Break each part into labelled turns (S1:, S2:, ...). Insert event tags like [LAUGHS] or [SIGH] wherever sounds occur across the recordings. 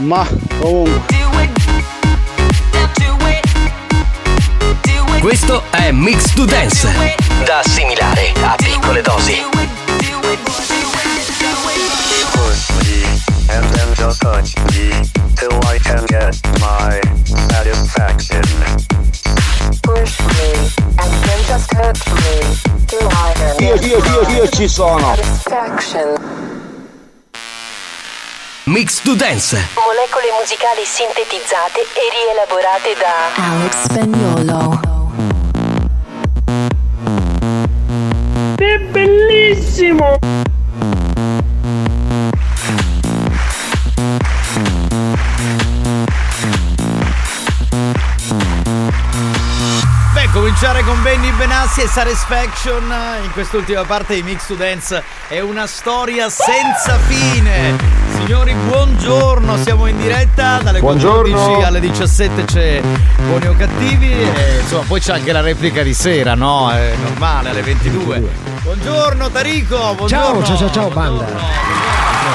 S1: ma comunque.
S2: Questo è Mix to Dance, da assimilare a piccole dosi.
S1: Io, io, io, io ci sono.
S2: Mix to Dance.
S3: Molecole musicali sintetizzate e rielaborate da
S4: Alex Spagnolo.
S5: È bellissimo!
S6: Beh, cominciare con Benny Benassi e Satisfaction eh, in quest'ultima parte di Mix to Dance è una storia senza fine. Signori, buongiorno, siamo in diretta dalle 14 alle 17 c'è Buoni o Cattivi e insomma poi c'è anche la replica di sera, no? È normale alle 22. Buongiorno Tarico, buongiorno.
S7: Ciao, ciao, ciao, ciao banda.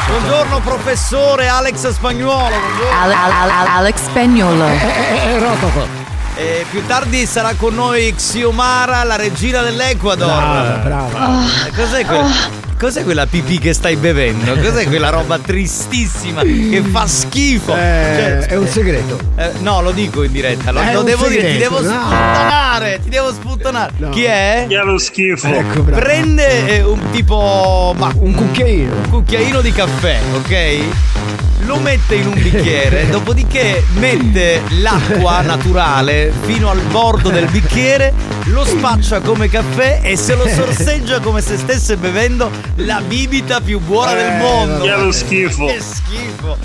S6: Buongiorno professore Alex Spagnuolo, buongiorno.
S4: Al- al- al- Alex Spagnuolo.
S7: Eh, È rotopo.
S6: E più tardi sarà con noi Xiomara, la regina dell'Ecuador.
S7: Brava, brava.
S4: Oh,
S6: Eh, Cos'è quella? Cos'è quella pipì che stai bevendo? Cos'è quella roba tristissima che fa schifo?
S7: Eh,
S6: Cioè,
S7: è un segreto.
S6: eh, no, lo dico in diretta, lo,
S7: È
S6: Cioè, lo
S7: Eh, un
S6: devo dire, ti
S7: segreto,
S6: devo
S7: no.
S6: sputtanare, ti devo sputtanare.
S7: No.
S6: Chi è?
S8: Che è lo schifo.
S7: Ecco, bravo.
S6: Prende eh, un tipo ma,
S7: un cucchiaino.
S6: un cucchiaino di caffè, ok? lo mette in un bicchiere, dopodiché mette l'acqua naturale fino al bordo del bicchiere, lo spaccia come caffè e se lo sorseggia come se stesse bevendo la bibita più buona del mondo.
S9: Che è lo schifo.
S6: Che schifo.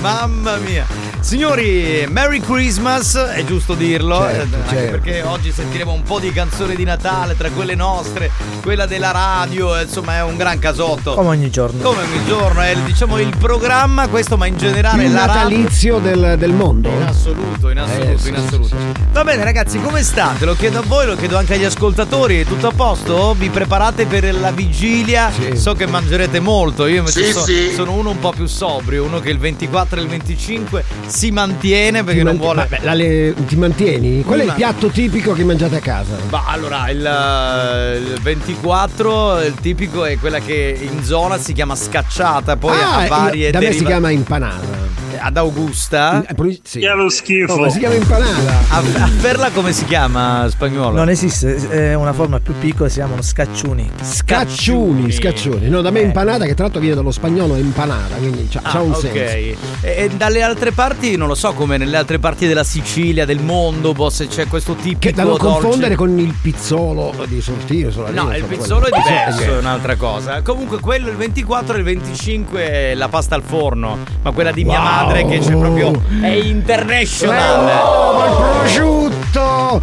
S6: Mamma mia. Signori, Merry Christmas, è giusto dirlo,
S10: Certo,
S6: eh, anche
S10: certo.
S6: perché oggi sentiremo un po' di canzoni di Natale, tra quelle nostre, quella della radio, eh, insomma è un gran casotto.
S11: Come ogni giorno.
S6: Come ogni giorno, è il- diciamo il programma, questo ma in generale
S5: Il
S6: la radio.
S5: natalizio del, del mondo.
S6: In assoluto, in assoluto,
S5: Eh, sì,
S6: in assoluto. Va bene ragazzi, come state? Lo chiedo a voi, lo chiedo anche agli ascoltatori, è tutto a posto? Vi preparate per la vigilia? So che mangerete molto, io invece
S12: Sì,
S6: so-
S12: sì.
S6: sono uno un po' più sobrio, uno che il 24 e il 25 si mantiene perché
S5: Ti
S6: non
S5: manti-
S6: vuole...
S5: vabbè, la le- ti mantieni? Qual è il
S6: Ma-
S5: piatto tipico che mangiate a casa?
S6: Ma allora il, eh, il 24 il tipico è quella che in zona si chiama scacciata, poi
S5: Ah,
S6: ha
S5: io-
S6: varie
S5: da me si
S6: deriva-
S5: chiama impanata.
S6: Eh, ad Augusta.
S5: eh, Che
S6: è lo schifo.
S5: Oh, ma si chiama impanata.
S6: A, a Perla come si chiama spagnolo?
S11: Non esiste, Eh, è una forma più piccola, si chiamano scacciuni.
S5: Scacciuni, scacciuni. No, da me impanata, che tra l'altro viene dallo spagnolo empanada, quindi c'ha,
S6: Eh. Ah,
S5: c'ha un
S6: ok.
S5: senso.
S6: E, e dalle altre parti, non lo so come nelle altre parti della Sicilia, del mondo, boh, se c'è questo tipico
S5: Che da non
S6: dolce.
S5: confondere con il pizzolo di sortire sulla
S6: No, il pizzolo è diverso, è un'altra cosa. Comunque quello il 24 e il 25 è la pasta al forno, ma quella di mia
S5: Wow.
S6: madre che c'è proprio è international.
S5: Oh, il prosciutto!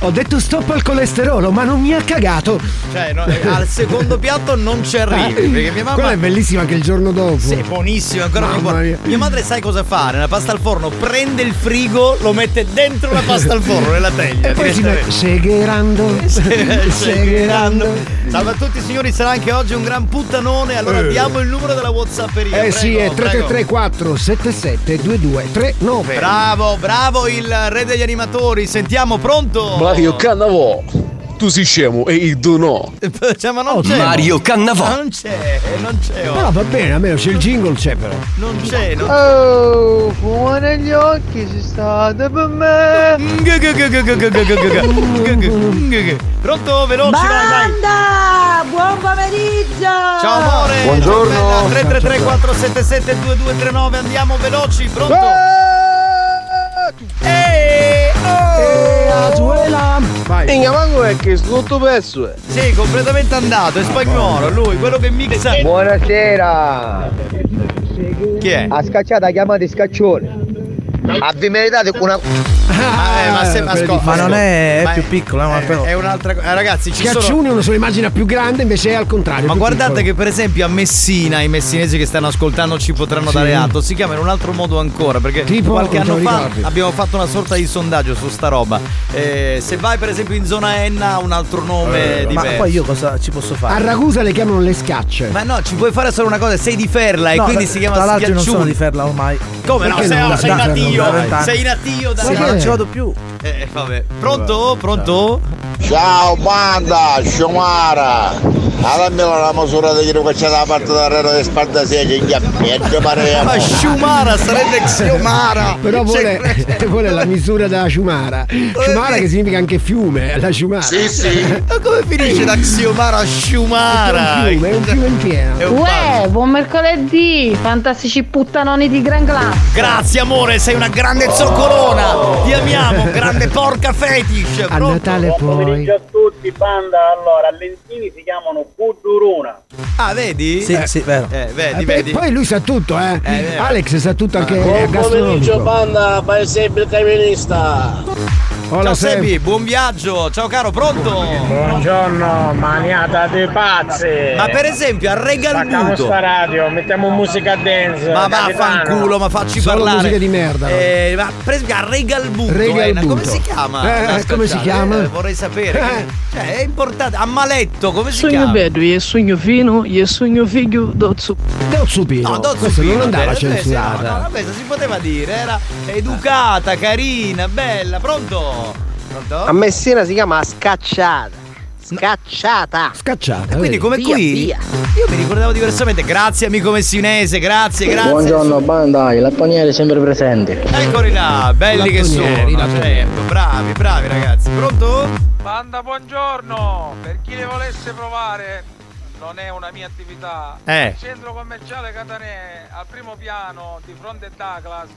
S5: Ho detto stop al colesterolo, ma non mi ha cagato. Ah,
S6: Cioè, no, eh, al secondo piatto non ci arrivi, perché mia mamma
S5: Eh, Quella è bellissima anche il giorno dopo.
S6: Sì, buonissimo, ancora più buono. Mia. madre sai cosa fare? La pasta al forno, prende il frigo, lo mette dentro la pasta al forno e la teglia.
S5: E poi si mette [LAUGHS]
S6: direttamente.
S5: segherando.
S6: Sì,
S5: segherando.
S6: Salve a tutti signori, sarà anche oggi un gran puttanone, allora
S5: Eh.
S6: diamo il numero della Whatsapperia.
S5: Eh
S6: prego,
S5: sì, è
S6: prego.
S5: 3334 77 2239.
S6: Bravo, bravo il re degli animatori, sentiamo pronto?
S13: Mario Cannavò, tu sei scemo e tu no.
S6: [LAUGHS] Cioè, ma non c'è.
S13: Mario Cannavò.
S6: Non c'è, non c'è. oh.
S5: Oh, Però va bene, almeno c'è il jingle, c'è però.
S6: Non c'è, no?
S14: Oh, fumo negli occhi si sta da per me.
S6: Pronto, veloce, vai, vai.
S15: Banda! Buon pomeriggio!
S6: Ciao
S15: Ah.
S6: amore! Ciao, bella. 333 477 2239 andiamo veloci, pronto?
S11: Eh.
S6: Eh, Ehi!
S14: Vai. Inga, ma com'è che sto tutto
S11: eh.
S14: pezzo?
S6: Sì, completamente andato, è spagnolo lui, quello che mixa. Ah,
S14: Buonasera!
S6: Chi è?
S14: A scacciata chiamate scaccione. A vi meritate con una...
S6: eh, ma se- ma
S11: per
S6: ascol-
S11: di- ma non
S5: eh,
S11: è- è
S6: ma
S11: più piccolo, è una-
S6: È un'altra cosa. ragazzi, ci sono
S5: Cacciuni è una sua immagine più grande, invece è al contrario.
S6: Ma
S5: più
S6: guardate
S5: piccolo.
S6: che per esempio a Messina i messinesi che stanno ascoltando ci potranno
S5: Sì.
S6: dare atto, si chiama in un altro modo ancora perché
S5: Tipo?
S6: qualche
S5: Non te
S6: anno
S5: lo
S6: fa
S5: ricordi.
S6: abbiamo fatto una sorta di sondaggio su sta roba. Eh, se vai per esempio in zona Enna ha un altro
S11: Eh,
S6: nome
S11: ma
S6: diverso.
S11: poi io cosa ci posso fare?
S5: A Ragusa le chiamano le scacce.
S6: Ma no, ci puoi fare solo una cosa, sei di Ferla e
S11: No,
S6: quindi
S11: tra-
S6: si chiama
S11: Tra l'altro io non sono
S6: Schiacciuni.
S11: di Ferla ormai.
S6: Come no?
S11: Perché
S6: Sei,
S11: Da-
S6: sei
S11: da- da
S6: natio,
S11: vent'anni.
S6: sei natio da
S11: Sì, ma non ci vado più.
S6: Eh, vabbè. Pronto? Pronto?
S16: Ciao banda, Sciomara! Allora mi la misura di quello che c'è da parte del reno di Spartaseglia, in ghiappiaggio pareva.
S6: Eh, Ma Sciumara sarebbe
S11: [LAUGHS]
S6: Xiomara!
S5: Però
S6: Cioè,
S5: vuole, [LAUGHS] eh, vuole la misura della ciumara.
S6: Eh,
S5: Ciumara che significa anche fiume, eh, la ciumara. [LAUGHS]
S6: Sì, sì. Ma come finisce da Xiomara a Sciumara?
S5: È un fiume, è un fiume in pieno.
S6: È un
S17: Uè, buon mercoledì, fantastici puttanoni di Gran Glass.
S6: Grazie amore, sei una grande zoccolona! Ti amiamo, grande porca fetish!
S5: A Natale poi.
S18: a tutti, banda. Allora, lentini si chiamano Buduruna.
S6: Ah, vedi?
S11: Sì, sì, vero.
S6: Eh, vedi,
S5: Eh,
S6: vedi.
S5: e poi lui sa tutto, eh.
S6: vero.
S5: Alex sa tutto anche
S6: Buon
S5: Ah, gastronomico.
S14: banda, fai sempre il camionista.
S6: Ciao
S5: Hola,
S6: Sebi, buon viaggio! Ciao caro, pronto?
S14: Buongiorno, maniata dei pazzi.
S6: Ma per esempio a
S14: Facciamo
S6: Regalmuto
S14: sta radio, mettiamo musica dance.
S6: Ma
S14: capitano.
S6: vaffanculo, ma facci
S5: Solo
S6: parlare.
S5: musica di merda, no?
S6: Eh, ma per esempio a Regalbuto,
S5: Regalbuto.
S6: Elena, come si chiama?
S5: Eh,
S6: Una scacciata?
S5: come si chiama?
S6: Eh, vorrei sapere.
S5: Eh.
S6: Cioè, è importante. A Maletto, come si
S7: Sogno
S6: chiama?
S7: bello, e sogno fino, e sogno figlio dozzo.
S5: Don Supino.
S6: No, Don
S5: Questa
S6: Supino,
S5: non andava
S6: bene, beh, sì,
S5: censurata.
S6: no, no, questa si poteva dire, era educata, carina, bella, pronto? Pronto?
S14: A Messina si chiama scacciata. Scacciata.
S5: Scacciata.
S6: E Quindi come
S14: Via,
S6: qui
S14: via.
S6: io mi ricordavo diversamente, grazie amico messinese, grazie, grazie.
S14: banda, il lattoniere sempre presente.
S6: Eccoli là, belli che sono,
S14: Lattonieri,
S6: certo, bravi, bravi ragazzi. Pronto?
S19: Banda, buongiorno! Per chi le volesse provare,
S20: non è una mia attività.
S6: Eh.
S20: Centro commerciale Catanè, al primo piano, di fronte a Douglas,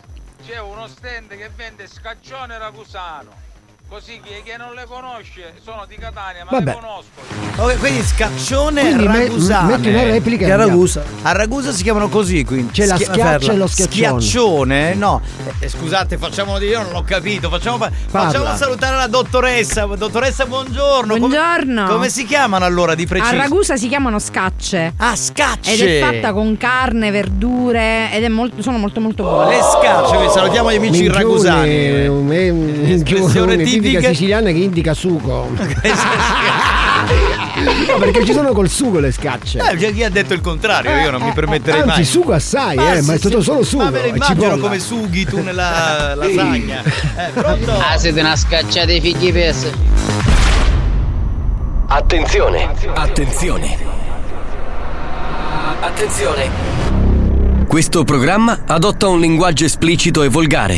S20: c'è uno stand che vende scaccione ragusano. Così chi, chi non le conosce sono di Catania, ma
S6: Vabbè.
S20: le conosco.
S6: Ok, quindi scaccione
S5: Quindi me-
S6: ragusane.
S5: metti una replica e
S6: Che a
S5: andiamo.
S6: Ragusa. A Ragusa si chiamano così, quindi.
S5: C'è la schiaccia e lo schiaccione.
S6: Schiaccione? No. Eh, eh, scusate, facciamo di io non l'ho capito. Facciamo, fa-
S5: Parla.
S6: facciamo salutare la dottoressa. Dottoressa, buongiorno. Buongiorno. Come, come si chiamano allora di
S21: A
S6: preciso?
S21: Ragusa si chiamano scacce.
S6: Ah, scacce!
S21: Ed è fatta con carne, verdure ed è molto, sono molto molto buone.
S6: Le scacce, quindi salutiamo gli amici
S5: Minchione,
S6: ragusani.
S5: è un- è un'espressione tipica,
S6: tipica.
S5: siciliana che indica sugo. no, perché ci sono col sugo le scacce. Eh,
S6: Eh, c'è chi ha detto il contrario, io
S21: Eh,
S6: non mi permetterei
S5: Anzi,
S6: mai.
S5: sugo assai, eh, ma è stato solo eh, sugo.
S6: Ma me lo
S5: e
S6: immagino
S5: cipolla.
S6: come sughi
S5: [LAUGHS]
S6: tu nella lasagna. Eh, pronto?
S22: Ah, siete una scacciata di figli pesi.
S2: Attenzione! Attenzione! Attenzione! Questo programma adotta un linguaggio esplicito e volgare,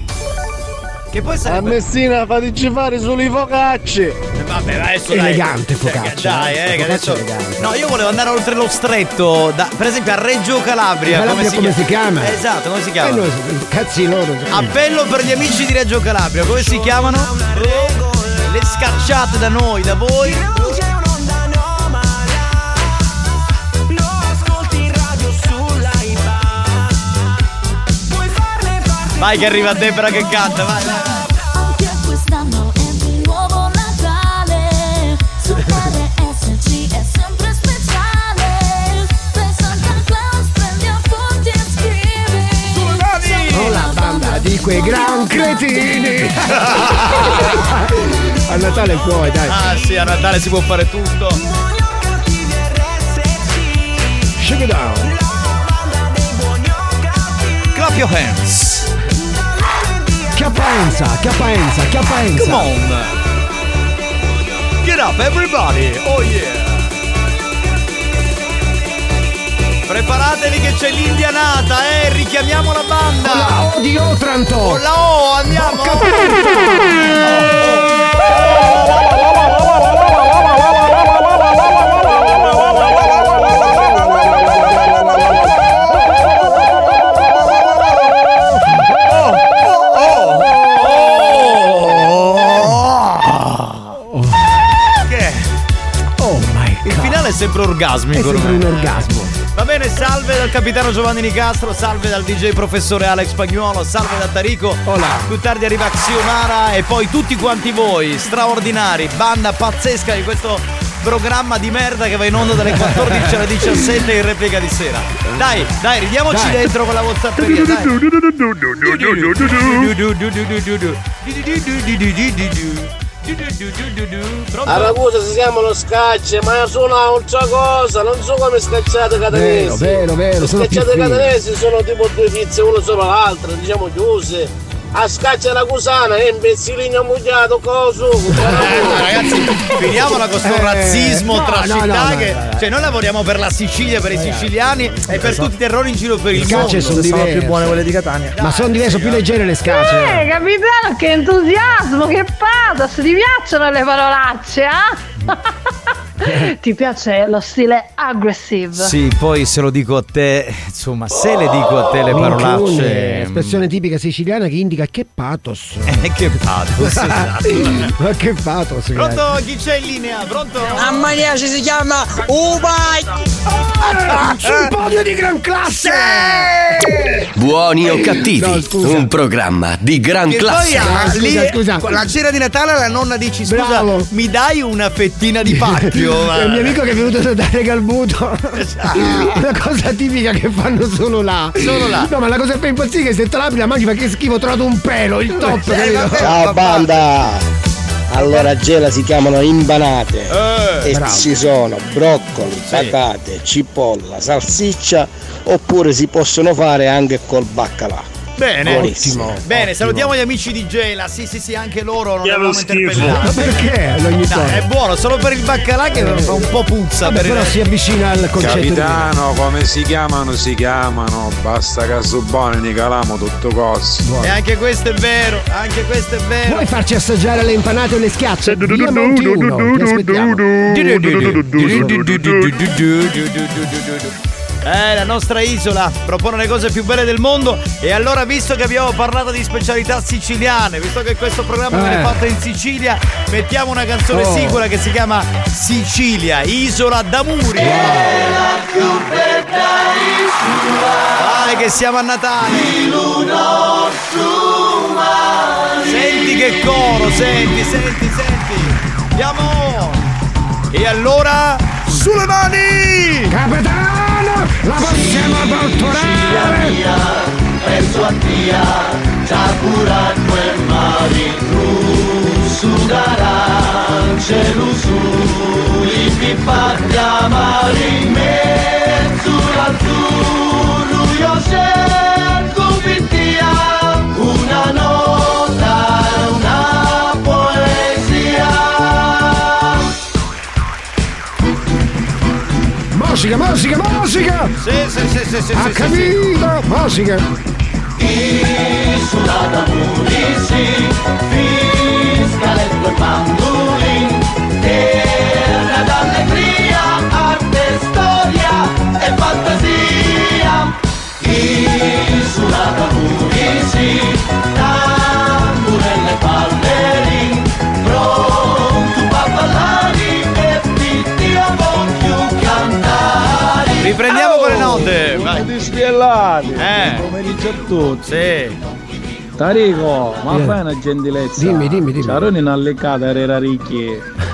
S6: Che poi Eh,
S14: A Messina fateci fare solo i focacci.
S6: Vabbè, adesso
S5: Elegante focaccia.
S6: Dai, eh, che
S5: Focaccia
S6: adesso.
S5: elegante.
S6: No, io volevo andare oltre lo stretto, da- per esempio a Reggio Calabria.
S5: Ma Calabria come si chiama?
S6: Esatto, come si
S5: Eh,
S6: chiama?
S5: no, cazzi loro. eh.
S6: Appello per gli amici di Reggio Calabria, come si chiamano? Le scacciate da noi, da voi.
S15: Lo ascolti in radio sulla IBA. Puoi farne parte.
S6: Vai che arriva Debra che canta, vai.
S23: Anche quest'anno è di nuovo Natale. Su RSC è sempre speciale. Per Santa Claus prendi a punti e scrivi.
S5: Ho la banda di quei gran cretini. A Natale puoi, dai.
S6: Ah sì, a Natale si può fare tutto.
S5: Shake it down.
S6: Clap your hands.
S5: Chiappaenza, chiappaenza, chiappaenza.
S6: Come on. Get up everybody. Oh yeah. Preparatevi che c'è l'indianata, eh, richiamiamo la banda. Con
S5: la O di Otranto.
S6: Con la O andiamo. Oh, Che?
S5: Oh my
S6: Il finale è sempre orgasmico.
S5: È sempre
S6: ormai.
S5: un orgasmo.
S6: Va bene, salve dal capitano Giovanni Nicastro, salve dal DJ professore Alex Pagnuolo, salve da Tarico. Più tardi arriva Xiomara e poi tutti quanti voi, straordinari, banda pazzesca di questo programma di merda che va in onda dalle 14 alle 17 in replica di sera. Dai, dai, ridiamoci
S15: Dai.
S6: dentro con la WhatsApperia, dai.
S14: A Ragusa si chiamano scacce, ma suona un'altra cosa, non so come scacciate
S5: Vero,
S14: catanesi.
S5: vero, vero.
S14: Le
S5: Sono più
S14: scacciate
S5: fini.
S14: catanesi sono tipo due pizze, uno sopra l'altro, diciamo chiuse. A scaccia ragusana è un pezziligno mugliato,
S5: [LAUGHS]
S14: coso.
S5: Eh,
S6: Finiamola con questo
S14: Eh,
S6: razzismo
S14: no,
S6: tra
S14: no,
S6: città
S14: no, no,
S6: che.
S14: no, Eh, esatto.
S6: cioè, noi lavoriamo per la Sicilia, per i siciliani e per tutti i terrori in giro per
S5: Le
S6: il mondo.
S5: scacce sono diverse.
S6: Catania.
S5: Ma sono diverse, più leggere le
S6: Ah,
S17: Eh,
S5: scacce.
S17: capitano, che entusiasmo, che pathos, ti piacciono le parolacce,
S6: [LAUGHS]
S17: eh? ti piace lo stile aggressive?
S6: Sì, poi se lo dico a te, insomma, se le dico a te le
S5: Minchione,
S6: parolacce. mm.
S5: Espressione tipica siciliana che indica che pathos.
S6: Eh, che
S5: [LAUGHS]
S6: pathos.
S5: Ma che pathos. ragazzi.
S6: Pronto? Chi c'è in linea? Pronto?
S15: A Maria ci si chiama
S5: Oh
S15: Ubai.
S5: Sul podio di gran classe.
S2: Buoni o cattivi? un programma di gran
S6: Che
S2: classe.
S6: poi, ah, lì, con la cena di Natale la nonna dici scusa mi dai una fettina di pacchio
S5: [LAUGHS] È un mio amico che è venuto a dare Galbuto. Una cosa tipica che fanno solo là.
S6: Esatto. Solo là.
S5: No, ma la cosa che fa impazzire è che se te l'apri la mangi fa che schifo, ho trovato un pelo, il top. capito?
S24: Ciao banda!
S25: Allora a Gela si chiamano imbanate
S6: Eh,
S25: e
S6: bravo.
S25: ci sono broccoli, patate, cipolla, salsiccia oppure si possono fare anche col baccalà.
S6: Bene,
S25: Buonissimo.
S6: Bene, salutiamo gli amici di Gela. Sì, sì, sì, anche loro non avevamo
S25: schifo.
S6: interpellato.
S5: Ma perché l'ogni
S6: No,
S5: tanto?
S6: è buono, solo per il baccalà che fa un po' puzza.
S5: Vabbè,
S6: per il-
S5: però si avvicina al concetto di...
S20: Capitano, come si chiamano? Si chiamano. Basta che su buoni calamo tutto costo.
S6: E anche questo è vero, anche questo è vero.
S5: Vuoi farci assaggiare le impanate o le schiacce? Via Monti 1, ti aspettiamo.
S6: Eh, la nostra isola propone le cose più belle del mondo e allora visto che abbiamo parlato di specialità siciliane, visto che questo programma
S15: Eh.
S6: viene fatto in Sicilia, mettiamo una canzone
S15: Oh.
S6: sicura che si chiama Sicilia, Isola da Muri. Vai che siamo a Natale. Senti che coro, senti, senti, senti. Andiamo! E allora sulle mani!
S5: Capitano, la possiamo torturare!
S15: e sua zia Ciacurano e Maritru Sudarance l'usù Ipi patria mari in mezzo all'azzurro Io cerco vittia una nota una poesia
S5: Musica, musica, musica!
S6: Sì, sì, sì, sì, sì,
S5: Ha
S6: sì, sì.
S5: capito! Musica!
S15: Isola d'amore, sì, fiscale due bandolini, terra d'allegria, arte, storia e fantasia. Isola d'amore, sì, tamburelle e ballerini, pronto a ballare e fitti a voglio cantare.
S6: Riprendiamo con le note.
S14: Vai. Spiellati.
S6: Eh.
S14: Pomeriggio a tutti.
S6: Sì.
S14: Tarico, ma
S6: Eh.
S14: fai una gentilezza. Dimmi, dimmi, dimmi. Ciaroni in allecata era ricchi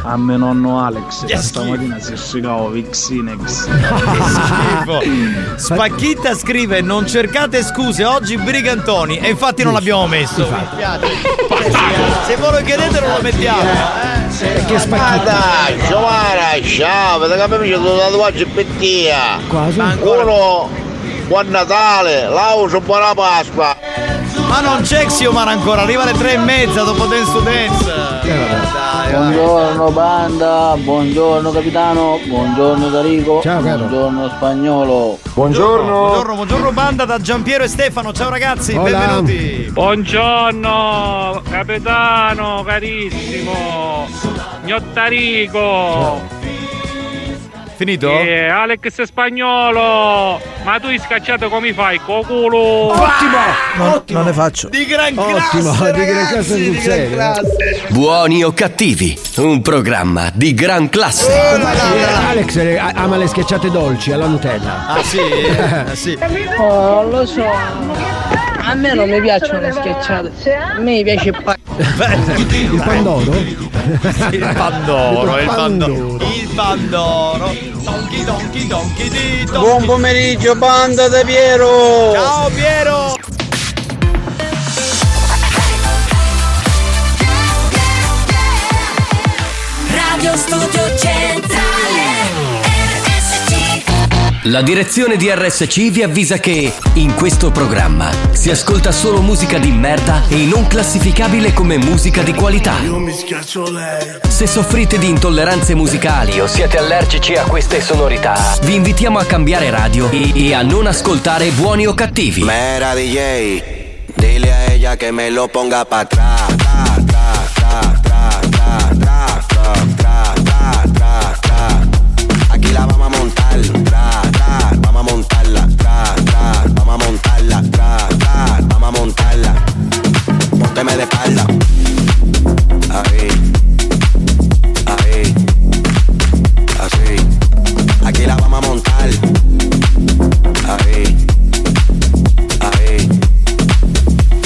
S14: a mio nonno Alex.
S6: Che
S14: Stamattina si asciugava Vixinex.
S6: [LAUGHS] Spacchitta scrive non cercate scuse oggi brigantoni e infatti non l'abbiamo messo. Se voi lo chiedete non lo mettiamo. eh.
S26: Che spacchetta! Giovana, ciao, vedete che mi piace il tatuaggio in pettia!
S5: Quasi?
S26: Uno, buon Natale, l'altro, buona Pasqua!
S6: Ma non c'è Xiomara ancora, arriva alle tre e mezza dopo Dance to Dance.
S17: Buongiorno Panda, buongiorno capitano, buongiorno Tarico, buongiorno spagnolo.
S6: Buongiorno, buongiorno banda da Giampiero e Stefano. Ciao ragazzi, benvenuti.
S27: Buongiorno, capitano, carissimo. Gnottarico.
S6: Finito?
S27: Eh, Alex Spagnolo. Ma tu hai scacciato come fai? Ah! Col culo. Ottimo!
S7: Non, non ne faccio.
S6: Di gran
S7: Ottimo,
S2: classe,
S7: di gran classe sul serio.
S2: Buoni o cattivi, un programma di gran classe.
S6: Oh,
S5: Eh, Alex eh, ama le schiacciate dolci alla Nutella.
S6: Ah sì?
S5: Eh,
S6: sì.
S17: Oh, lo so. A me non mi piacciono le eh? schiacciate. A me piace il
S5: [LAUGHS] Il pandoro?
S6: Il pandoro, Oh, il pandoro.
S5: Pandoro.
S6: Il pandoro. Donkey donkey donkey di
S15: Buon pomeriggio, banda da Piero!
S6: Ciao Piero!
S15: Radio Studio Centrale
S2: La direzione di RSC vi avvisa che in questo programma si ascolta solo musica di merda e non classificabile come musica di qualità.
S15: mi schiaccio lei
S2: Se soffrite di intolleranze musicali o siete allergici a queste sonorità, vi invitiamo a cambiare radio e, e a non ascoltare buoni o cattivi.
S28: Mera DJ, dile a ella que me lo ponga para atrás. Tra, tra, tra, tra, tra, tra, tra, tra, tra, tra, tra. Aquí la vamos a montar, tra, tra, vamos a montarla, tra, tra, vamos a montarla, tra, tra, vamos a montarla. Pónteme de espalda. Ahí, ahí, así. Aquí la vamos a montar. Ahí. Ahí,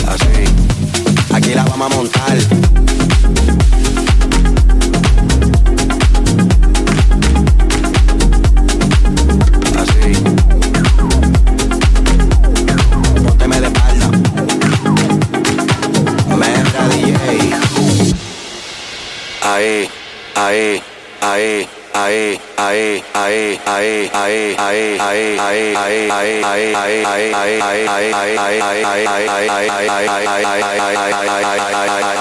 S28: así. Aquí la vamos a montar. ahí, ahí, ahí, ahí, ahí, ahí, ahí, ahí, ahí, ahí, ahí, ahí, ahí, ahí, ahí, ahí, ahí, ahí, ahí, ahí, ahí, ahí, ahí, ahí, ahí, ahí, ahí, ahí,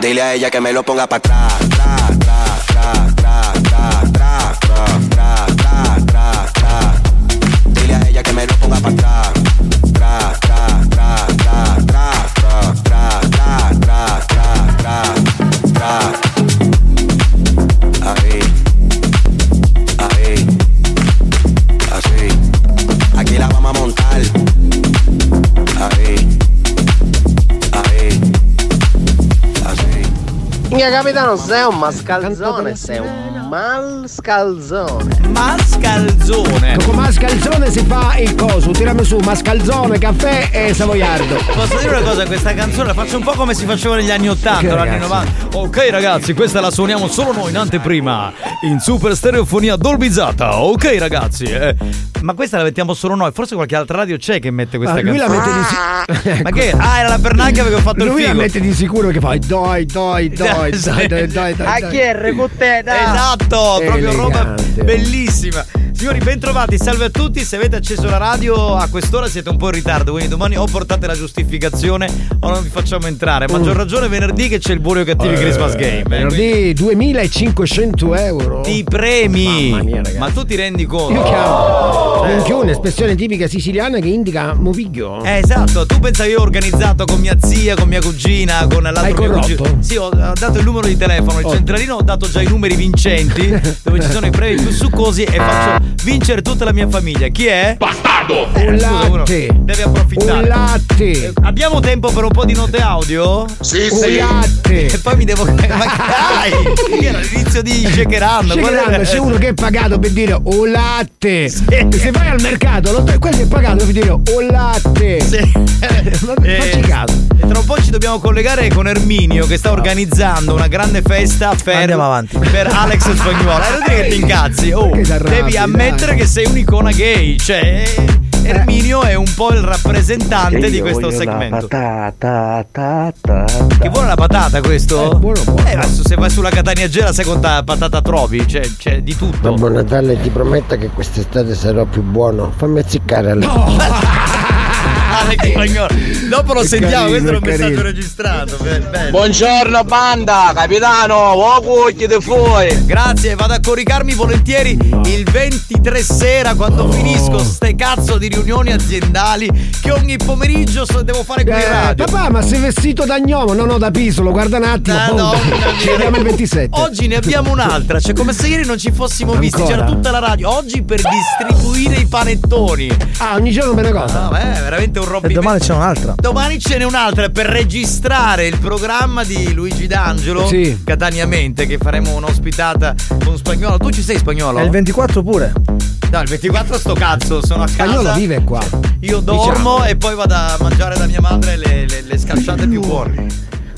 S28: Dile a ella que me lo ponga para atrás. Dile a ella que me lo ponga para atrás. Tra, tra, tra, tra, tra, tra, tra, tra, tra, tra, tra, tra. Ahí. Ahí. Así. Aquí la vamos a montar. Ahí. Ahí. Así.
S29: Mia capitano, sei un mascalzone, sei un mascalzone.
S6: Mascalzone.
S5: Con mascalzone si fa il coso, tirami su mascalzone, caffè e savoiardo.
S6: Posso dire una cosa, questa canzone la faccio un po' come si faceva negli anni 80,
S5: Ok,
S6: negli anni
S5: ragazzi.
S6: 90. Ok ragazzi, questa la suoniamo solo noi in anteprima, in super stereofonia dolbizzata. Ok ragazzi, eh. ma questa la mettiamo solo noi, forse qualche altra radio c'è che mette questa
S5: Ah, lui la
S6: canzone.
S5: mette di
S6: [LAUGHS] Ah, [LAUGHS] Ma che? Ah, era la pernacchia perché ho fatto
S5: Ecco. Lui
S6: il
S5: la
S6: figo. Esatto.
S5: mette di sicuro che fai
S6: [LAUGHS]
S5: dai, dai, dai,
S6: Sì.
S5: dai, dai, dai, dai.
S6: A
S5: dai.
S6: chi è? Esatto, proprio roba bellissima. Signori, bentrovati, salve a tutti. Se avete acceso la radio a quest'ora siete un po' in ritardo, quindi domani o portate la giustificazione o non vi facciamo entrare. Maggior ragione venerdì che c'è il burio cattivi
S5: Uh. Eh,
S6: Christmas Game. eh, quindi
S5: Venerdì 2500 euro.
S6: Ti premi! Oh. Eh.
S5: Mamma mia,
S6: Ma tu ti rendi conto?
S5: eh, Io chiamo. Minchia, un'espressione tipica siciliana che indica moviglio.
S6: Eh, esatto, tu pensavi io ho organizzato con mia zia, con mia cugina, con l'altro
S5: Hai
S6: mio
S5: corrotto?
S6: cugino. Sì, ho, ho dato il numero di telefono, il centralino, ho dato già i numeri
S5: [LAUGHS]
S6: vincenti, dove ci sono i premi più succosi e faccio vincere tutta la mia famiglia. Chi è? Eh, Bastardo!
S5: Un latte.
S6: Devi approfittare. Eh,
S5: Un latte.
S6: Abbiamo tempo per un po' di note audio?
S5: Sì, Un sì. latte.
S6: E poi
S5: [LAUGHS]
S6: mi devo. [LAUGHS] Ma che dai! Io ero all'inizio di Shakerando.
S5: Shakerando, c'è uno che è pagato per dire o latte. Se vai al mercato, lo- quello è pagato per dire o latte.
S6: Eh,
S5: Facci caso.
S6: e tra un po' ci dobbiamo collegare con Erminio che sta organizzando una grande festa per, per Alex Spagnuolo. Eh, non dire che ti incazzi. Oh,
S5: Perché ti arrabbi,
S6: devi ammettere
S5: dai.
S6: che sei un'icona gay. Cioè, eh, Erminio è un po' il rappresentante di questo segmento. Che buona la patata questo? Eh, adesso se vai sulla Catania Gela sai quanta patata trovi, cioè, c'è di tutto.
S30: Babbo Natale ti prometto che quest'estate sarò più buono. Fammi azziccare alle
S6: Alex Spagnolo. Dopo lo
S30: È
S6: sentiamo,
S30: carino,
S6: questo è un
S30: è carino.
S6: messaggio registrato. be- bello.
S28: Buongiorno banda, capitano, voi cucchi di fuori.
S6: Grazie, vado a coricarmi volentieri il 23 sera
S5: Oh.
S6: quando finisco ste cazzo di riunioni aziendali che ogni pomeriggio so- devo fare qui in
S5: Eh,
S6: radio.
S5: papà, ma sei vestito da gnomo? No, no, da pisolo, guarda un attimo. boh.
S6: Madonna mia.
S5: Ci vediamo il 27.
S6: Oggi ne abbiamo un'altra, cioè come se ieri non ci fossimo visti,
S5: Ancora?
S6: c'era tutta la radio. Oggi per distribuire i panettoni.
S5: Ah, ogni giorno per una cosa.
S6: No, beh, è veramente un robin.
S14: E domani c'è un'altra.
S6: Domani ce n'è un'altra per registrare il programma di Luigi D'Angelo
S14: Sì.
S6: Catania Mente che faremo un'ospitata con spagnolo. Tu ci sei spagnolo?
S14: E il 24 pure.
S6: No, il 24 sto cazzo, sono a
S14: Spagnolo
S6: casa.
S14: vive
S5: qua.
S6: Io dormo e poi vado a mangiare da mia madre le, le, le scalciate più buone.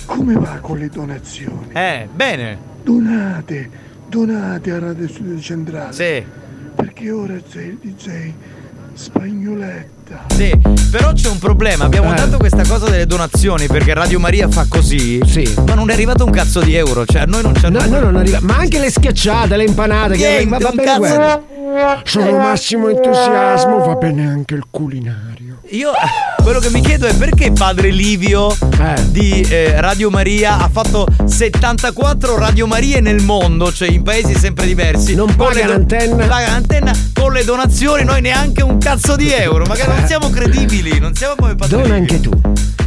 S31: Come va con le donazioni?
S6: Eh, bene.
S31: Donate, donate a Radio Studio Centrale.
S6: Sì.
S31: Perché ora c'è il DJ Spagnoletta.
S6: Sì, però c'è un problema. Abbiamo dato questa cosa delle donazioni perché Radio Maria fa così. Sì. Ma non è arrivato un cazzo di euro. Cioè, a noi non c'è.
S5: No, no, non arriva. Ma anche le schiacciate, le impanate. che
S6: Niente,
S5: va, va
S6: un
S5: bene
S6: cazzo.
S5: quello.
S31: Sono massimo entusiasmo, va bene anche il culinario.
S6: Io quello che mi chiedo è perché padre Livio di eh, Radio Maria ha fatto 74 Radio Marie nel mondo, cioè in paesi sempre diversi. Non
S5: paga l'antenna.
S6: Paga l'antenna con le donazioni, noi neanche un cazzo di euro. Ma che non siamo credibili, non siamo come padre Livio.
S5: Eh. anche tu.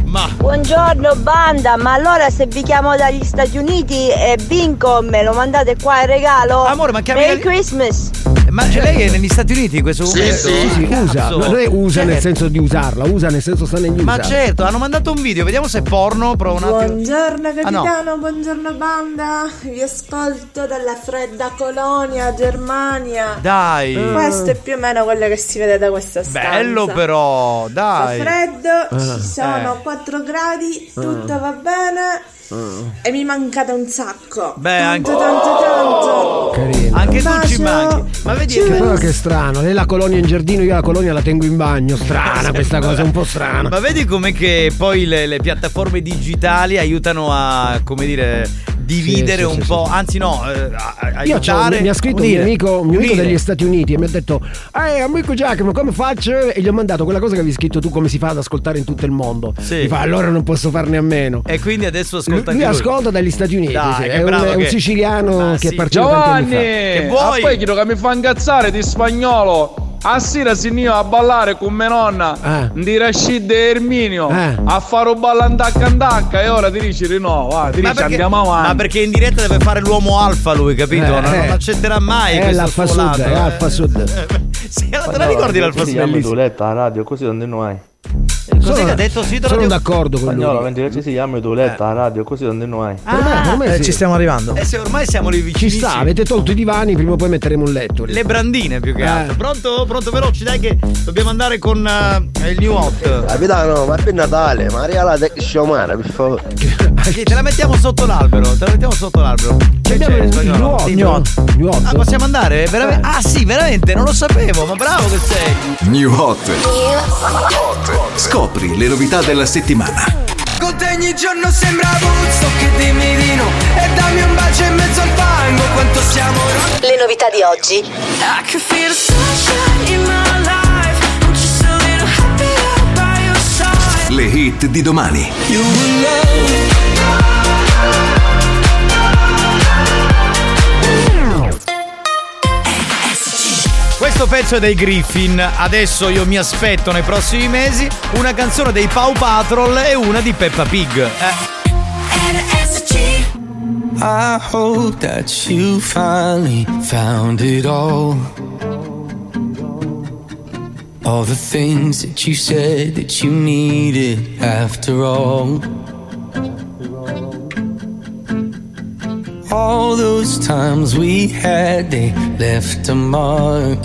S6: Ma
S15: Buongiorno banda, ma allora se vi chiamo dagli Stati Uniti e vinco me lo mandate qua in regalo?
S6: Amore, ma chiami
S15: Merry
S6: dagli-
S15: Christmas!
S6: Ma cioè, lei è negli Stati Uniti in questo momento?
S5: sì, sì, usa.
S6: Cazzo.
S5: No, non è usa nel
S6: Certo.
S5: senso di usarla, usa nel senso sta negli USA.
S6: Ma certo, hanno mandato un video, vediamo se è porno, prova un attimo.
S32: Buongiorno
S6: Ah, no.
S32: capitano, buongiorno banda, vi ascolto dalla fredda colonia Germania. Eh.
S6: Dai.
S32: Questo è più o meno quello che si vede da questa stanza.
S6: Bello però,
S32: Fa
S6: dai.
S32: freddo,
S6: Eh.
S32: ci sono
S6: Eh.
S32: 4 gradi,
S6: Eh.
S32: tutto va bene.
S5: Mm.
S32: e mi mancate un sacco.
S6: Beh,
S32: tanto,
S6: anche-
S32: tanto, tanto.
S5: Carino.
S6: Anche tu ci
S32: Bacio.
S6: manchi. Ma vedi,
S5: Che però che strano, lei la colonia in giardino, io la colonia la tengo in bagno. Strana questa cosa, un po' strana.
S6: Ma vedi com'è che poi le, le piattaforme digitali aiutano a, come dire, dividere
S5: sì,
S6: un
S5: sì,
S6: po', anzi no, eh, a, a
S5: Io c'ho-
S6: aiutare.
S5: mi ha scritto un mio
S6: unire.
S5: amico, un mio amico
S6: Unire.
S5: degli Stati Uniti e mi ha detto Ehi amico Giacomo come faccio? E gli ho mandato quella cosa che avevi scritto tu come si fa ad ascoltare in tutto il mondo
S6: Sì.
S5: Mi fa allora non posso farne a meno
S6: E quindi adesso
S5: Lui,
S6: ascolta
S5: lui
S6: anche lui.
S5: ascolta dagli Stati Uniti
S6: Dai,
S5: sì.
S6: che
S5: è, un,
S6: bravo
S5: è un
S6: che-
S5: siciliano
S6: Ma
S5: che
S6: sì.
S5: è partito tanti anni
S14: Giovanni,
S5: fa
S6: Che
S14: ma
S6: vuoi?
S14: poi chiedo che mi fa incazzare di spagnolo. A sera si io a ballare con mia nonna
S5: Eh.
S14: di Rashid e Erminio a fare un ballandacca andacca e ora ti dici di no, va, ti dici andiamo avanti.
S6: ma perché in diretta deve fare l'uomo alfa lui, capito? non, non accetterà mai
S5: Eh, è
S6: questo
S5: l'Alfa
S6: suo
S5: Sud,
S6: lato,
S5: è
S6: eh.
S5: l'Alfa Sud.
S6: Sì, te la ricordi l'alfa Sud? Bellissimo.
S33: Duletta a radio, così non non hai.
S6: Cos'è che ha detto? Sì,
S5: sono d'accordo con lui.
S33: Spagnolo, mentre ci si chiama Duletta a radio, così non non hai.
S6: Ah,
S7: Ah,
S5: Eh, ci stiamo
S33: arrivando.
S6: Eh, se ormai siamo lì
S5: Ci
S6: vicini.
S5: sta, avete tolto i divani, prima o poi metteremo un letto lì.
S6: Le brandine più che
S5: Eh.
S6: altro. Pronto? Pronto veloci, dai che dobbiamo andare con eh, il new hot.
S34: Capitano, ma per Natale, ma regalate che sciomara, per favore.
S6: Sì, te la mettiamo sotto l'albero, te la mettiamo sotto l'albero. Che
S5: Abbiamo il
S6: spagnolo?
S5: nuoto.
S6: Sì,
S5: Nuoto. Eh.
S6: Ah, possiamo andare? Veramente- Ah sì, veramente, non lo sapevo, ma bravo che sei.
S35: New Hot. Scopri le novità della settimana.
S7: Con te ogni giorno sembra Buzzo che dimmi di no E dammi un bacio in mezzo al fango quanto siamo Le novità di oggi I can feel the sunshine in my life I'm just a little happier by your side
S35: Le hit di domani.
S7: You will love
S6: Questo pezzo è dei Griffin, adesso io mi aspetto nei prossimi mesi una canzone dei Pau Patrol e una di Peppa Pig. Eh,
S7: I hope that you finally found it all. All the things that you said that you needed after all. All those times we had, they left a mark.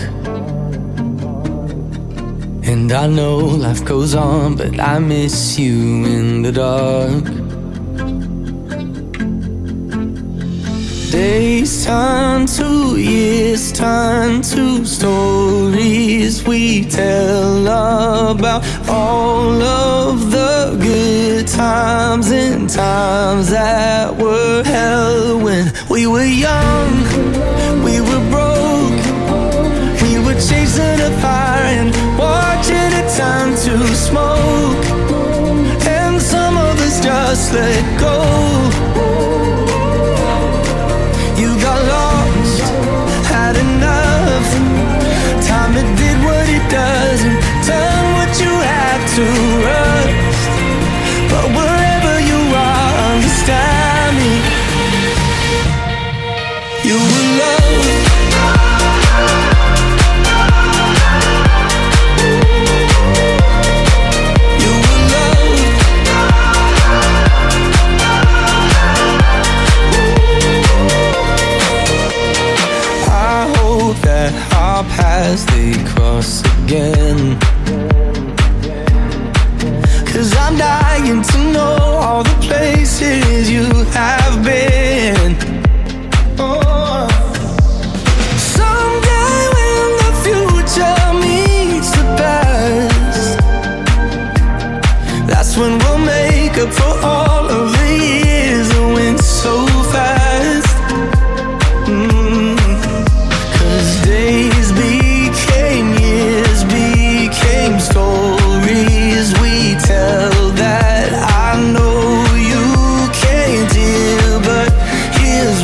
S7: And I know life goes on, but I miss you in the dark. Days turn to years, turn to stories we tell about all of the good times and times that were hell when we were young, we were broke, we were chasing a fire and watching it turn to smoke, and some of us just let go. You got lost, had enough. Time it did what it does and turn what you had to rust. But wherever you are, understand me. You will love. You will love. I hope that our paths they cross again. Cause I'm dying to know all the places you have been. Oh. Someday when the future meets the past, that's when we'll make up for all of the years that went so fast. Mm. Cause days became years, became stories we tell that I know you can't hear, but here's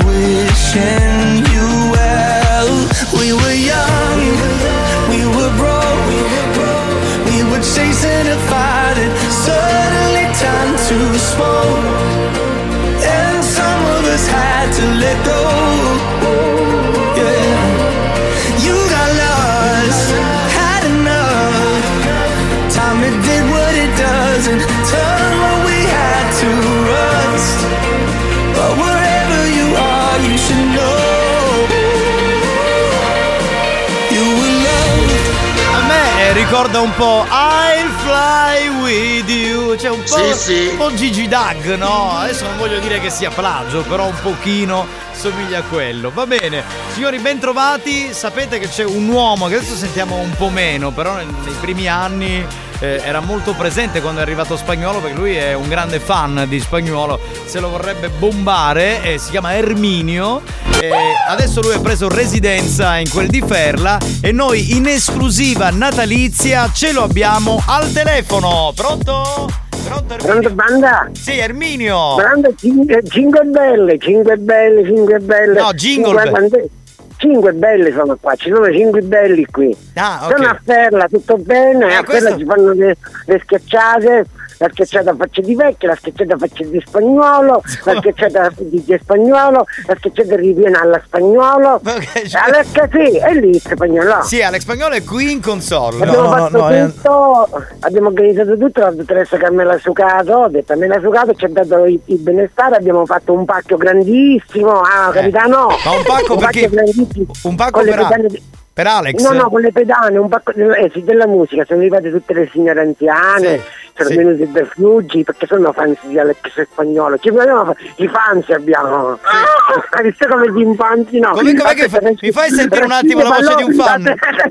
S6: eh, ricorda un po' I'll fly with you. C'è un po',
S36: Sì, sì.
S6: un po' Gigi Dag, no? Adesso non voglio dire che sia plagio, però un pochino somiglia a quello. Va bene, signori, bentrovati. Sapete che c'è un uomo che adesso sentiamo un po' meno, però nei, nei primi anni eh, era molto presente quando è arrivato Spagnuolo perché lui è un grande fan di Spagnuolo, se lo vorrebbe bombare, eh, si chiama Erminio. eh, adesso lui ha preso residenza in quel di Ferla e noi in esclusiva natalizia ce lo abbiamo al telefono. Pronto? Pronto Erminio?
S4: banda? eh,
S6: Sì, Erminio.
S4: Grande cinque, cinque belle, cinque belle, cinque belle.
S6: No, jingle bell.
S4: quante- Cinque belli sono qua, ci sono cinque belli qui.
S6: Ah, ok. Eh,
S4: Sono a Ferla, tutto bene, a
S6: questo-
S4: Ferla ci fanno le, le schiacciate, la schiacciata a faccia di vecchio, la schiacciata a faccia di spagnolo, la schiacciata a di di spagnolo, la schiacciata ripiena alla spagnolo. Allora sì, è lì il spagnolo.
S6: Sì, Alex Spagnolo è qui in console.
S4: abbiamo fatto tutto, abbiamo organizzato tutto, la dottoressa Carmela Sucato, ho detto Carmela Sucato ci ha dato il, il benestare, abbiamo fatto un pacco grandissimo, ah capitano!
S6: Eh, Ma un pacco per chi?
S4: grandissimo.
S6: Un pacco
S4: Con le
S6: per,
S4: pedane
S6: Al-
S4: di-
S6: per Alex?
S4: No, no, con le pedane, un pacco eh, sì, della musica, sono arrivate tutte le signore anziane, sono
S6: sì.
S4: venuti i Berflugi perché sono fans di Alex Spagnolo, ci abbiamo, i fans abbiamo, [LAUGHS] ah, visto come gli infanti no.
S6: Come- com'è che fa-
S4: Aspetta,
S6: mi fai sentire un attimo la voce di un fan?
S21: [LAUGHS]
S4: Aspetta,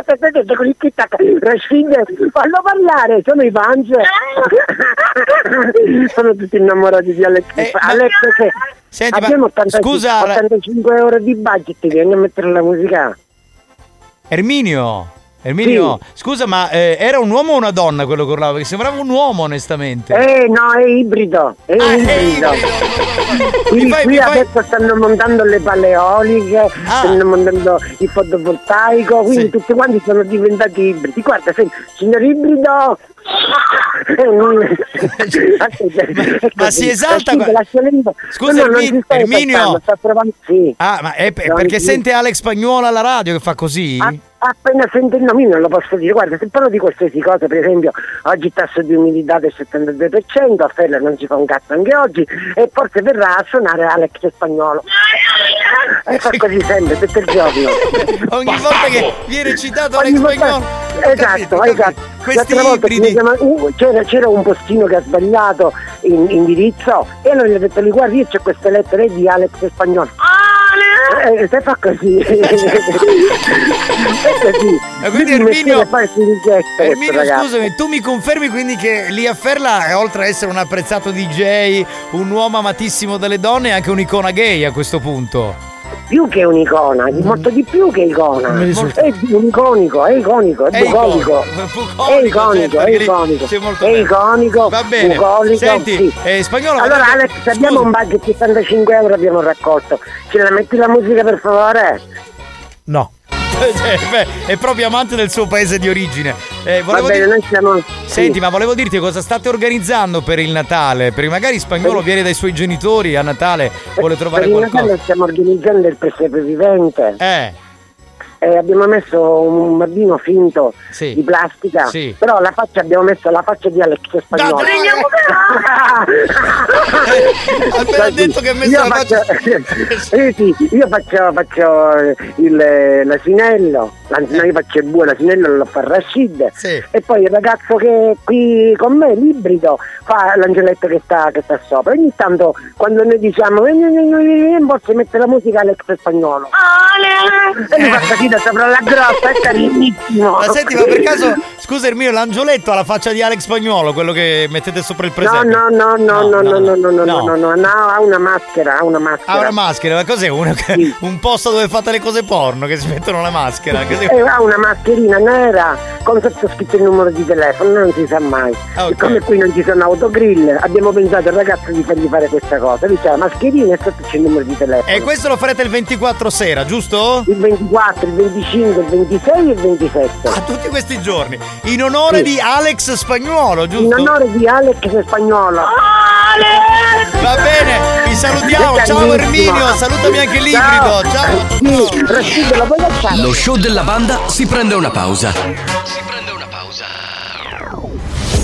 S4: aspetta, aspetta, con il tic-tac. Rascinde, fallo parlare, sono i fans. sono tutti innamorati di Alex. Alex, se-
S6: Eh, Senti, ma
S4: abbiamo 85,
S6: scusa, Ra-
S4: 85 euro di budget, vieni a mettere la musica.
S6: Erminio. Erminio, scusa, ma eh, era un uomo o una donna quello che urlava? Perché sembrava un uomo, onestamente.
S4: Eh no, è ibrido, Ah, è ibrido. Qui, qui adesso stanno montando le paleoliche, stanno montando il fotovoltaico, quindi tutti quanti sono diventati ibridi. Guarda, se- signor ibrido... ah, eh, [LAUGHS] ecco,
S6: ma si esalta qua- Scusa,
S4: Scusa, no, non
S6: Ermi-
S4: si sta
S6: Erminio.
S4: esaltando, sta provando- sì.
S6: Ah, ma è per-
S4: No, Ah,
S6: perché
S4: sì.
S6: sente Alex Spagnolo alla radio che fa così?
S4: A- Appena sento il nome io non lo posso dire, guarda, se parlo di qualsiasi cosa, per esempio, oggi il tasso di umidità del 72%, a Ferla non ci fa un cazzo anche oggi, e forse verrà a suonare Alex Spagnolo. E fa così sempre, tutto il giorno.
S6: Ogni volta che viene citato
S4: Ogni
S6: Alex
S4: volta-
S6: Spagnolo.
S4: Esatto, esatto.
S6: Questi
S4: L'altra volta
S6: ibridi.
S4: mi chiama- uh, c'era, c'era un postino che ha sbagliato in, indirizzo e allora gli ho detto lì guarda io c'è queste lettere di Alex Spagnolo. Eh, eh, se fa così. è così.
S6: Ma quindi
S4: Devi
S6: Erminio-
S4: mettere a farsi il gesto,
S6: Erminio,
S4: ragazzi.
S6: scusami, tu mi confermi quindi che Lia Ferla, oltre ad essere un apprezzato DJ, un uomo amatissimo dalle donne, è anche un'icona gay a questo punto? [LAUGHS]
S4: Più che un'icona,
S6: Mm.
S4: molto di più che icona. È un iconico, è iconico, è,
S6: È certo,
S4: bucolico. È iconico, è iconico. È iconico,
S6: Va bene.
S4: bucolico.
S6: Senti,
S4: sì.
S6: eh, spagnolo.
S4: Allora
S6: guarda-
S4: Alex, abbiamo un budget di 75 euro abbiamo raccolto. Ce la metti la musica per favore?
S6: No. Cioè, è proprio amante del suo paese di origine. Eh, volevo
S4: Va bene,
S6: dir-
S4: noi siamo.
S6: Senti,
S4: sì.
S6: ma volevo dirti cosa state organizzando per il Natale. Perché magari spagnolo viene dai suoi genitori a Natale, vuole
S4: Per
S6: trovare
S4: il
S6: qualcosa.
S4: Natale stiamo organizzando il presepe vivente.
S6: Eh.
S4: abbiamo messo un bambino finto
S6: Sì.
S4: di plastica,
S6: Sì.
S4: però la faccia abbiamo messo la faccia di Alex Spagnolo.
S6: Appena ha detto che ha messo
S4: io
S6: la
S4: faccio, eh [LAUGHS] sì, io faccio, faccio eh, il, l'asinello, anzi no, io faccio il bue, l'asinello lo fa Rashid e poi il ragazzo che è qui con me, l'ibrido, fa l'angeletto che sta, che sta sopra. Ogni tanto quando noi diciamo "Eh, eh, eh, eh, eh", forse mette la musica Alex Spagnolo. E lui fa così da sopra la grossa, è carinissimo.
S6: Ma senti, ma per caso, scusa Ermino, l'angioletto ha la faccia di Alex Spagnolo, quello che mettete sopra il
S4: No,
S6: presepe?
S4: no, no, no, no, no, no, no, no,
S6: no.
S4: no, no, no, ha una maschera, ha una maschera.
S6: Ha una maschera, ma cos'è? Una- un posto dove fate le cose porno che si mettono la maschera? Così-
S4: Eh, ha una mascherina nera con sotto scritto il numero di telefono, non si sa mai.
S6: Ah, ok.
S4: Siccome qui non ci sono autogrill, abbiamo pensato al ragazzo di fargli fare questa cosa. Lui c'ha la mascherina e sotto c'è il numero di telefono.
S6: E Eh, questo lo farete il 24 sera, giusto?
S4: Il 24, il 25, il 26 e il 27.
S6: Tutti questi giorni. In onore
S4: Sì.
S6: di Alex Spagnuolo, giusto?
S4: In onore di Alex Spagnolo.
S6: Va bene, vi salutiamo.
S4: È
S6: Ciao
S4: bellissimo.
S6: Erminio, salutami anche l'ibrido. Ciao.
S4: Sì, Rashid, lo puoi lasciare?
S2: Lo show della banda si prende una pausa.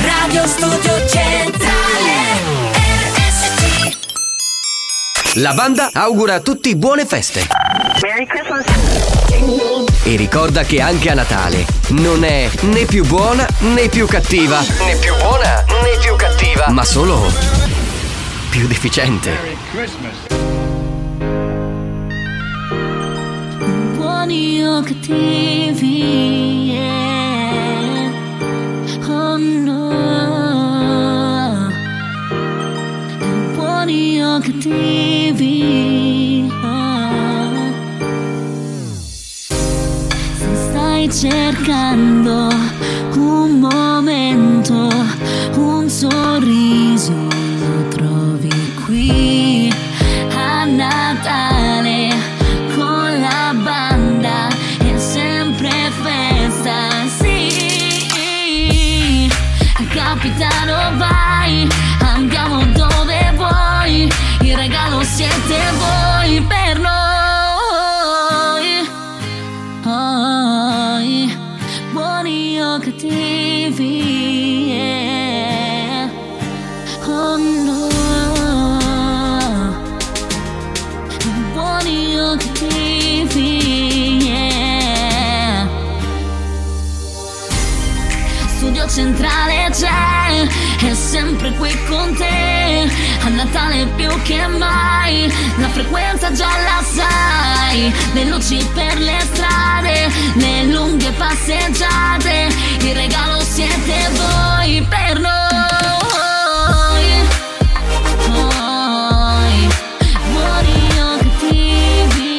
S23: Radio Studio Centrale RSC
S2: La banda augura a tutti buone feste.
S23: Merry Christmas
S2: E ricorda che anche a Natale non è né più buona né più cattiva. Né più buona né più cattiva. Ma solo più deficiente.
S23: Buoni o cattivi yeah. Oh no Buoni o cattivi ah. Se stai cercando un momento Un sorriso lo trovi qui a Natale con la banda è sempre festa, sì. Capitano vai, andiamo dove vuoi, il regalo siete voi per noi. Oi, buoni o cattivi, yeah. oh no. Buoni o cattivi, yeah. Studio centrale c'è, è sempre qui con te. A Natale più che mai, la frequenza già la sai. Le luci per le strade, le lunghe passeggiate, il regalo siete voi per noi. Noi. Buoni o cattivi,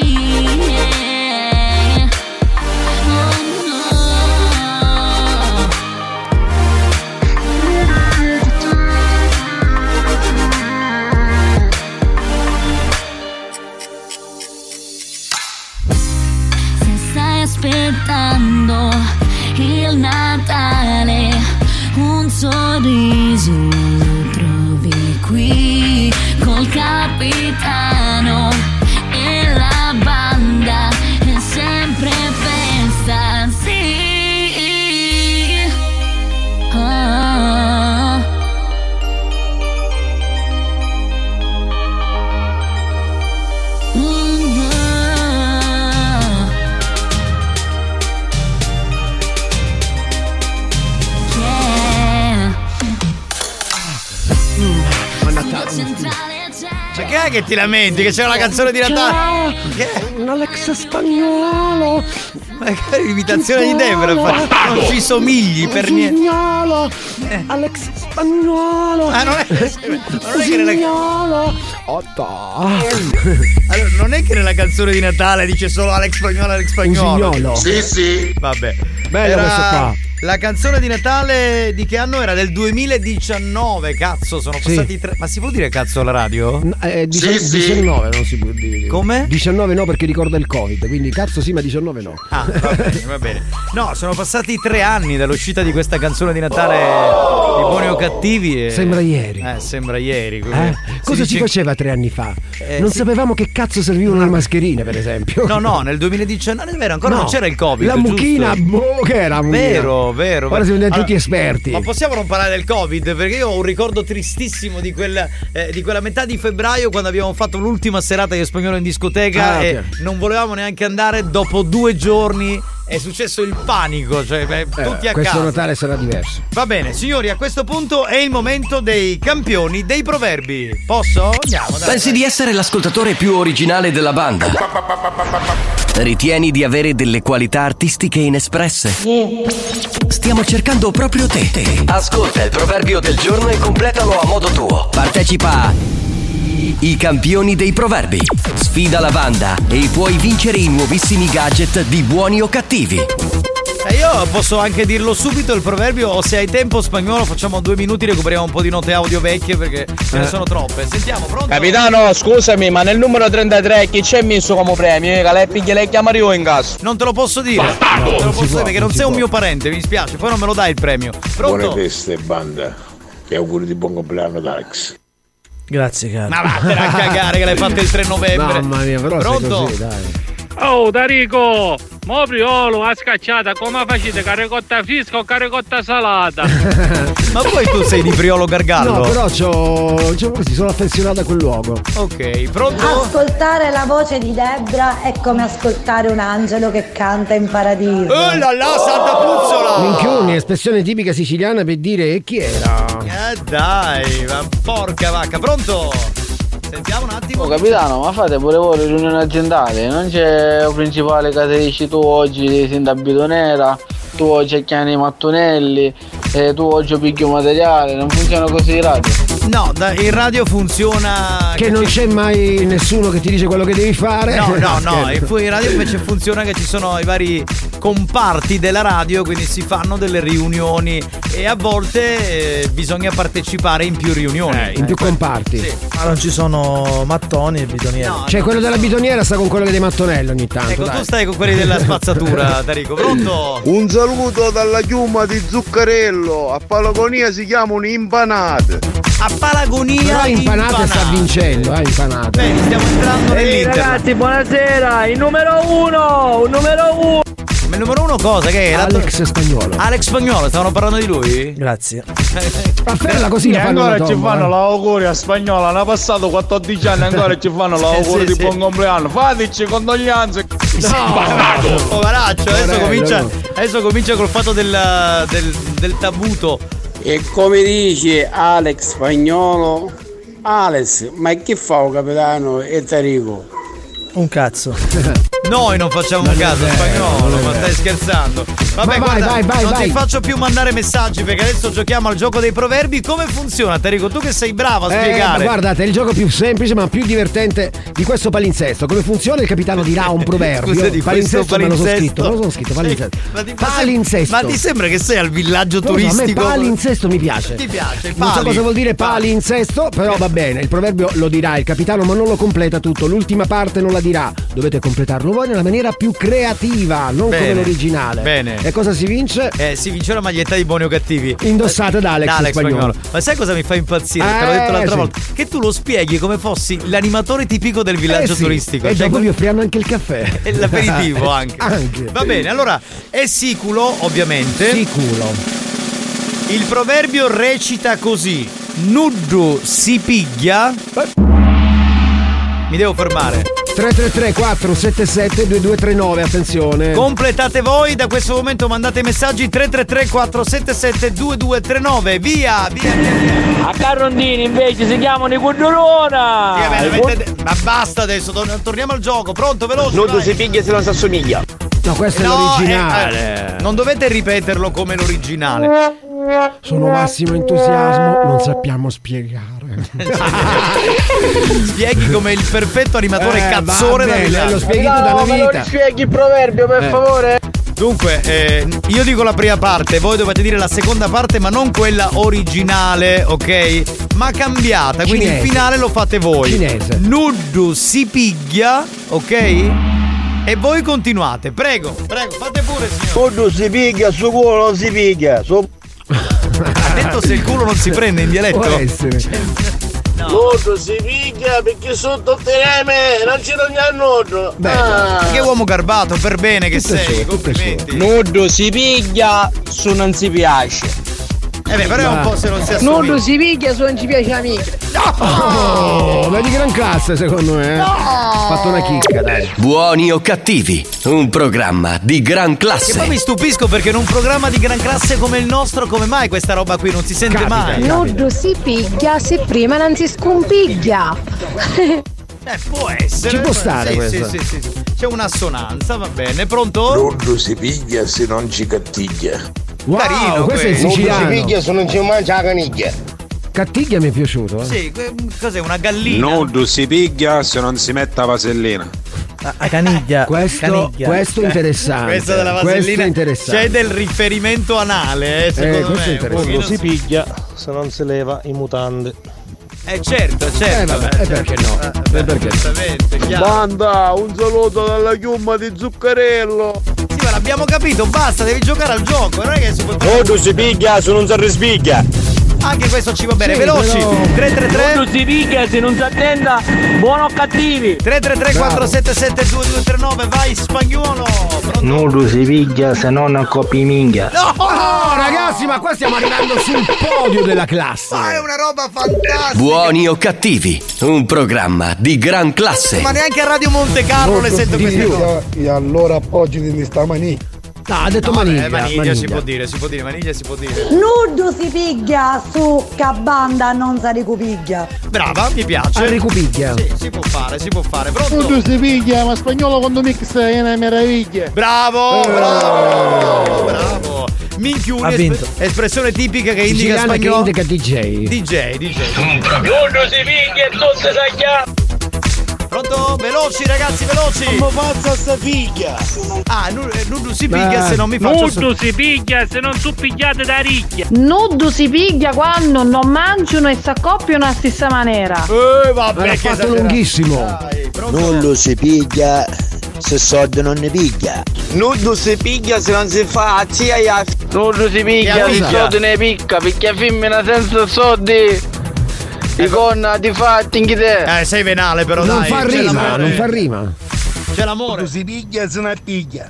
S23: yeah. Oh no. Se stai aspettando il Natale, un sorriso lo trovi qui col capitano e la banda è sempre festa, sì. Ah. Mm, ah. Yeah.
S6: Ma che Cioè, è che ti lamenti? Che c'è una canzone di Natale?
S3: Un Alex spagnolo!
S6: Magari l'imitazione di Debra fa- Non ci somigli per niente. Eh.
S3: Spagnolo! Alex spagnolo!
S6: Ah, non è- non è che era-
S3: Spagnolo!
S6: [LAUGHS] Allora, non è che nella canzone di Natale dice solo Alex Spagnolo, Alex Spagnolo.
S3: Usignolo.
S6: Sì, sì. Vabbè.
S3: Bello
S6: Era-
S3: questo qua.
S6: La canzone di Natale di che anno era? Del 2019, cazzo, sono passati tre. Ma si può dire cazzo alla radio?
S7: Eh, dician- 19 non si può dire.
S6: Oh. Come?
S7: 19 no perché ricorda il Covid, quindi cazzo sì ma 19 no.
S6: Ah, va bene, va bene. No, sono passati tre anni dall'uscita di questa canzone di Natale di Buoni o Cattivi. e-
S7: Sembra ieri.
S6: Eh, sembra ieri. quindi-
S7: Eh?
S6: si
S7: Cosa ci
S6: dice-
S7: faceva tre anni fa?
S6: Eh,
S7: non
S6: sì.
S7: sapevamo che cazzo servivano le mascherine, per esempio.
S6: No, no, nel 2019 non è vero, ancora
S7: No.
S6: non c'era il Covid.
S7: La
S6: giusto?
S7: mucchina, boh, che era la mucchina?
S6: Vero, vero.
S7: Ora
S6: vero.
S7: siamo diventati
S6: Allora,
S7: tutti esperti.
S6: Ma possiamo non parlare del Covid? Perché io ho un ricordo tristissimo di, quel, eh, di quella metà di febbraio quando abbiamo fatto l'ultima serata di spagnolo in discoteca
S7: Ah,
S6: e
S7: ok.
S6: non volevamo neanche andare. Dopo due giorni è successo il panico, cioè beh, tutti a
S7: Eh, Questo
S6: casa.
S7: Natale sarà diverso.
S6: Va bene, signori, a questo punto è il momento dei campioni dei proverbi. Posso? Andiamo, dai.
S2: Pensi di essere l'ascoltatore più originale della banda? Ritieni di avere delle qualità artistiche inespresse? Eh. Stiamo cercando proprio te. Ascolta il proverbio del giorno e completalo a modo tuo. Partecipa a I campioni dei proverbi. Sfida la banda e puoi vincere i nuovissimi gadget di buoni o cattivi.
S6: E io Eh, Io posso anche dirlo subito il proverbio, o se hai tempo spagnolo facciamo due minuti, recuperiamo un po' di note audio vecchie perché ce ne
S14: Eh.
S6: sono troppe. Sentiamo, pronto?
S14: Capitano, scusami, ma nel numero 33 chi c'è messo come premio? Eh, Che lei piglia Mario in caso.
S6: Non te lo posso dire. Non te lo posso dire perché non sei un mio parente, mi dispiace, poi non me lo dai il premio.
S20: Buone
S6: Pronto?
S20: feste, banda. E auguri di buon compleanno ad Alex.
S37: Grazie, caro.
S6: Ma vattene a Ah, cagare che l'hai fatta il 3 novembre.
S37: Mamma mia, però sei
S6: Pronto?
S37: così, dai.
S27: Oh, Darico! Mo priolo, ha scacciata, come facete? Caricotta fresca o caricotta salata?
S37: [LAUGHS]
S6: Ma poi tu sei di Priolo Gargallo?
S5: No, però c'ho. diciamo così, sono affezionato a quel luogo.
S6: Ok, pronto?
S15: Ascoltare la voce di Debra è come ascoltare un angelo che canta in paradiso.
S6: Oh la la, santa puzzola!
S5: Minchioni, espressione tipica siciliana per dire eh, chi era?
S37: Ah.
S6: Eh dai, ma porca vacca, pronto? Sentiamo un attimo.
S14: Oh, capitano, ma fate pure voi le riunioni aziendali? Non c'è il principale che ti dici tu oggi sei da bidonera, tu oggi chiani i mattonelli, eh, tu oggi picchio materiale, non funziona così i radio.
S6: No, da- in radio funziona.
S5: Che non c'è mai nessuno che ti dice quello che devi fare.
S6: No,
S5: [LAUGHS]
S6: no, no, e
S5: Scherzo.
S6: poi in radio invece funziona che ci sono i vari comparti della radio, quindi si fanno delle riunioni e a volte eh, bisogna partecipare in più riunioni.
S5: Eh, in più comparti.
S37: Ma non ci sono mattoni e bidonieri.
S5: Cioè, quello della bidoniera sta con quello dei mattonelli ogni tanto.
S6: Ecco,
S5: dai.
S6: tu stai con quelli della spazzatura, Tarico, pronto?
S17: Un saluto dalla chiuma di Zuccarello. A Palagonia si chiamano impanate.
S6: A Palagonia
S5: Però impanate sta vincendo, eh, impanate.
S6: Bene, stiamo entrando
S5: nell'Inter.
S14: ragazzi, buonasera, il numero uno, il numero uno.
S6: Ma il numero uno cosa? Che
S5: [LAUGHS]
S6: è?
S5: Alex Spagnolo.
S6: Alex Spagnolo, stavano parlando di lui? [LAUGHS]
S37: Grazie.
S5: Ma ferla così
S38: E
S5: la fanno
S38: ancora
S5: la
S38: ci
S5: tomba,
S38: fanno
S5: eh.
S38: l'augurio a spagnola, hanno passato 14 anni ancora ci fanno
S6: Sì,
S38: l'augurio
S6: sì,
S38: di
S6: sì.
S38: buon compleanno. Fateci condoglianze.
S6: No, poveraccio, adesso
S38: Poverello,
S6: comincia,
S38: no.
S6: adesso comincia col fatto del, del, del tabuto.
S14: E come dice Alex Spagnolo, Alex, ma che fa un capitano e Tarico?
S37: Un cazzo.
S5: [LAUGHS]
S6: Noi non facciamo caso, spagnolo, ma stai scherzando. Vabbè,
S37: Ma vai,
S6: guarda,
S37: vai, vai,
S6: non
S37: vai.
S6: ti faccio più mandare messaggi perché adesso giochiamo al gioco dei proverbi. Come funziona, Tarico? Tu che sei bravo a
S5: Eh,
S6: spiegare.
S5: guardate, è il gioco più semplice ma più divertente di questo palinsesto. Come funziona il capitano dirà un proverbio.
S6: [LAUGHS] Scusa, di
S5: palinsesto,
S6: questo
S5: me lo sono
S6: palinsesto. Eh,
S5: scritto, me lo sono scritto, palinsesto.
S6: Ma ti,
S5: Palinsesto.
S6: ma ti sembra che sei al villaggio
S5: Non lo so,
S6: turistico?
S5: a me palinsesto mi piace.
S6: Ti piace,
S5: Non so
S6: pali.
S5: cosa vuol dire palinsesto, però va bene, il proverbio lo dirà il capitano, ma non lo completa tutto. L'ultima parte non la dirà. Dovete completarlo voi nella maniera più creativa, non
S6: Bene.
S5: come l'originale.
S6: Bene.
S5: E cosa si vince?
S6: Eh, si vince la maglietta di buoni o cattivi.
S5: Indossata da Alex,
S6: Da Alex
S5: Spagnolo.
S6: Spagnolo. Ma sai cosa mi fa impazzire? Te l'ho
S5: Eh,
S6: detto l'altra
S5: sì.
S6: volta. Che tu lo spieghi come fossi l'animatore tipico del villaggio
S5: Eh sì,
S6: turistico.
S5: E
S6: Cioè,
S5: dopo
S6: con-
S5: vi offriranno anche il caffè.
S6: [LAUGHS]
S5: [LAUGHS]
S6: e l'aperitivo anche. Va bene, allora è siculo, ovviamente.
S5: Siculo.
S6: Il proverbio recita così: Nuddu si piglia. Mi devo fermare.
S5: 333 477 2239, attenzione.
S6: Completate voi, da questo momento mandate messaggi 333 477 2239. Via, via, via.
S14: A Carrondini invece si chiamano i Cundolona!
S6: Sì, vabbè, avete- Ma basta adesso, tor- torniamo al gioco. Pronto, veloce. Nuddu si
S14: piglia se non si assomiglia.
S5: No, questo
S6: No,
S5: è l'originale.
S6: eh, eh, non dovete ripeterlo come l'originale.
S39: Sono massimo entusiasmo, non sappiamo spiegare.
S6: Spieghi come il perfetto animatore
S39: Eh,
S6: cazzone
S39: vabbè,
S6: da villaggio.
S39: lo spieghi tu
S14: No, ma non spieghi il proverbio per
S6: Eh.
S14: favore?
S6: Dunque, eh, io dico la prima parte, voi dovete dire la seconda parte, ma non quella originale, ok? Ma cambiata, quindi
S5: Cinese.
S6: il finale lo fate voi.
S5: Cinese.
S6: Nuddu si piglia, ok? E voi continuate, prego, prego, fate pure, signore.
S14: [LAUGHS]
S17: Fondo si piglia, su culo non si piglia. Su...
S6: Ha detto se il culo non si prende in dialetto.
S17: Può
S40: Nudo si piglia perché sotto teme non ci togna nudo.
S6: Beh,
S14: Ah.
S5: Ah.
S6: Che uomo garbato, per bene che sei. complimenti.
S14: Nudo si piglia su non si piace.
S6: Eh beh, però è un po' se non si assomiglia.
S7: Nudo si picchia se non ci piace la minchia.
S5: Oh, ma di gran classe secondo me. eh.
S17: Ah!
S5: Fatto una chicca,
S6: Eh,
S5: dai.
S2: Buoni o cattivi, un programma di gran
S6: Che poi
S2: classe.
S6: mi stupisco perché in un programma di gran classe come il nostro, come mai questa roba qui non si sente mai?
S17: Nudo si piglia se prima non si
S6: [LAUGHS]
S17: scompiglia.
S6: Eh, può essere.
S17: Ci può
S6: sì,
S17: stare questo.
S6: Sì, sì, sì. C'è un'assonanza, va bene. Pronto?
S41: Rondo si piglia se non ci cattiglia.
S5: Wow, questo è il
S41: Nudo si
S5: siciliano.
S41: piglia
S17: se non ci mangia la caniglia.
S5: Cattiglia mi è piaciuto. eh.
S6: Sì, que- cos'è? Una gallina?
S42: Nudo si piglia se non si mette la vasellina.
S6: Ah,
S28: A
S5: [LAUGHS]
S28: caniglia.
S5: Questo,
S28: Caniglia.
S5: questo è interessante.
S6: Questa della
S5: Questo
S6: vasellina
S5: è interessante.
S6: c'è del riferimento anale, eh, secondo me. un pochino
S43: si piglia se non si leva i mutanti.
S6: Eh certo, certo.
S43: Eh, vabbè,
S6: beh,
S43: e
S6: certo.
S43: perché no?
S6: Eh, beh,
S43: E perché no?
S6: giustamente, chiaro.
S44: Banda, un saluto dalla chiumma di Zuccarello.
S6: Sì, ma l'abbiamo capito, basta, devi giocare al gioco, non è che si può
S43: Quando si piglia se non si rispiglia.
S6: Anche questo ci va bene, veloci. 333
S43: Quando si piglia se non si attenda, buono o cattivi.
S6: 333 477 2239, vai spagnolo.
S14: Nudo si piglia se non copi minghia.
S6: No!
S5: Oh, ragazzi, ma qua stiamo arrivando sul podio della classe.
S6: Ma è una roba fantastica.
S2: Buoni o cattivi, un programma di gran classe.
S6: Ma neanche a Radio Monte Carlo le sento queste cose.
S31: E allora appoggi di sta mani.
S5: No, ha detto
S6: Eh, maniglia si può dire, si può dire, maniglia si può dire.
S21: Nudo si piglia su cabanda non si ricupiglia.
S6: Brava, mi piace.
S5: Harry Cupiglia.
S6: Sì, si può fare, si può fare. Pronto?
S31: Tu si piglia, ma spagnolo quando mix è una meraviglia.
S6: Bravo, bravo, bravo. Minchiuni,
S31: Eh. Ha vinto.
S6: espre- espressione tipica che
S5: Indica
S6: indica
S5: che
S6: spagnolo.
S5: indica DJ.
S6: DJ,
S14: Mm,
S6: DJ.
S43: Quando si piglia e non si saglia.
S6: Pronto? Veloci ragazzi, veloci! Come
S43: pazza sta figlia!
S6: Ah, nu- eh, nudo si piglia se non mi faccio...
S27: Nudo si piglia se non su pigliate da ricchia.
S17: Nudo si piglia quando non mangiano e s'accoppiano alla stessa maniera.
S6: Eh, vabbè,
S5: che fatto lunghissimo.
S20: Nullo si piglia se soldi non ne piglia.
S7: Ah!
S14: Nudo si piglia se non si fa zia Nudo si piglia E se cosa? soldi ne picca perché femmina senza soldi. I conna ti fa tinghi
S6: Ecco. Eh, sei venale però
S14: Non
S6: dai.
S14: fa
S6: c'è
S14: rima,
S6: l'amore.
S14: non fa
S5: rima.
S6: C'è l'amore.
S43: Si piglia se non piglia.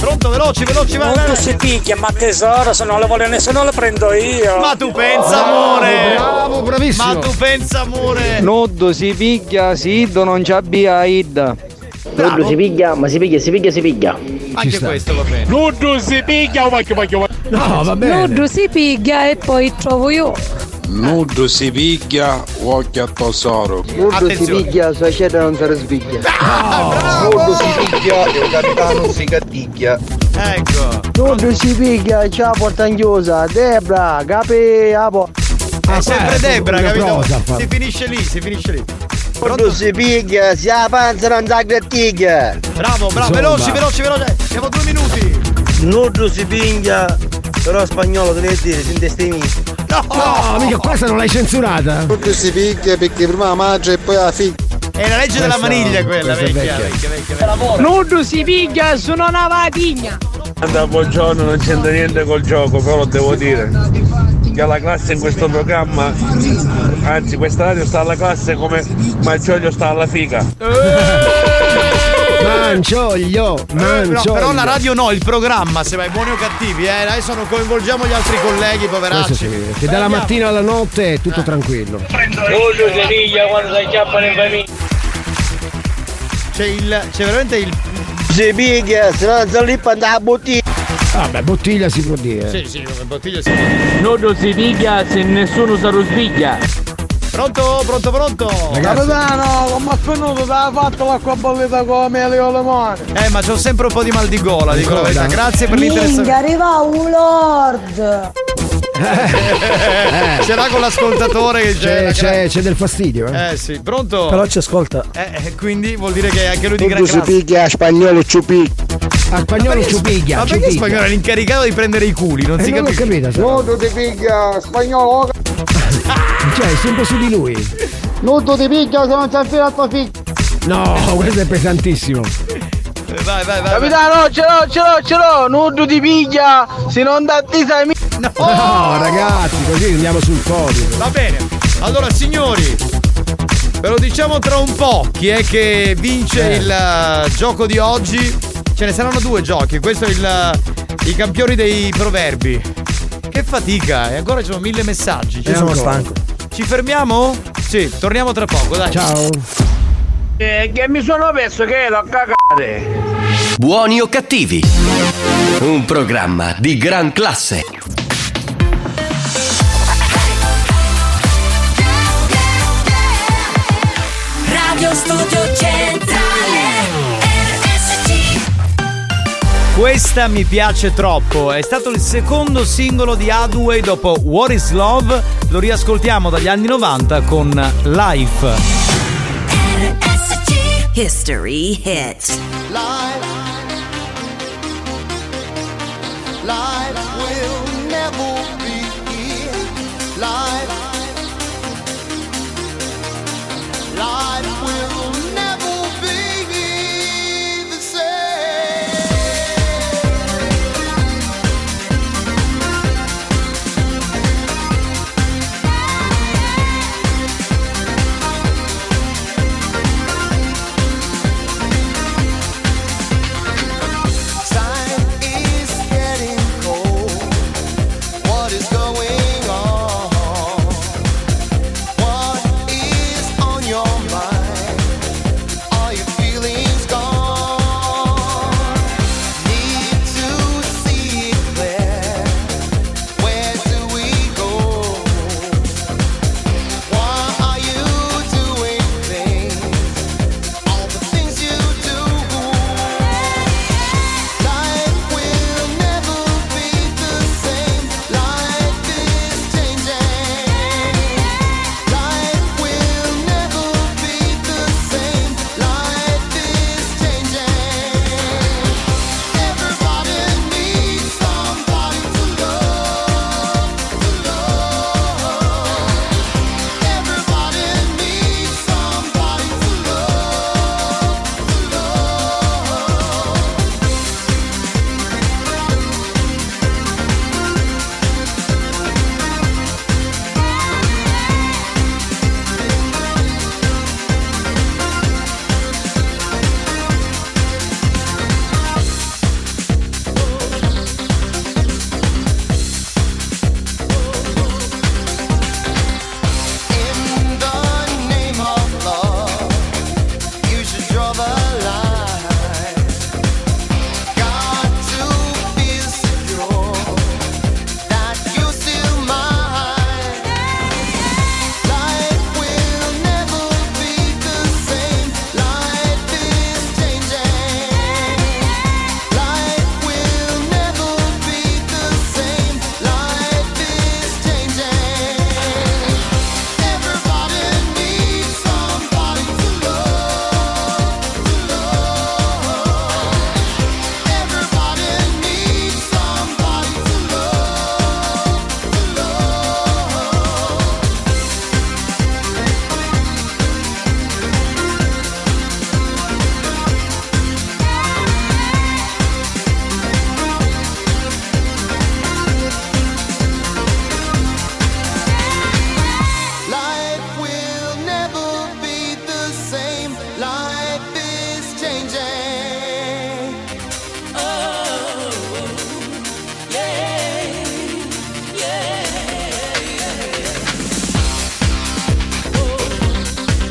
S6: Pronto, veloci, veloci, vai.
S43: Non si piglia, ma tesoro, se non lo vuole nessuno lo prendo io.
S6: Ma tu pensa amore!
S5: Bravo, bravissimo.
S6: Ma tu pensa amore!
S14: Nudo si piglia se Iddo non c'ha via Idda. Nudo si piglia, ma si piglia, si piglia, si piglia.
S6: Anche questo va bene.
S14: Nudo si piglia, oh, vacchio, vacchio,
S6: Oh,
S5: No, va
S17: Nudo si piglia e poi trovo io.
S45: Nudo si piglia, occhio a tesoro.
S14: Nudo si piglia, sua cera non si risveglia.
S15: Ah,
S7: Nudo si picchia e un capitano si catticchia.
S6: Ecco.
S14: Nudo si piglia, ciao portangiosa, Debra, capi, apo.
S5: Ah,
S6: È sempre
S5: certo,
S6: Debra,
S14: Ah, una
S6: capito?
S14: prosa, fa-
S6: Si finisce lì, si finisce lì.
S14: Nudo si piglia, se la panza non si aggrattiglia.
S6: Bravo, bravo,
S14: Insomma.
S6: veloci, veloci, veloci. Siamo a due minuti.
S14: Nudo si piglia, però spagnolo deve dire, si intestini.
S6: No!
S5: No, mica questa non l'hai censurata.
S43: Nudo si piglia perché prima la mangia e poi la figlia.
S6: È la legge della
S43: Questa-
S6: maniglia quella,
S43: questa è
S6: vecchia,
S43: vecchia.
S6: vecchia, vecchia. vecchia.
S14: Nudo si piglia, sono una vatigna.
S20: Guarda, buongiorno, non c'entra niente col gioco, però devo dire che la classe in questo programma, anzi questa radio sta alla classe come Malcioglio sta alla figa.
S5: Mancioglio,
S6: No,
S5: mancioglio.
S6: Eh, però la radio no, il programma, se vai buoni o cattivi, eh. Adesso non coinvolgiamo gli altri colleghi,
S5: Questo
S6: poveracci.
S5: sì, che dalla mattina alla notte è
S6: Eh.
S5: tutto tranquillo.
S14: Nudo si piglia quando si acchiappano in famiglia.
S6: C'è il. c'è veramente il.
S14: Si piglia, se non si lippa andare bottiglia.
S5: Vabbè, bottiglia si può dire.
S6: Sì, sì, come bottiglia si può.
S14: Nudo si piglia se nessuno si rosbiglia.
S6: Pronto, pronto, pronto!
S14: Capitano, come ha spenuto, te l'ha fatta l'acqua bollita con mele o limone.
S6: Eh, ma c'ho sempre un po' di mal di gola, dico la verità. Grazie per
S21: Minga,
S6: l'interesse.
S21: arriva un lord.
S6: Ce l'ha con l'ascoltatore che c'è.
S5: Eh. C'è, c'è, c'è del fastidio, eh.
S6: Eh sì, pronto?
S28: Però ci ascolta.
S6: Eh, eh, quindi vuol dire che anche lui di gran
S20: Nudo si
S6: classe.
S20: piglia, spagnolo ciupi.
S5: A spagnolo ci piglia.
S6: Ma
S5: ci
S6: perché
S5: piglia.
S6: spagnolo è l'incaricato di prendere i culi? Non
S5: Eh,
S6: si
S5: non l'ho
S6: capisce.
S5: capita, sai.
S31: Nudo ti piglia, spagnolo.
S5: Cioè, è sempre su di lui.
S31: Nudo ti piglia se non c'è fila la tua figlia.
S5: No, questo è pesantissimo.
S6: Eh, Vai, vai, vai.
S14: Capitano, ce l'ho, ce l'ho, ce l'ho. Nudo ti piglia, se non da ti sai mi... Oh! No,
S5: No, ragazzi, così andiamo sul podio.
S6: Va bene. Allora, signori, ve lo diciamo tra un po' chi è che vince il eh, gioco di oggi. Ce ne saranno due giochi. Questo è il eh, i campioni dei proverbi. Che fatica, e ancora ci sono mille messaggi. Ci
S28: Io sono stanco.
S6: Ci fermiamo? Sì, torniamo tra poco, dai.
S5: Ciao.
S14: Eh, che mi sono perso che ero a cagare.
S2: Buoni o cattivi, un programma di gran classe.
S15: Radio Studio Centrale RSC
S6: Questa mi piace troppo, è stato il secondo singolo di Hathaway dopo What is Love, lo riascoltiamo dagli anni 90 con Life.
S15: RSC
S46: History hit.
S15: Life, life will never be life. Life will never be the same. Time is getting cold. What is going on? What is on your mind? Are your feelings gone? Need to see it clear. Where do we go? Why are you doing things? All the things you do. Life will never be the same. Life is changing. Life will never be the same. Life is changing. Everybody needs somebody to love, to love. Everybody needs somebody to love, to love. In the name of love, you should draw the line. Got to feel secure that you're still mine. Life will never be the same. Life is changing. Life will never be the same. Life is changing. Everybody needs somebody to love, to love. Everybody needs somebody to love, to love. Life will never be the same. Life is changing. Oh, yeah,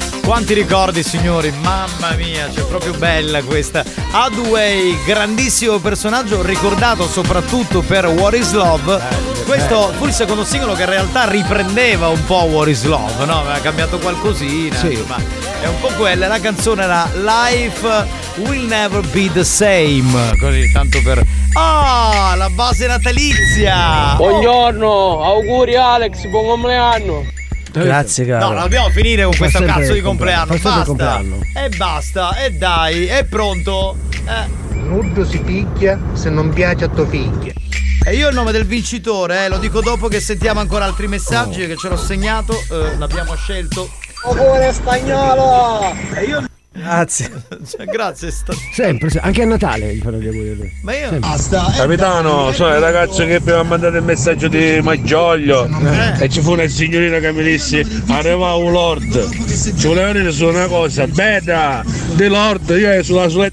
S15: yeah.
S6: Quanti ricordi signori, mamma mia, cioè proprio bella questa. Adway, grandissimo personaggio ricordato soprattutto per What is Love. Questo fu il secondo singolo che in realtà riprendeva un po' What is Love, no? Aveva cambiato qualcosina, insomma. È un po' quella, la canzone era Life Will Never Be the Same. Così, tanto per. Ah, la base natalizia!
S47: Buongiorno, auguri Alex, buon compleanno.
S48: Grazie, caro.
S6: No, la dobbiamo finire con
S48: Fa
S6: questo
S48: sempre
S6: cazzo di
S48: il compleanno,
S6: compleanno.
S48: fa
S6: Basta.
S48: sempre il
S6: E basta, e dai, è pronto. Eh.
S49: Nudo si picchia se non piace a tuo figlio.
S6: E io il nome del vincitore, eh, lo dico dopo che sentiamo ancora altri
S5: Oh.
S6: messaggi che ce l'ho segnato, eh, l'abbiamo scelto.
S7: Augure spagnolo!
S6: E io.
S48: Grazie.
S6: Cioè, grazie, sta...
S5: Sempre, se- anche a Natale gli fanno gli auguri a lui.
S6: Ma io.
S5: [LAUGHS]
S14: Capitano, sono il Cioè, ragazzo che abbiamo mandato il messaggio di Maggioglio
S6: Eh.
S14: e ci fu una signorina che mi disse arriva un lord, ci voleva dire su una cosa, bella, di lord, io ero sulla sua...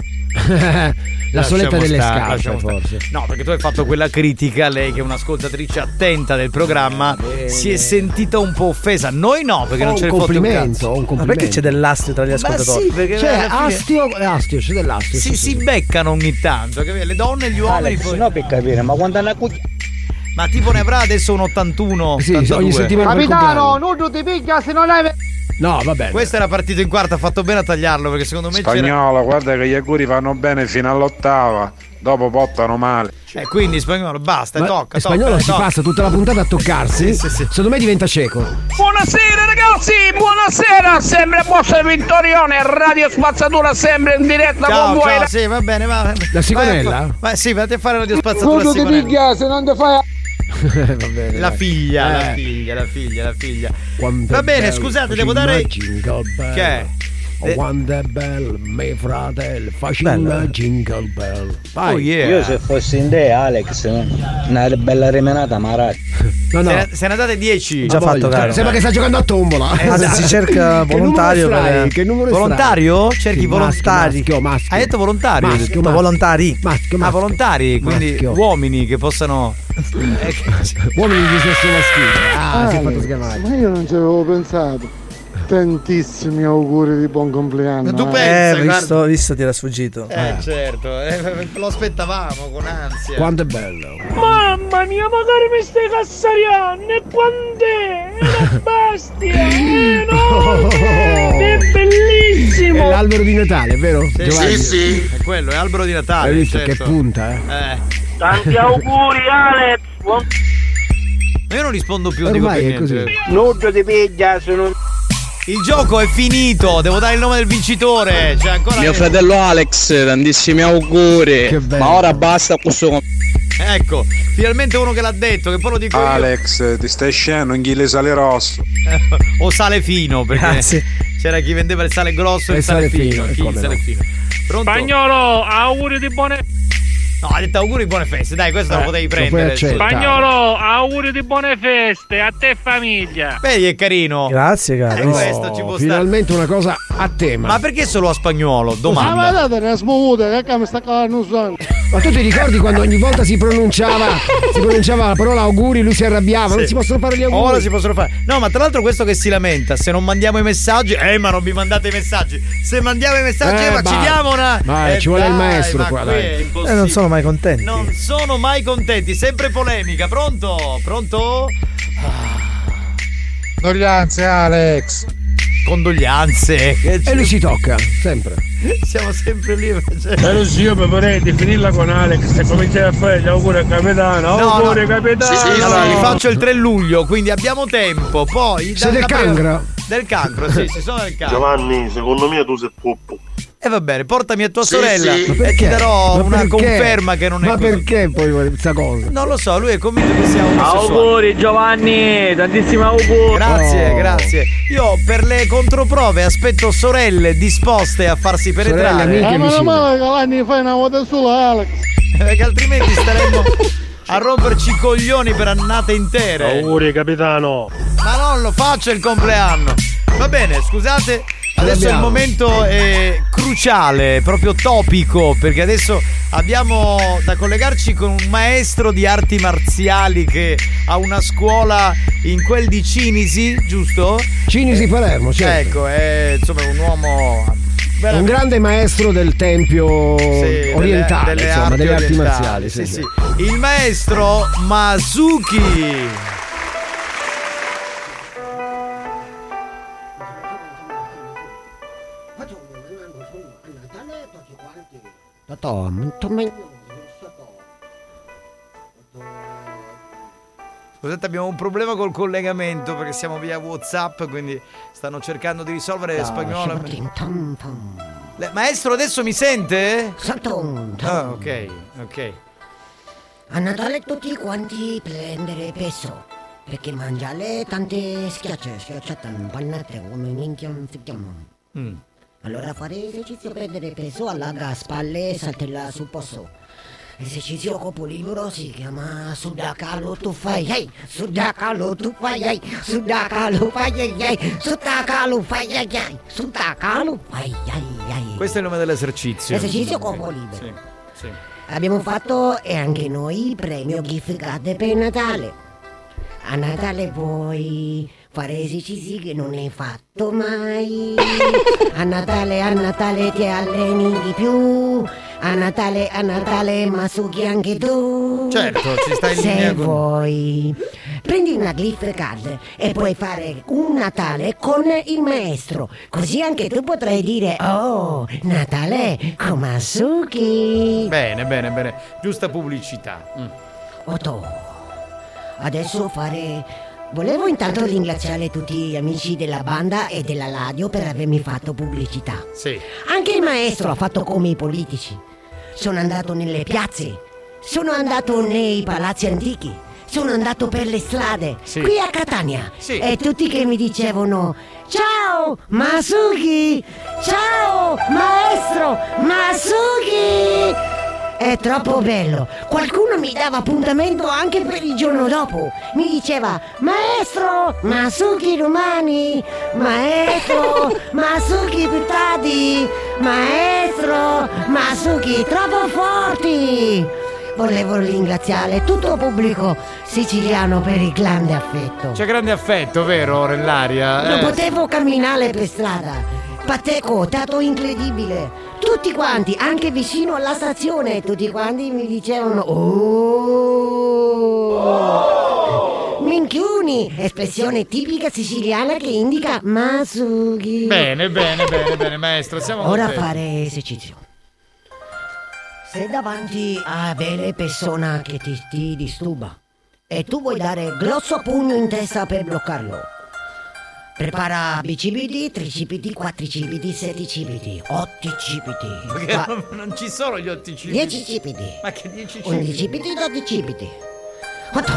S5: La soletta
S6: Lasciamo
S5: delle
S6: stare,
S5: scarpe,
S6: lasciamo stare.
S5: forse.
S6: No, perché tu hai fatto quella critica, lei che è un'ascoltatrice attenta del programma, si è sentita un po' offesa. Noi no, perché
S5: Oh,
S6: non ce ne fotte un cazzo.
S48: Ma perché c'è dell'astio tra gli ascoltatori?
S6: sì, perché
S5: Cioè,
S6: alla fine-
S5: astio, astio, c'è dell'astio.
S6: Si, si beccano ogni tanto, capito? Le donne e gli uomini.
S5: Alex,
S6: no per capire, ma quando hanno Ma tipo ne avrà adesso un 81.
S5: Sì, ogni settimana
S6: Capitano!
S50: Capitano, nudo ti picchia se non hai...
S5: No, vabbè.
S6: Questo era partito in quarta, ha fatto bene a tagliarlo perché secondo me c'era.
S20: Spagnolo, guarda che gli auguri vanno bene fino all'ottava, dopo portano male.
S6: Eh, quindi spagnolo, basta,
S5: Ma-
S6: tocca,
S5: e spagnolo
S6: tocca,
S5: si
S6: tocca.
S5: passa tutta la puntata a toccarsi. Secondo me diventa cieco. [LAUGHS]
S14: Buonasera ragazzi, buonasera, sempre il vostro Vittorione, Radio Spazzatura sempre in diretta
S6: Ciao,
S14: con voi.
S6: ciao, sì, va bene, va bene.
S14: La sigonella?
S6: Ma sì, vate a fare la spazzatura
S14: Scusa, ti
S6: sigonella.
S14: piglia, se non ti fai
S6: La
S5: dai.
S6: figlia, la
S5: Eh.
S6: figlia, la figlia, la figlia.
S5: Quanto
S6: Va
S5: è
S6: bene,
S5: bello,
S6: scusate,
S5: ci
S6: devo dare.
S5: immagini che bello.
S6: Che è?
S5: Oh,
S6: Eh.
S5: Quanto è bello, miei fratelli, facciamo
S51: Bello.
S5: il jingle bell.
S6: Oh,
S51: Io se fossi in te, Alex, una bella remenata, ma raga.
S5: No,
S6: Se ne- Se ne date 10.
S51: Già fatto, caro.
S5: Sembra che sta giocando a tombola.
S51: Ah,
S6: eh,
S51: se si cerca
S5: Esatto. [LAUGHS] Che numero
S51: volontario
S5: sarai?
S51: per-
S5: Che numero sarai?
S6: Volontario? Cerchi
S5: Sì,
S6: volontari.
S5: Maschio, maschio.
S6: Hai detto volontario?
S5: Maschio,
S6: Hai detto
S5: maschio.
S6: volontari.
S5: Maschio,
S6: Ah,
S5: maschio.
S6: volontari, quindi
S5: Maschio.
S6: uomini
S5: [LAUGHS]
S6: che possano. Eh, che-
S5: Uomini di sesso maschile. Ah, si è fatto sgamare.
S31: Ma io non ci avevo pensato. Tantissimi auguri di buon compleanno. eh.
S52: eh, visto, visto ti era sfuggito.
S6: Eh, certo, eh, lo aspettavamo con ansia.
S5: Quanto è bello.
S7: Mamma mia, magari mi stai cassariando! E quando è?
S15: [LAUGHS]
S7: Una bestia!
S5: [LAUGHS]
S7: Enorme! È bellissimo!
S5: È l'albero di Natale, vero? Giovanni?
S6: È quello, è albero di Natale.
S5: Hai visto che
S6: certo.
S5: punta, eh?
S6: Tanti
S14: auguri Alex!
S6: Io non rispondo più, dico
S5: Ormai
S6: più
S5: è
S6: niente.
S5: così.
S14: Nuggio ti piglia, sono...
S6: Il gioco è finito, devo dare il nome del vincitore. C'è ancora.
S53: Mio fratello Alex, tantissimi auguri.
S6: Che bello.
S53: Ma ora basta questo com-
S6: Ecco, finalmente uno che l'ha detto, che poi lo dico io.
S20: Alex, ti stai scendo in chile sale rosso.
S6: Eh, o sale fino perché
S20: Grazie.
S6: c'era chi vendeva il sale grosso e il sale, fino, chi il sale fino. Pronto?
S27: Spagnolo, auguri di buone Eh,
S6: no ha detto auguri di buone feste dai questo lo potevi prendere
S27: Spagnolo, auguri di buone feste a te e famiglia
S6: vedi è carino
S52: grazie caro
S6: Eh, questo ci può stare
S5: Finalmente una cosa a tema.
S6: ma perché solo a spagnolo
S31: Ah, ma
S6: domanda
S31: date, ne smuvuta, che cavolo mi sta cavando un sonno.
S5: Ma tu ti ricordi quando ogni volta si pronunciava, si pronunciava la parola auguri, lui si arrabbiava, non
S6: Sì.
S5: si possono fare gli auguri.
S6: Ora si possono fare. No, ma tra l'altro questo che si lamenta, se non mandiamo i messaggi, eh, ma non mi mandate i messaggi. Se mandiamo i messaggi, eh,
S5: Eh,
S6: ma ci
S5: basta.
S6: diamo una
S5: Vai,
S6: Eh,
S5: ci vuole il
S6: dai,
S5: maestro
S6: ma
S5: qua,
S6: qui
S5: dai.
S6: è
S5: Eh,
S52: Eh, non sono mai contenti.
S6: Non sono mai contenti, sempre polemica. Pronto? Pronto?
S5: Condoglianze Alex.
S6: Condoglianze.
S5: E lui si tocca, sempre.
S6: [LAUGHS] Siamo sempre lì.
S54: Però sì, io mi vorrei definirla con Alex e cominciare a fare gli auguri al capitano. auguri capitano!
S6: allora, li faccio il 3 luglio, quindi abbiamo tempo. Poi
S54: Sei del
S6: prima-
S54: cancro?
S6: Del cancro, sì, sì, sono del cancro.
S55: Giovanni, secondo me tu sei poppo.
S6: E va bene, portami a tua
S55: Sì,
S6: sorella
S55: sì. Ma
S6: e ti
S55: perché?
S6: darò
S55: Ma
S6: una
S55: perché?
S6: conferma che non è
S5: Ma
S6: così.
S5: perché poi vuole questa cosa?
S6: Non lo so, lui è convinto che sia un
S56: Auguri Giovanni, tantissimi auguri.
S6: Grazie,
S56: Oh.
S6: grazie. Io per le controprove aspetto sorelle disposte a farsi penetrare.
S31: Eh, meno male che l'anni fai una volta sola, Alex.
S6: Perché altrimenti staremmo a romperci i coglioni per annate intere.
S54: Auguri capitano!
S6: Ma non lo faccio il compleanno. Va bene, scusate. Adesso il
S54: Abbiamo.
S6: momento è cruciale, proprio topico, perché adesso abbiamo da collegarci con un maestro di arti marziali che ha una scuola in quel di Cinisi, giusto?
S5: Cinisi Palermo, certo.
S6: Ecco, è insomma un uomo
S5: un grande maestro del tempio
S6: sì,
S5: orientale,
S6: delle- delle
S5: insomma, delle arti
S6: orientali,
S5: marziali. Sì,
S6: sì, sì. Il maestro Masuki.
S5: Da Tom, Tom-
S6: Scusate, abbiamo un problema col collegamento perché siamo via WhatsApp, quindi stanno cercando di risolvere spagnolo. Le- maestro, adesso mi sente? Ah, ok, ok.
S57: A Natale tutti quanti prendere peso. Perché mangiare tante schiacce, schiacciate, impannate, come minchia si chiamano. Allora fare esercizio prendere peso, allarga spalle e saltella sul posto. Esercizio corpo libero si chiama Sudaka lo tu fai, ehi! Sudaka lo tu fai, ehi! Sudaka lo fai, ehi! ehi! Sudaka lo fai, ehi! ehi! Sudaka lo fai, ehi! ehi!
S6: Questo è il nome dell'esercizio.
S57: Esercizio corpo libero.
S6: Sì, sì.
S57: Abbiamo fatto e anche noi il premio Gift Card per Natale. A Natale puoi fare esercizi che non hai fatto mai. A Natale, a Natale ti alleni di più. A Natale, a Natale, ma succhi anche tu.
S6: Certo, ci stai in linea
S57: Se
S6: con-
S57: vuoi, prendi una glyph card e puoi fare un Natale con il maestro. Così anche tu potrai dire: Oh, Natale Komasuki.
S6: Bene, bene, bene. Giusta pubblicità. Mm.
S57: Otto, adesso fare... Volevo intanto ringraziare tutti gli amici della banda e della radio per avermi fatto pubblicità.
S6: Sì.
S57: Anche il maestro ha fatto come i politici. Sono andato nelle piazze, sono andato nei palazzi antichi, sono andato per le strade, qui a Catania.
S22: Sì.
S57: E tutti che mi dicevano, ciao Masuki, ciao maestro Masuki. È troppo bello. Qualcuno mi dava appuntamento anche per il giorno dopo. Mi diceva, maestro Masuki Romani, maestro Masuki Pitati, maestro Masuki troppo forti. Volevo ringraziare tutto il pubblico siciliano per il grande affetto.
S6: C'è grande affetto, vero, nell'aria?
S57: Non
S6: Eh,
S57: potevo camminare per strada. Pateco, dato incredibile. Tutti quanti, anche vicino alla stazione, tutti quanti mi dicevano Oh! Minchiuni, espressione tipica siciliana che indica Masugi.
S6: Bene, bene, bene, bene, maestro. Siamo
S57: Ora
S6: contenti.
S57: fare esercizio. Se davanti a vere persona che ti, ti disturba e tu vuoi dare grosso pugno in testa per bloccarlo, prepara bicipiti, tricipiti, quattricipiti, setticipiti, otticipiti,
S6: Perché
S57: qua-
S6: [LAUGHS] non- non ci sono gli ottici.
S57: dieci cipiti,
S6: Ma che 10
S57: undici cipiti, dodici cipiti. Otto,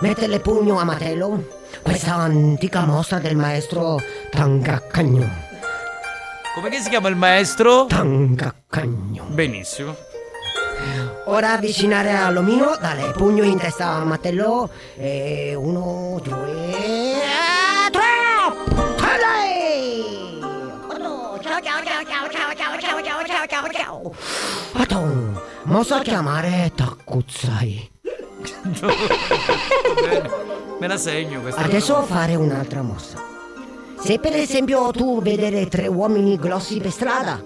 S57: mette le pugno a Matello, questa antica mostra del maestro Tangaccagno.
S6: Come che si chiama il maestro?
S57: Tangaccagno. [LAUGHS]
S6: Benissimo.
S57: Ora avvicinare all'omino, dare pugno in testa a Mattello. E uno, due, eh, tre! Alle! Otto, ciao, ciao, ciao, ciao, ciao, ciao, ciao, ciao, ciao, ciao, ciao. Otto, mosso a chiamare Takuzzai.
S6: Me la segno questa.
S57: Adesso fare un'altra mossa. Se per esempio tu vedere tre uomini grossi per strada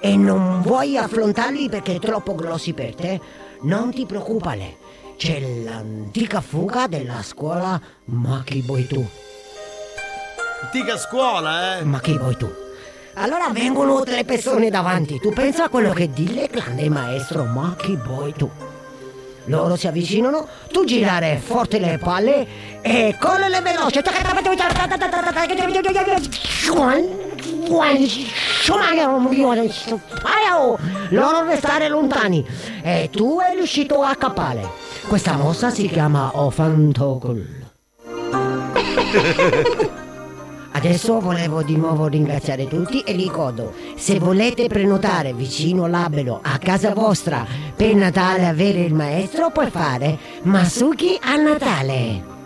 S57: e non vuoi affrontarli perché troppo grossi per te, non ti preoccupare. C'è l'antica fuga della scuola Ma chi vuoi tu?
S6: Antica scuola, eh.
S57: Ma chi vuoi tu? Allora vengono tre persone davanti. Tu pensa a quello che dice il grande maestro, ma chi vuoi tu? Loro si avvicinano, tu girare forte le palle e correre veloce. Loro restare lontani e tu è riuscito a cappare. Questa mossa si chiama Ofantogol. Adesso volevo di nuovo ringraziare tutti e ricordo, se volete prenotare vicino l'albero a casa vostra per Natale avere il maestro, puoi fare Masuki a Natale.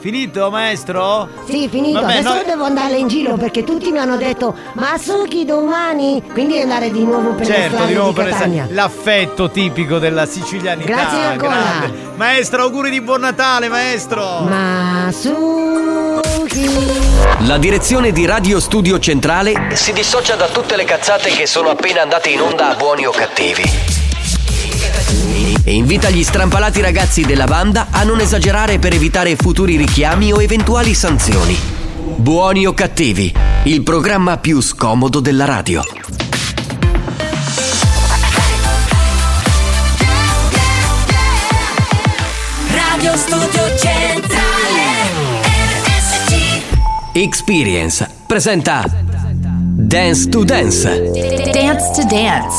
S6: Finito, maestro?
S57: Sì, finito,
S6: Vabbè,
S57: adesso
S6: noi-
S57: devo andare in giro perché tutti mi hanno detto Masuki domani, quindi andare di nuovo per le
S6: Certo,
S57: strade
S6: di
S57: di,
S6: nuovo per
S57: Catania.
S6: es- l'affetto tipico della sicilianità. eh,
S57: Grazie ancora.
S6: grande. Maestro, auguri di buon Natale, maestro.
S57: Masuki.
S2: La direzione di Radio Studio Centrale si dissocia da tutte le cazzate che sono appena andate in onda a buoni o cattivi. E invita gli strampalati ragazzi della banda a non esagerare per evitare futuri richiami o eventuali sanzioni. Buoni o cattivi, il programma più scomodo della radio.
S22: Radio Studio Centrale RSC
S2: Experience presenta Dance to Dance.
S22: Dance to Dance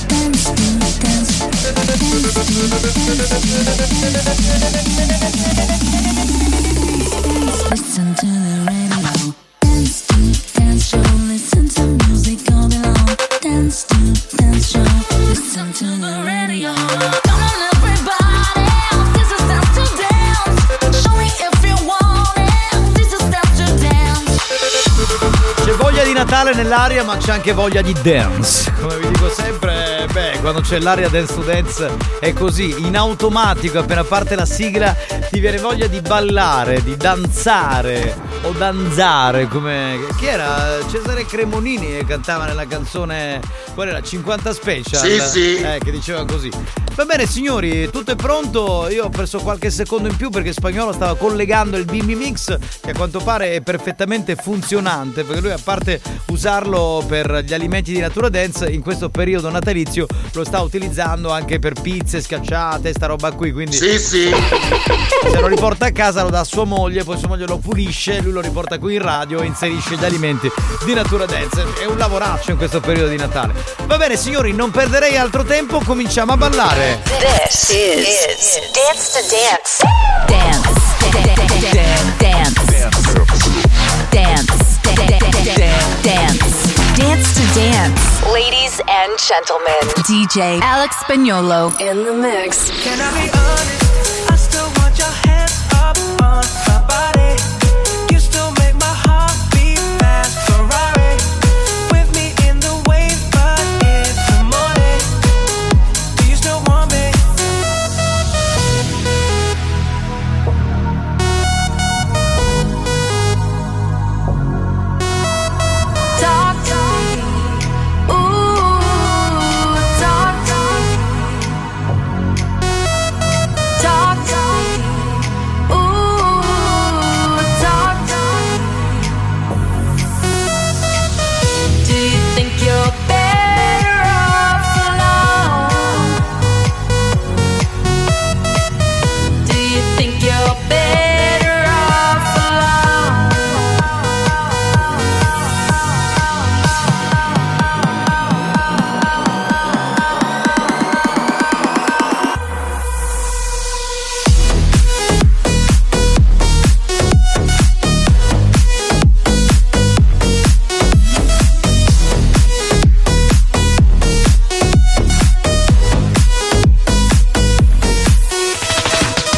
S22: Dance to Dance Listen to the radio Dance to Dance Show Listen to music all day long Dance to Dance Show Listen to the radio Come on everybody This is Dance to Dance
S6: Natale nell'aria, ma c'è anche voglia di dance. Come vi dico sempre, beh, quando c'è l'aria dance to dance è così, in automatico, appena parte la sigla, ti viene voglia di ballare, di danzare o danzare, come chi era? Cesare Cremonini che cantava nella canzone qual era 50 special.
S14: Sì, sì.
S6: Eh, che diceva così. Va bene, signori, tutto è pronto. Io ho perso qualche secondo in più perché Spagnolo stava collegando il Bimbi Mix che a quanto pare è perfettamente funzionante perché lui a parte usarlo per gli alimenti di natura dance in questo periodo natalizio lo sta utilizzando anche per pizze, scacciate, sta roba qui, quindi Sì, sì. Se lo riporta a casa lo dà a sua moglie, poi sua moglie lo pulisce, lui lo riporta qui in radio e inserisce gli alimenti di natura dance. È un lavoraccio in questo periodo di Natale. Va bene signori, non perderei altro tempo, cominciamo a ballare.
S15: This is, Dance to Dance. Dance. Dance. Dance. Dance. Dance. Dance to Dance. Ladies and gentlemen, DJ Alex Spagnolo in the mix. Can I be honest? I still want your hands up on my body. You still make my heart beat fast. Ferrari with me in the wave, but in the morning, do you still want me? Talk to me. Ooh, talk to me. Talk to me. Ooh, talk to me. Do you think you're better off alone? Do you think you're better off alone?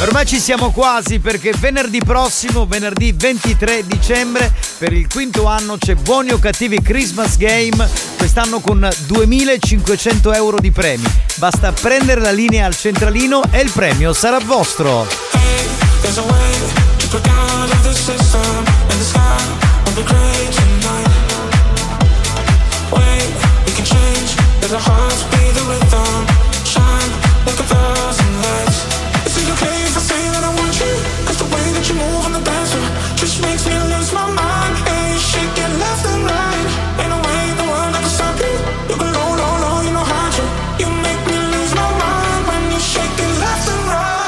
S6: Ormai ci siamo quasi perché venerdì prossimo, venerdì 23 dicembre, per il quinto anno c'è Buoni o Cattivi Christmas Game, quest'anno con 2500 euro di premi. Basta prendere la linea al centralino e il premio sarà vostro.
S15: There's a way to break out of the system and the sky will be gray tonight. Wait, we can change. Let our hearts be the rhythm. Shine like a thousand lights. Is it okay if I say that I want you? 'Cause the way that you move on the dance floor just makes me lose my mind. And you shake it left and right. Ain't no way in the world I can stop you. You can go low, low, you know how to. You make me lose my mind when you shake it left and right.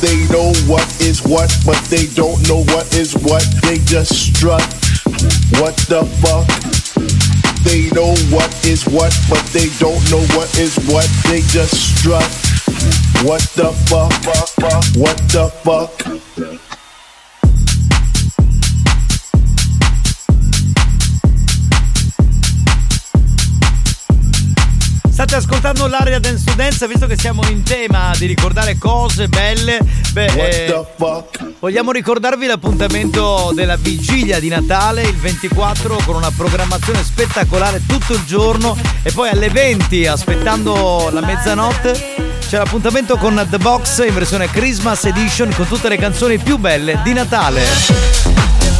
S1: They know what is what, but they don't know what is what. They just strut. What the fuck? They know what is what, but they don't know what is what. They just strut. What the fuck? What the fuck?
S6: State ascoltando l'area Dance to Dance, visto che siamo in tema di ricordare cose belle. Beh, eh, vogliamo ricordarvi l'appuntamento della vigilia di Natale, il 24, con una programmazione spettacolare tutto il giorno e poi alle 20, aspettando la mezzanotte. C'è l'appuntamento con The Box in versione Christmas Edition con tutte le canzoni più belle di Natale.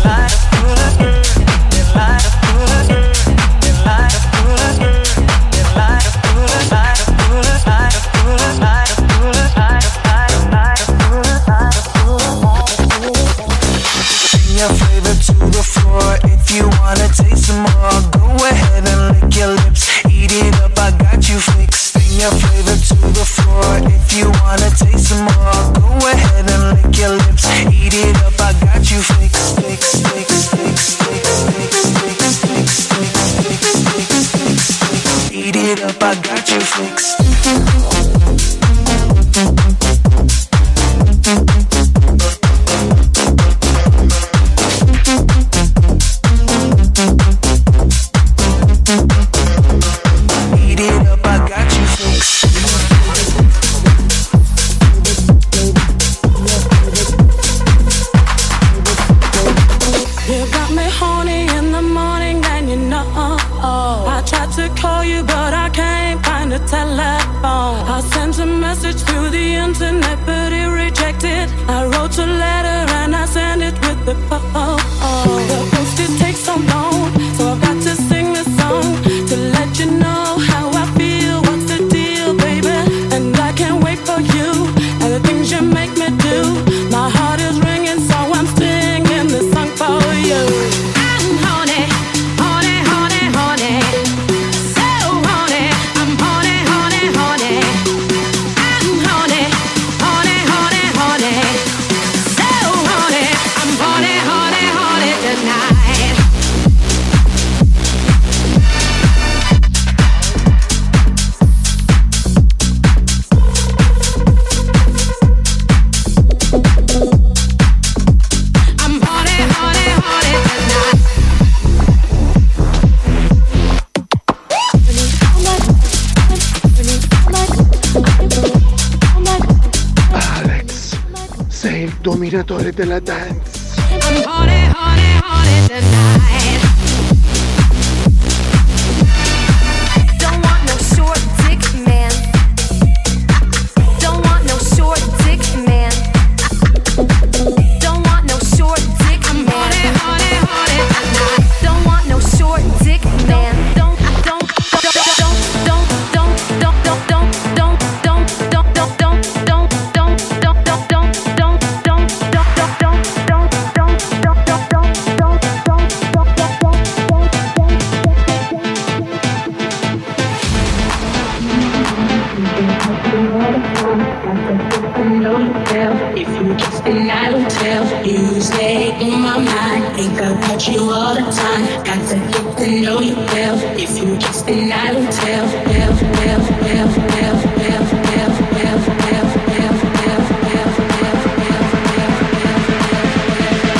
S15: Light up, light up, light up, light up, light up, light up, light up.
S7: your flavor to the floor. If you wanna taste some more, go ahead and lick your lips. Eat it up, I got you fixed, fixed, fixed, fixed, fixed, fixed, fixed, fixed, fixed, fixed, fixed, fixed, fixed. Eat it up, I got you fixed. Eat it up, I got you fixed.
S15: You got me horny in the morning, and you know I tried to call you, but I can't find the telephone. I sent a message to the internet, but it rejected. I wrote a letter and I sent it with the phone. The post it takes so long, so I've got to sing this song to let you know how I feel. What's the deal, baby? And I can't wait for you and the things you make me do. My heart is ringing, so I'm singing this song for you. I'm horny, horny, horny, horny. So horny, I'm horny, horny, horny. I'm horny, horny, horny, horny. So horny, I'm horny, horny, horny tonight. I'm horny, horny, horny tonight.
S31: Alex, sei il dominatore della dance.
S15: I'm horny, horny, horny tonight. Don't want no short dick man. Don't want no short dick man. Don't want no short dick man. Horny, horny, horny tonight. Don't want no short dick man. Don't, don't, don't, don't, don't, don't, don't, don't, don't, don't, don't, don't, don't, don't, don't, don't, don't, don't, don't, don't, don't, don't, don't, don't.
S7: If you kiss, then I will tell you stay in my mind. Think about you all the time. Got to get to know you well. If you kiss, then I will tell. Well, well, well, well, well, well, well, well, well, well, well, well, well, well, well,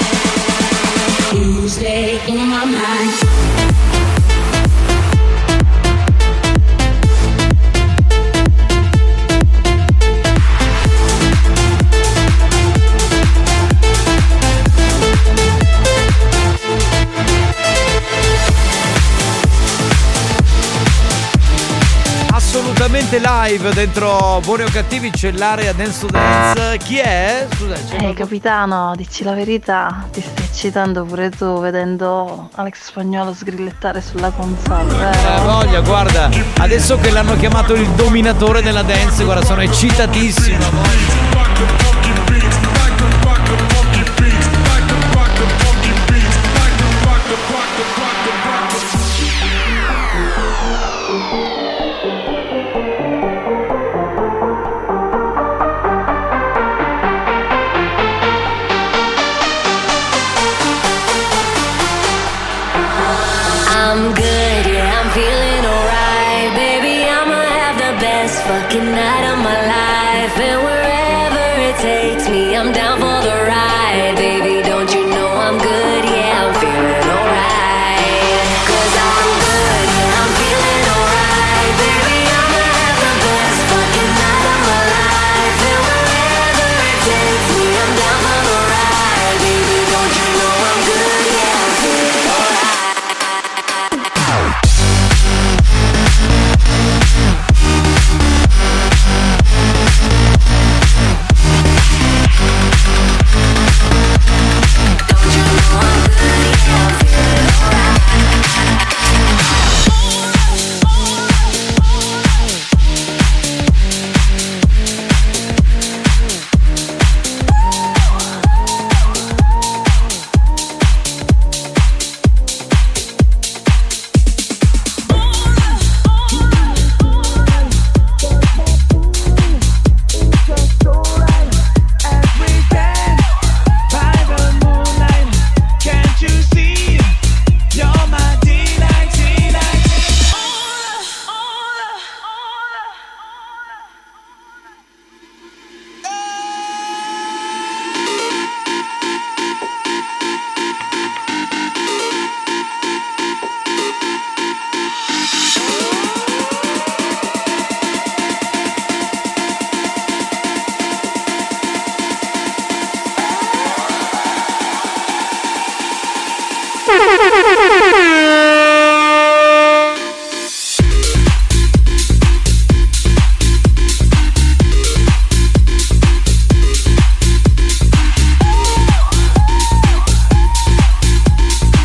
S7: well, well. You stay in my mind.
S6: Assolutamente live dentro Buoni o Cattivi c'è l'area Dance to Dance. Chi è? Scusa, c'è
S17: Ehi Eh, capitano, dici la verità, ti stai eccitando pure tu vedendo Alex Spagnolo sgrillettare sulla console.
S6: Eh, voglia, guarda, adesso che l'hanno chiamato il dominatore della dance, guarda, sono eccitatissimo.
S23: I'm good, yeah, I'm feeling alright. Baby, I'ma have the best fucking night of my life. And wherever it takes me, I'm down for the ride. Baby, don't you know I'm good, yeah, I'm feeling alright. Cause I'm good, yeah, I'm feeling alright. Baby, I'ma have the best fucking night of my life. And wherever it takes me, I'm down for the ride. Baby, don't you know I'm good, yeah, I'm feeling alright.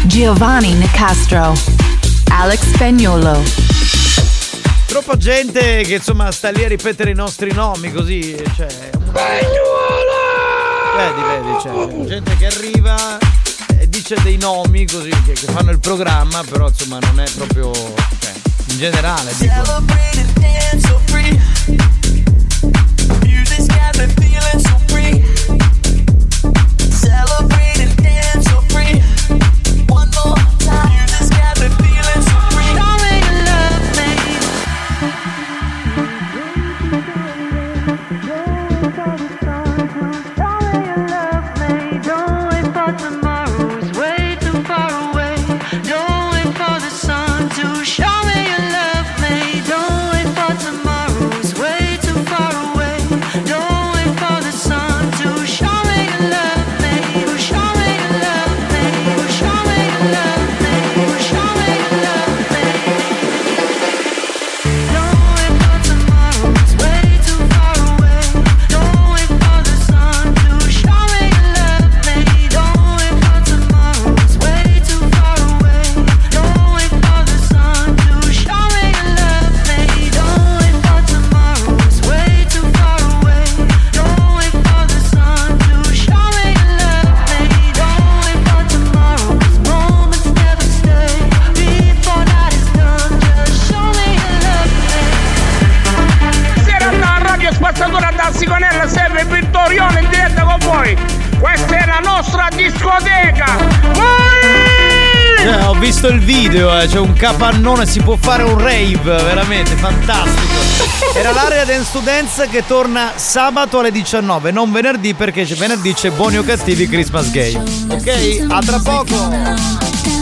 S58: Giovanni Nicastro, Alex Spagnolo.
S6: Troppa gente che insomma sta lì a ripetere i nostri nomi così, cioè. Vedi, vedi, cioè, gente che arriva e dice dei nomi così che, che fanno il programma, però insomma non è proprio. cioè, in generale dico.
S15: Buonasera a Radio Spazzatura da Sigonella, sempre Vittorione in diretta con voi. Questa è la nostra discoteca.
S6: Cioè, ho visto il video, eh, c'è un capannone, si può fare un rave, veramente fantastico. Era l'area Dance to Dance che torna sabato alle 19, non venerdì perché c'è- venerdì c'è Buoni o Cattivi Christmas Game.
S59: Ok, a tra poco.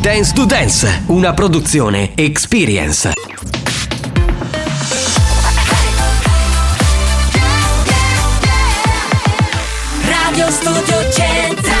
S2: Dance to Dance, una produzione Experience.
S59: Radio Studio Centrale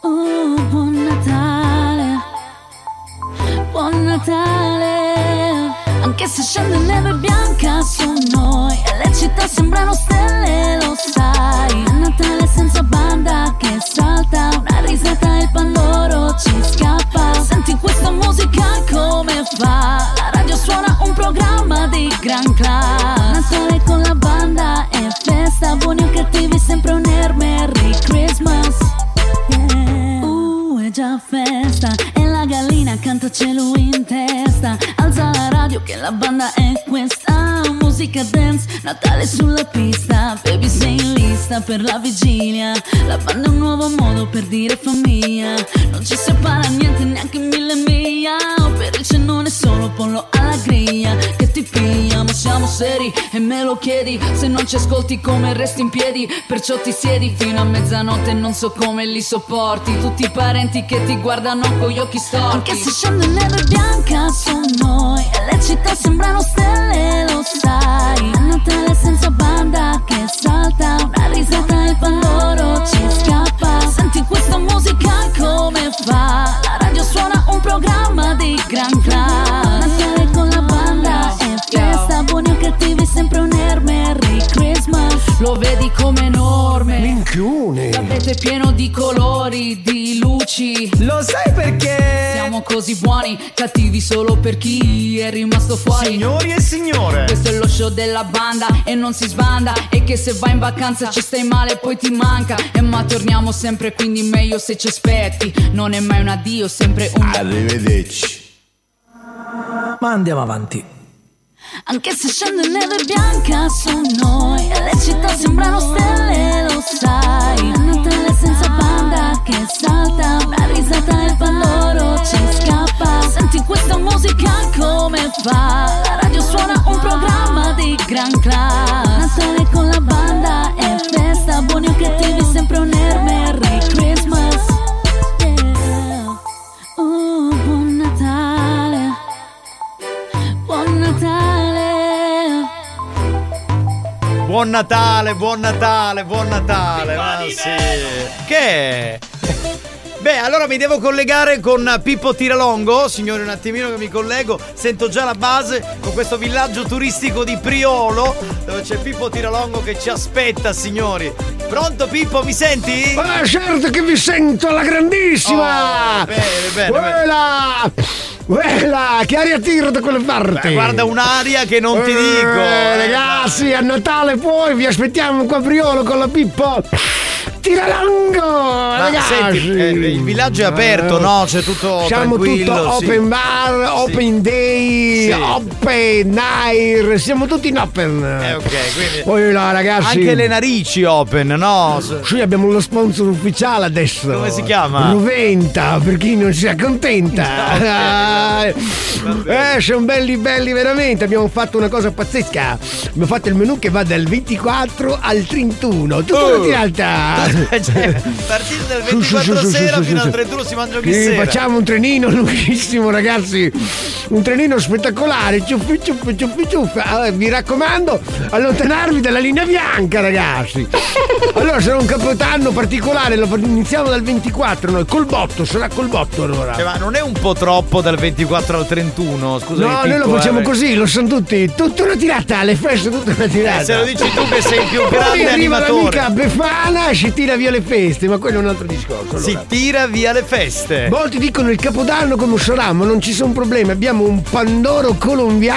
S23: Oh, buon Natale, buon Natale. Anche se scende neve bianca su noi e le città sembrano stelle, lo sai. A Natale senza banda che salta, una risata e il pandoro ci scappa. Senti questa musica come fa? La radio suona un programma di gran class. Natale con la banda e festa, buoni o cattivi, sempre un air Merry Christmas. Uh, è già festa e la gallina canta cielo in testa. Alza la radio che la banda è questa. Musica dance, Natale sulla pista. Baby sei in lista per la vigilia. La banda è un nuovo modo per dire famiglia. Non ci separa niente neanche mille miglia. Oh, Per il cenone solo pollo alla griglia. Che ti piglia, ma siamo seri e me lo chiedi. Se non ci ascolti come resti in piedi? Perciò ti siedi fino a mezzanotte e non so come li sopporti. Tutti i parenti che ti guardano con gli occhi storti. Anche se scende neve bianca su noi e le città sembrano stelle, lo sai. A Natale senza banda che salta, una risata e il pandoro ci scappa. Senti questa musica come fa? La radio suona un programma di gran class. Natale con la banda e festa, buoni o cattivi, sempre un air Merry Christmas. Lo vedi come enorme. Minchione. L'avete pieno di colori, di luci. Lo sai perché? Siamo così buoni, cattivi solo per chi è rimasto fuori.
S6: Signori e signore.
S23: Questo è lo show della banda e non si sbanda. E che se vai in vacanza ci stai male, poi ti manca. E ma torniamo sempre, quindi meglio se ci aspetti. Non è mai un addio, sempre un.
S14: Arrivederci. Ma andiamo avanti.
S23: Anche se scende neve bianca su noi E le città sembrano stelle, lo sai A Natale senza banda che salta Una risata e il pandoro ci scappa Senti questa musica come fa La radio suona un programma di
S4: gran class Natale con la banda è festa Buoni o cattivi sempre un air Merry Christmas Yeah. Oh, buon Natale Buon Natale
S6: Buon Natale, buon Natale, buon Natale. Ma sì. Che è? Beh, allora mi devo collegare con Pippo Tiralongo. Signore, un attimino che mi collego. Sento già la base con questo villaggio turistico di Priolo, dove c'è Pippo Tiralongo che ci aspetta, signori. Pronto Pippo, mi senti?
S5: Ah, certo che vi sento, la grandissima!
S6: Oh, bene, bene, bene.
S5: Quella! Quella! Che aria tira da quelle parti!
S6: Beh, guarda un'aria che non ti dico, eh,
S5: ragazzi, a Natale poi vi aspettiamo qua a Priolo con la Pippo! Tiralongo!
S6: Ma
S5: ragazzi!
S6: senti, eh, il villaggio è aperto, no? C'è tutto
S5: Siamo
S6: tranquillo,
S5: tutto
S6: sì.
S5: open bar, open day,
S6: Sì.
S5: open air, siamo tutti in open. Eh
S6: ok, quindi-
S5: Poi là ragazzi.
S6: Anche le narici open, no?
S5: Sì, abbiamo lo sponsor ufficiale adesso.
S6: Come si chiama?
S5: Roventa, per chi non si
S6: [LAUGHS]
S5: accontenta. eh, sono belli belli veramente, abbiamo fatto una cosa pazzesca. Abbiamo fatto il menù che va dal 24 al 31, tutta
S6: Oh.
S5: una tirata.
S6: Cioè, a partire dal
S5: Su, su,
S6: 24
S5: su, su,
S6: sera
S5: su, su,
S6: fino
S5: su.
S6: al 31 si mangia ogni
S5: Sì,
S6: sera.
S5: facciamo un trenino [LAUGHS] lunghissimo, ragazzi. Un trenino spettacolare. Ciuffi, ciuffi, ciuffi, ciuffi. Allora, vi raccomando, allontanarvi dalla linea bianca, ragazzi. Allora, sarà un capodanno particolare. Lo iniziamo dal 24 noi. Col botto, sarà col botto allora.
S6: Cioè, ma non è un po' troppo dal 24 al 31? Scusa.
S5: No, noi lo facciamo così, lo sanno tutti. Tutta una tirata, le feste, tutta una tirata.
S6: eh. Eh, se lo dici tu che sei il più grande
S5: Poi arriva
S6: animatore.
S5: l'amica Befana e ci tira via le feste, ma quello è un altro discorso.
S6: Si
S5: allora.
S6: tira via le feste.
S5: Molti dicono il capodanno come sarà, ma non ci sono problemi. Abbiamo un pandoro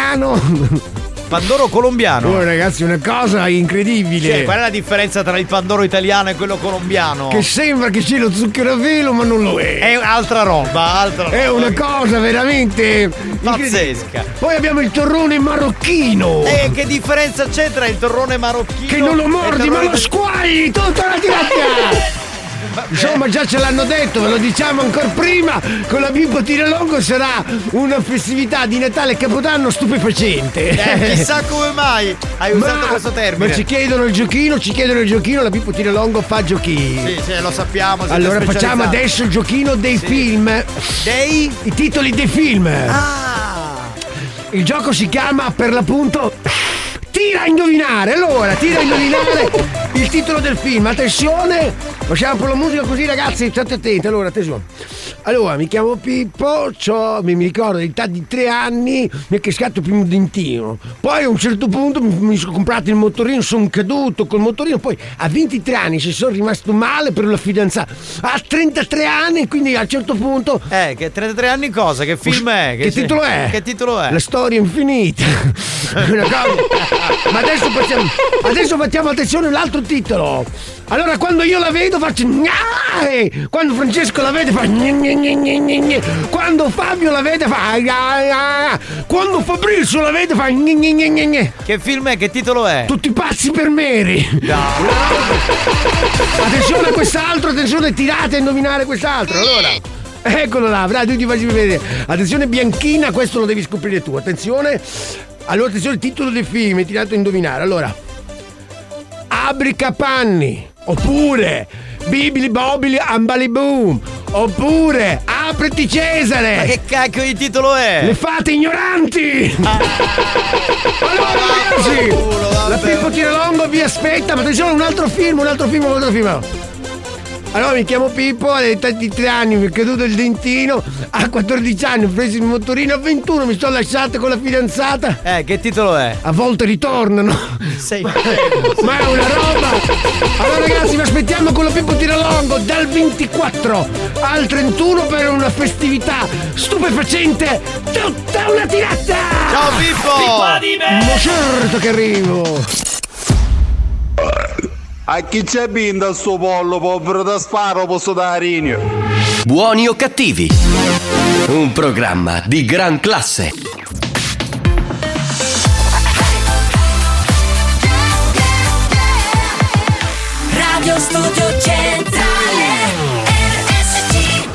S5: colombiano.
S6: Pandoro colombiano.
S5: Oh, ragazzi, una cosa incredibile.
S6: Cioè, qual è la differenza tra il pandoro italiano e quello colombiano?
S5: Che sembra che c'è lo zucchero a velo, ma non lo è.
S6: È altra roba, altra roba.
S5: È una cosa veramente
S6: Pazzesca.
S5: Poi abbiamo il torrone marocchino.
S6: E Eh, che differenza c'è tra il torrone marocchino?
S5: Che non
S6: e
S5: lo
S6: il
S5: mordi, ma
S6: torrone
S5: lo squagli tutta la tirata!
S6: [LAUGHS]
S5: Insomma già ce l'hanno detto, ve lo diciamo ancora prima, con la Bimbo Tiralongo sarà una festività di Natale e Capodanno stupefacente.
S6: Eh, chissà come mai hai usato questo termine.
S5: Ma ci chiedono il giochino, ci chiedono il giochino, la Bimbo Tiralongo fa giochini.
S6: Sì, sì, lo sappiamo. siete
S5: Allora facciamo
S6: specializzati.
S5: adesso il giochino dei film.
S6: Dei?
S5: I titoli dei film.
S6: Ah!
S5: Il gioco si chiama per l'appunto Tira a indovinare. Allora, tira a indovinare il titolo del film. Attenzione! Facciamo un po' la musica così ragazzi, state attenti. Allora, attenzione. Allora, mi chiamo Pippo, c'ho- mi, mi ricordo all'età di tre anni mi è cascato il primo dentino. Poi a un certo punto mi, mi sono comprato il motorino, sono caduto col motorino, poi a 23 anni ci sono rimasto male per la fidanzata. A 33 anni, quindi a un certo punto
S6: Eh, che 33 anni cosa? Che film è?
S5: che
S6: c'è-
S5: titolo è?
S6: Che titolo è?
S5: La storia
S6: [LAUGHS]
S5: infinita. Una cosa- Ma adesso facciamo, adesso facciamo attenzione all'altro titolo. Allora, quando io la vedo faccio. gnae. Quando Francesco la vede fa. gna gna gna gna gna gna. Quando Fabio la vede fa. ai ai ai. Quando Fabrizio la vede fa. gna gna gna gna gna.
S6: Che film è? Che titolo è?
S5: Tutti pazzi per Mary. Attenzione a quest'altro, attenzione, tirate a indovinare quest'altro. Allora. Eccolo là, bravo, tu ti faccio vedere. Attenzione bianchina, questo lo devi scoprire tu. Attenzione. Allora, attenzione, il titolo del film, tirato a indovinare. Allora. Abricapanni. Oppure. Bibili bobili ambaliboom. Oppure. Apriti Cesare.
S6: Ma che cacchio di titolo è? Ah.
S5: Le fate ignoranti! allora, ragazzi! La Pippo Tiralongo vi aspetta, ma attenzione, un altro film, un altro film, un altro film. Allora mi chiamo Pippo, all'età di 3 anni mi è caduto il dentino, a 14 anni ho preso il motorino, a 21 mi sono lasciato con la fidanzata.
S6: Eh, che titolo è?
S5: A volte ritornano.
S6: Sei
S5: Ma è una roba! Allora ragazzi vi aspettiamo con la Pippo Tiralongo dal 24 al 31 per una festività stupefacente tutta una tirata!
S6: Ciao Pippo!
S5: Ma certo che arrivo!
S35: A chi c'è binda sto pollo, povero da sparo, posso dare rinio.
S2: Buoni o cattivi? Un programma di gran classe.
S22: Radio Studio Centrale RSC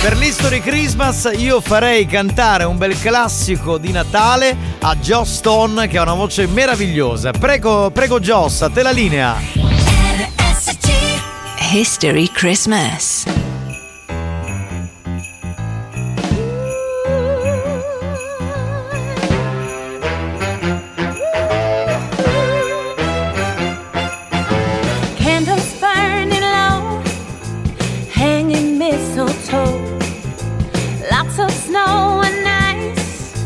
S6: Per l'History Christmas io farei cantare un bel classico di Natale a Joss Stone che ha una voce meravigliosa. Prego, prego Joss, a te la linea.
S60: History Christmas.
S15: Candles burning low, hanging mistletoe. Lots of snow and ice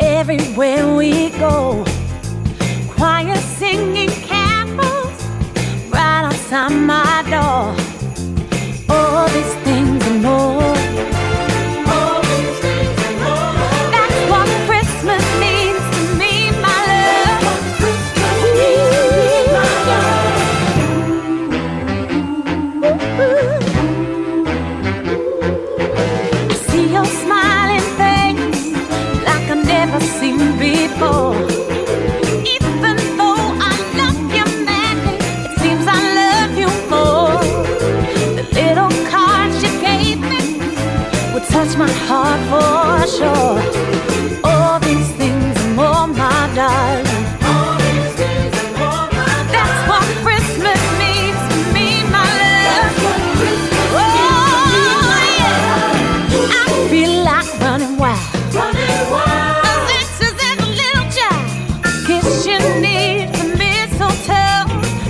S15: everywhere we go. Choir singing carols right outside my door. All these things and more. That's what Christmas means to me, my love. I see your smiling face like I've never seen before. Even though I love you madly, it seems I love you more. The little cards you gave me would touch my heart for sure. All these things and more, my darling. That's what Christmas means to me, my love. Oh, yeah. I feel like running wild. As rich as every little child. Kiss you need the mistletoe.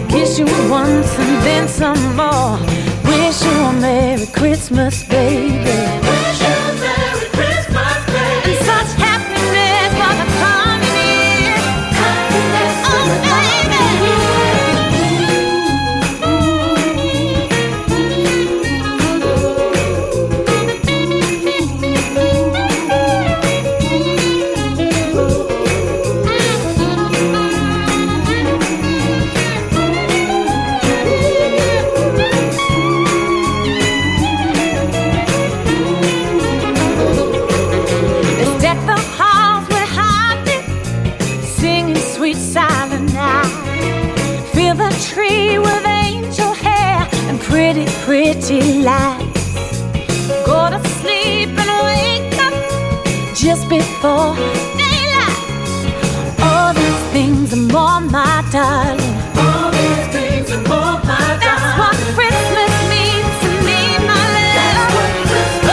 S15: Kiss you once and then some more. Wish you a Merry Christmas, baby. Wish you a Merry Christmas, baby. And such happiness for the coming year. Oh, They deck the halls with harmony, singing sweet silent night. Fill the tree with angel hair and pretty, pretty lights. Go to sleep and wake up just before daylight. All these things and more, my darling. All these things and more, my darling. That's what Christmas means to me, my love. That's what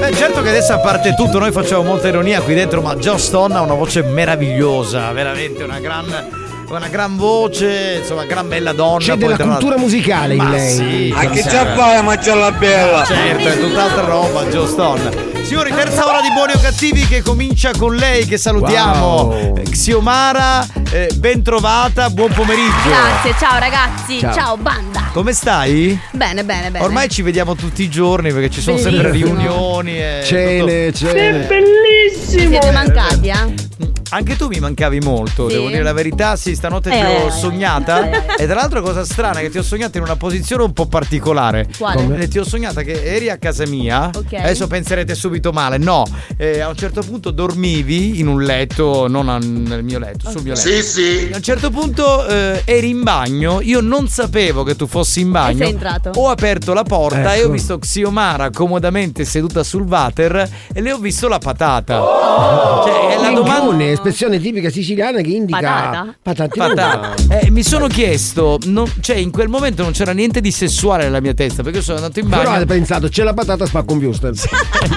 S6: Beh, certo che adesso a parte tutto, noi facciamo molta ironia qui dentro, ma Joss Stone ha una voce meravigliosa, veramente una gran. Una gran voce, insomma, gran bella donna.
S14: C'è
S6: poi
S14: della
S6: tra l'altro-
S14: cultura musicale in
S6: Ma
S14: lei.
S6: Sì,
S14: Ah, che
S6: sì.
S14: già
S31: vai a mangiare la bella.
S6: Certo, è tutt'altra roba, Joss Stone. Signori, terza ora di Buoni o Cattivi che comincia con lei, che salutiamo. Eh, Xiomara, eh, ben trovata, buon pomeriggio.
S32: Grazie, ciao ragazzi,
S6: Ciao.
S32: ciao, banda.
S6: Come stai?
S32: Bene, bene, bene.
S6: Ormai ci vediamo tutti i giorni perché ci sono sempre
S32: Bellissimo.
S6: riunioni e.
S14: Cene,
S6: tutto.
S32: Che bellissimo! Siete mancati, eh?
S6: Anche tu mi mancavi molto,
S32: Sì.
S6: devo dire la verità. Sì, stanotte ti
S32: Eh.
S6: ho sognata. e tra l'altro, cosa strana, che ti ho sognata in una posizione un po' particolare.
S32: Quale? Come?
S6: Eh, Ti ho sognata che eri a casa mia.
S32: Ok.
S6: Adesso penserete subito male. No, eh, a un certo punto dormivi in un letto, non a- nel mio letto, sul mio letto.
S61: Sì, sì.
S6: A un certo punto eh, eri in bagno. Io non sapevo che tu fossi in bagno.
S32: sei entrato.
S6: Ho aperto la porta e
S32: Ecco.
S6: ho visto Xiomara comodamente seduta sul water e le ho visto la patata. Cioè, è la domanda.
S5: Minchione, espressione tipica siciliana che indica
S6: Patata?
S5: patate
S6: Patata. Eh, mi sono chiesto, non- cioè in quel momento non c'era niente di sessuale nella mia testa perché io sono andato in
S5: Però
S6: bagno.
S5: hai pensato, c'è la patata spacco un wurstel.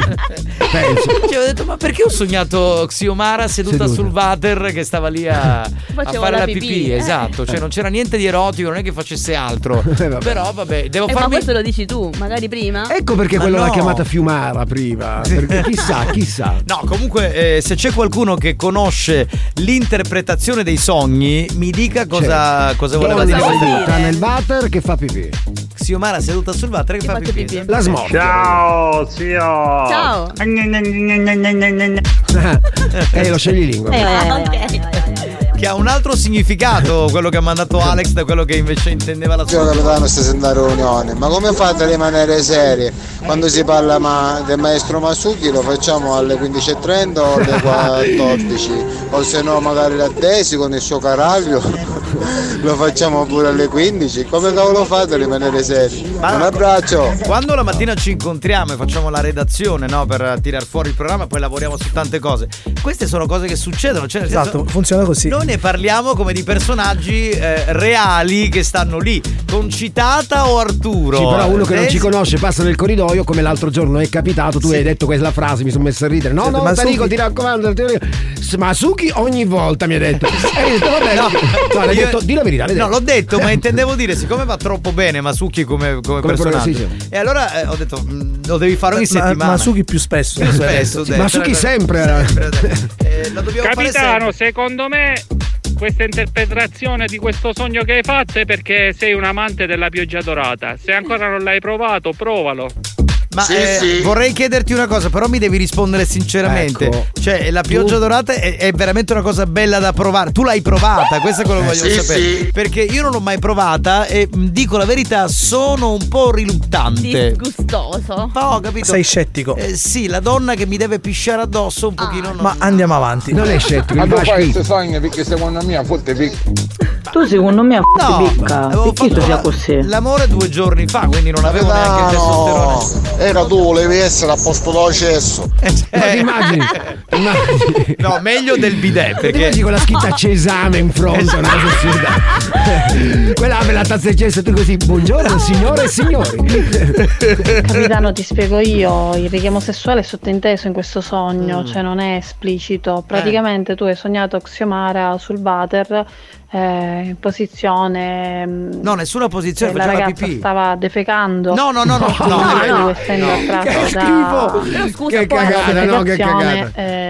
S6: [LAUGHS] Cioè, ho detto, ma perché ho sognato Xiomara seduta,
S5: Seduta.
S6: sul water che stava lì a, a
S32: Faceva
S6: fare
S32: la
S6: la
S32: pipì,
S6: pipì?
S32: eh.
S6: Esatto, cioè non c'era niente di erotico, non è che facesse [LAUGHS] altro. Però Eh, vabbè, devo
S32: Eh, ma
S6: farmi.
S32: questo lo dici tu, magari prima?
S5: Ecco perché
S6: Ma
S5: quella l'ha
S6: no.
S5: chiamata Fiumara prima. Perché chissà, chissà.
S6: No, comunque, eh, se c'è qualcuno che conosce l'interpretazione dei sogni, mi dica cosa, Certo.
S5: Cioè,
S6: cosa voleva dire. questa-
S5: Sta nel water che fa pipì.
S6: Xiomara seduta sul water che fa pipì.
S5: La smorfia.
S62: Ciao, zio.
S32: Ciao.
S62: Eh,
S6: Ah,
S5: Eh, lo scegli lingua.
S32: Eh, ok.
S6: che ha un altro significato quello che ha mandato Alex da quello che invece intendeva la
S31: Io
S6: sua.
S31: capitano sta sentendo riunione, ma come fate a rimanere serie? Quando si parla ma- del maestro Masucchi lo facciamo alle 15.30 o alle 14 o se no magari la tesi con il suo caraglio [LAUGHS] lo facciamo pure alle 15. Come cavolo fate a rimanere seri? Un abbraccio!
S6: Quando la mattina ci incontriamo e facciamo la redazione, no? Per tirar fuori il programma, poi lavoriamo su tante cose. Queste sono cose che succedono. Cioè, nel
S15: Esatto,
S6: senso,
S15: funziona così.
S6: Noi ne parliamo come di personaggi eh, reali che stanno lì, con Citata o Arturo.
S5: Sì, però uno che non
S6: Eh,
S5: ci conosce passa nel corridoio come l'altro giorno è capitato, tu hai detto quella frase, mi sono messo a ridere. No,
S63: Senti,
S5: no,
S63: ma
S5: Tarico,
S63: Suki-
S5: ti raccomando, ti raccomando. S- Masuki ogni volta mi ha
S6: [LAUGHS]
S5: detto. E io ho detto, vabbè,
S6: No,
S5: no, no, l'hai
S6: io-
S5: detto, di la verità, l'hai
S6: No,
S5: detto.
S6: l'ho detto,
S5: [LAUGHS]
S6: ma intendevo dire, siccome va troppo bene Masucchi come, come,
S5: Come
S6: personaggio.
S5: pro- sì,
S6: E allora eh, ho detto, "Mm, lo devi fare ogni
S15: Ma-
S6: settimana.
S15: ma Suki più spesso.
S6: Più spesso,
S15: Sì,
S6: dai,
S15: ma
S6: tra-
S15: Suki
S6: tra-
S15: sempre.
S6: Eh, la dobbiamo fare
S27: Capitano, secondo me questa interpretazione di questo sogno che hai fatto è perché sei un amante della pioggia dorata. Se ancora non l'hai provato, provalo.
S6: Ma eh, vorrei chiederti una cosa, però mi devi rispondere sinceramente.
S27: Ecco.
S6: Cioè, la pioggia
S27: Tu-
S6: dorata è, è veramente una cosa bella da provare. Tu l'hai provata, questo è quello che
S27: Eh,
S6: voglio
S27: sì,
S6: sapere.
S27: sì.
S6: Perché io non l'ho mai provata e mh, dico la verità, sono un po' riluttante.
S32: Disgustoso.
S6: Ma ho capito.
S15: Sei scettico.
S6: Eh, sì, la donna che mi deve pisciare addosso un pochino. non-
S15: Ma andiamo avanti.
S6: Non è scettico, Ma mi tu fa fai schifo.
S15: sogno perché secondo me a volte
S6: Tu secondo me no,
S32: Eh, oh,
S6: avevo fatto la- L'amore due giorni fa, quindi non avevo neanche il testosterone. Eh,
S31: Era tu, volevi essere a posto da cesso.
S6: Ma ti [LAUGHS] immagini? No, meglio del bidet
S5: Perché
S6: perché Esatto.
S5: con la
S6: [LAUGHS]
S5: scritta Cesame in fronte, una cosa
S6: [LAUGHS]
S5: assurda. Quella aveva la tazza di cesso, tu così, buongiorno signore e
S6: [LAUGHS]
S5: signori.
S17: [LAUGHS] Capitano, ti spiego io, il richiamo sessuale è sottinteso in questo sogno,
S32: Mm.
S17: cioè non è
S6: Eh.
S17: esplicito. Praticamente tu hai sognato Xiomara sul water eh, in posizione... mm,
S6: No, nessuna posizione,
S17: eh, la
S6: faceva la
S17: ragazza
S6: pipì.
S17: stava defecando.
S6: No, no, no,
S17: [LAUGHS]
S6: no,
S17: Tu,
S6: no, no,
S17: essendo
S6: no.
S17: attratto
S6: Che
S17: da...
S5: schifo. Però scusa, Che poi- cagata, no, che cagata.
S17: eh,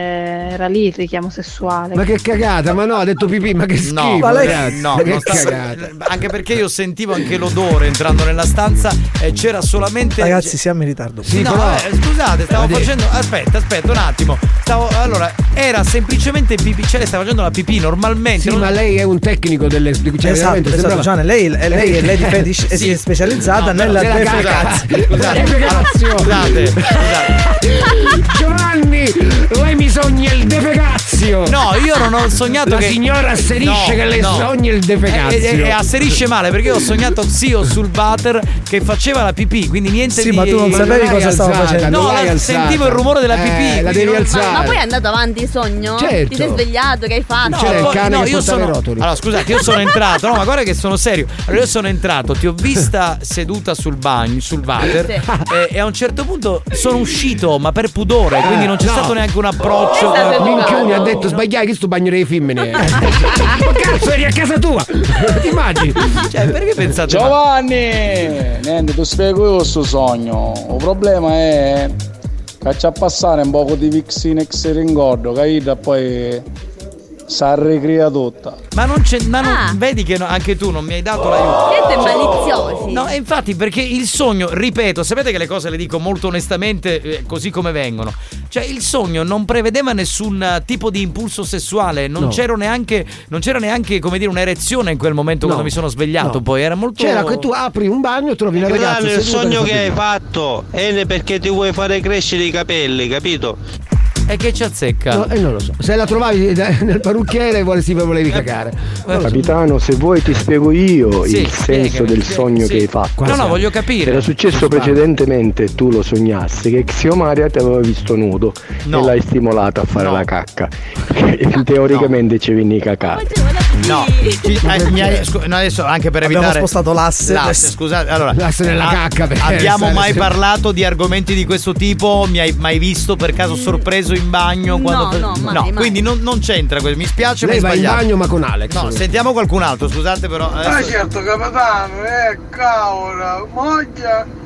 S17: era lì il richiamo sessuale.
S5: Ma che cagata, ma no, ha detto pipì, ma che schifo.
S6: [LAUGHS] No, ma lei-
S5: ragazzi,
S6: no,
S5: ma che
S6: non sta-
S5: cagata.
S6: anche perché io sentivo anche l'odore entrando nella stanza e c'era solamente
S15: Ragazzi, siamo in ritardo.
S6: Sì, no, eh, scusate, stavo facendo. Aspetta, aspetta un attimo. Stavo, allora, era semplicemente pipì, cioè lei stava facendo la pipì normalmente.
S5: Sì,
S6: non-
S5: ma lei è un tecnico delle. Cioè,
S15: Esatto,
S5: veramente,
S15: esatto,
S5: sembrava-
S15: Gianni, lei- lei- lei
S5: [LAUGHS]
S15: è lady fetish e si è specializzata nella
S5: però-
S15: [LAUGHS] defecazione.
S5: Scusate, defecazione.
S6: Esatto. Scusate,
S5: Giovanni, lei mi sogna il defecazio.
S6: No, io non ho sognato
S5: La
S6: che.
S5: signora asserisce
S6: No,
S5: che le
S6: no.
S5: sogna il
S6: E,
S5: defecazio.
S6: e- e asserisce male perché io ho sognato zio sul butter che faceva la pipì, quindi niente
S15: Sì,
S6: di
S15: ma tu non
S6: Ma
S15: sapevi
S6: l'hai
S15: cosa stava
S6: alzata,
S15: facendo.
S6: No,
S15: Non l'hai
S6: la-
S15: alzata.
S6: sentivo il rumore della
S15: Eh,
S6: pipì.
S15: la
S6: quindi
S15: devi
S6: non-
S15: alzare.
S32: Ma, ma poi è andato avanti il sogno?
S6: Certo.
S32: Ti sei svegliato, che hai fatto?
S6: No, poi- no, io sono, Allora, scusate, io sono entrato. No, ma guarda che sono serio. Allora, io sono entrato, ti ho vista seduta sul bagno, sul water.
S32: Sì.
S6: E, e a un certo punto sono uscito, ma per pudore, quindi non c'è
S5: No.
S6: stato neanche un approccio.
S5: Minchioni ha detto sbagliai che sto bagno dei
S6: [LAUGHS]
S5: femmine. Ma cazzo, eri a casa tua! Ti immagini?
S6: Cioè, perché pensate?
S20: Giovanni! Niente, ti spiego io questo sogno. Il problema è che c'è a passare un poco di Vixinex e ringordo, capito? E poi si ricrea tutta.
S6: Ma non c'è. Ma non, vedi che no- anche tu non mi hai dato l'aiuto.
S32: Ah.
S6: Cioè,
S32: Siete maliziosi.
S6: No, e infatti perché il sogno, ripeto, sapete che le cose le dico molto onestamente, eh, così come vengono. Cioè, il sogno non prevedeva nessun eh, tipo di impulso sessuale, non
S5: No.
S6: c'era neanche, non c'era neanche, come dire, un'erezione in quel momento
S5: No.
S6: quando mi sono svegliato.
S5: No.
S6: Poi era molto.
S5: C'era che tu apri un bagno e trovi una ragazza.
S64: Ecco, il
S5: seduta
S64: sogno
S5: fa
S64: che hai
S5: pipì.
S64: fatto è perché ti vuoi fare crescere i capelli, capito?
S6: E che ci azzecca?
S5: No, eh, non lo so. Se la trovavi eh, nel parrucchiere vuole si volevi cagare.
S14: Capitano, se vuoi ti spiego io
S5: Sì,
S14: il
S5: spiegami,
S14: senso del
S5: sì, sì.
S14: sogno
S5: Eh,
S14: che hai fatto.
S6: No, no, voglio capire.
S14: Era successo precedentemente, tu lo sognassi, che Xiomaria ti aveva visto nudo
S6: No.
S14: e l'hai stimolata a fare la cacca. [LAUGHS] Teoricamente ci veni cacà.
S6: No, ci- eh, mi hai- scu- no, adesso anche per
S14: Abbiamo
S6: evitare.
S14: spostato l'asse.
S6: L'asse, scusate. Allora,
S14: L'asse della
S6: a-
S14: cacca, per-
S6: Abbiamo
S14: sai,
S6: mai
S14: se-
S6: parlato di argomenti di questo tipo? Mi hai mai visto per caso sorpreso in bagno? quando-
S5: Mm. no, mai, mai.
S6: quindi non, non c'entra questo. Mi spiace,
S5: Lei
S6: ma
S5: va
S6: è
S5: in
S6: sbagliato.
S5: bagno ma con Alex.
S6: No, sentiamo qualcun altro, scusate però.
S7: Ma
S6: adesso-
S7: certo, capitano, eh, cavolo, moglie.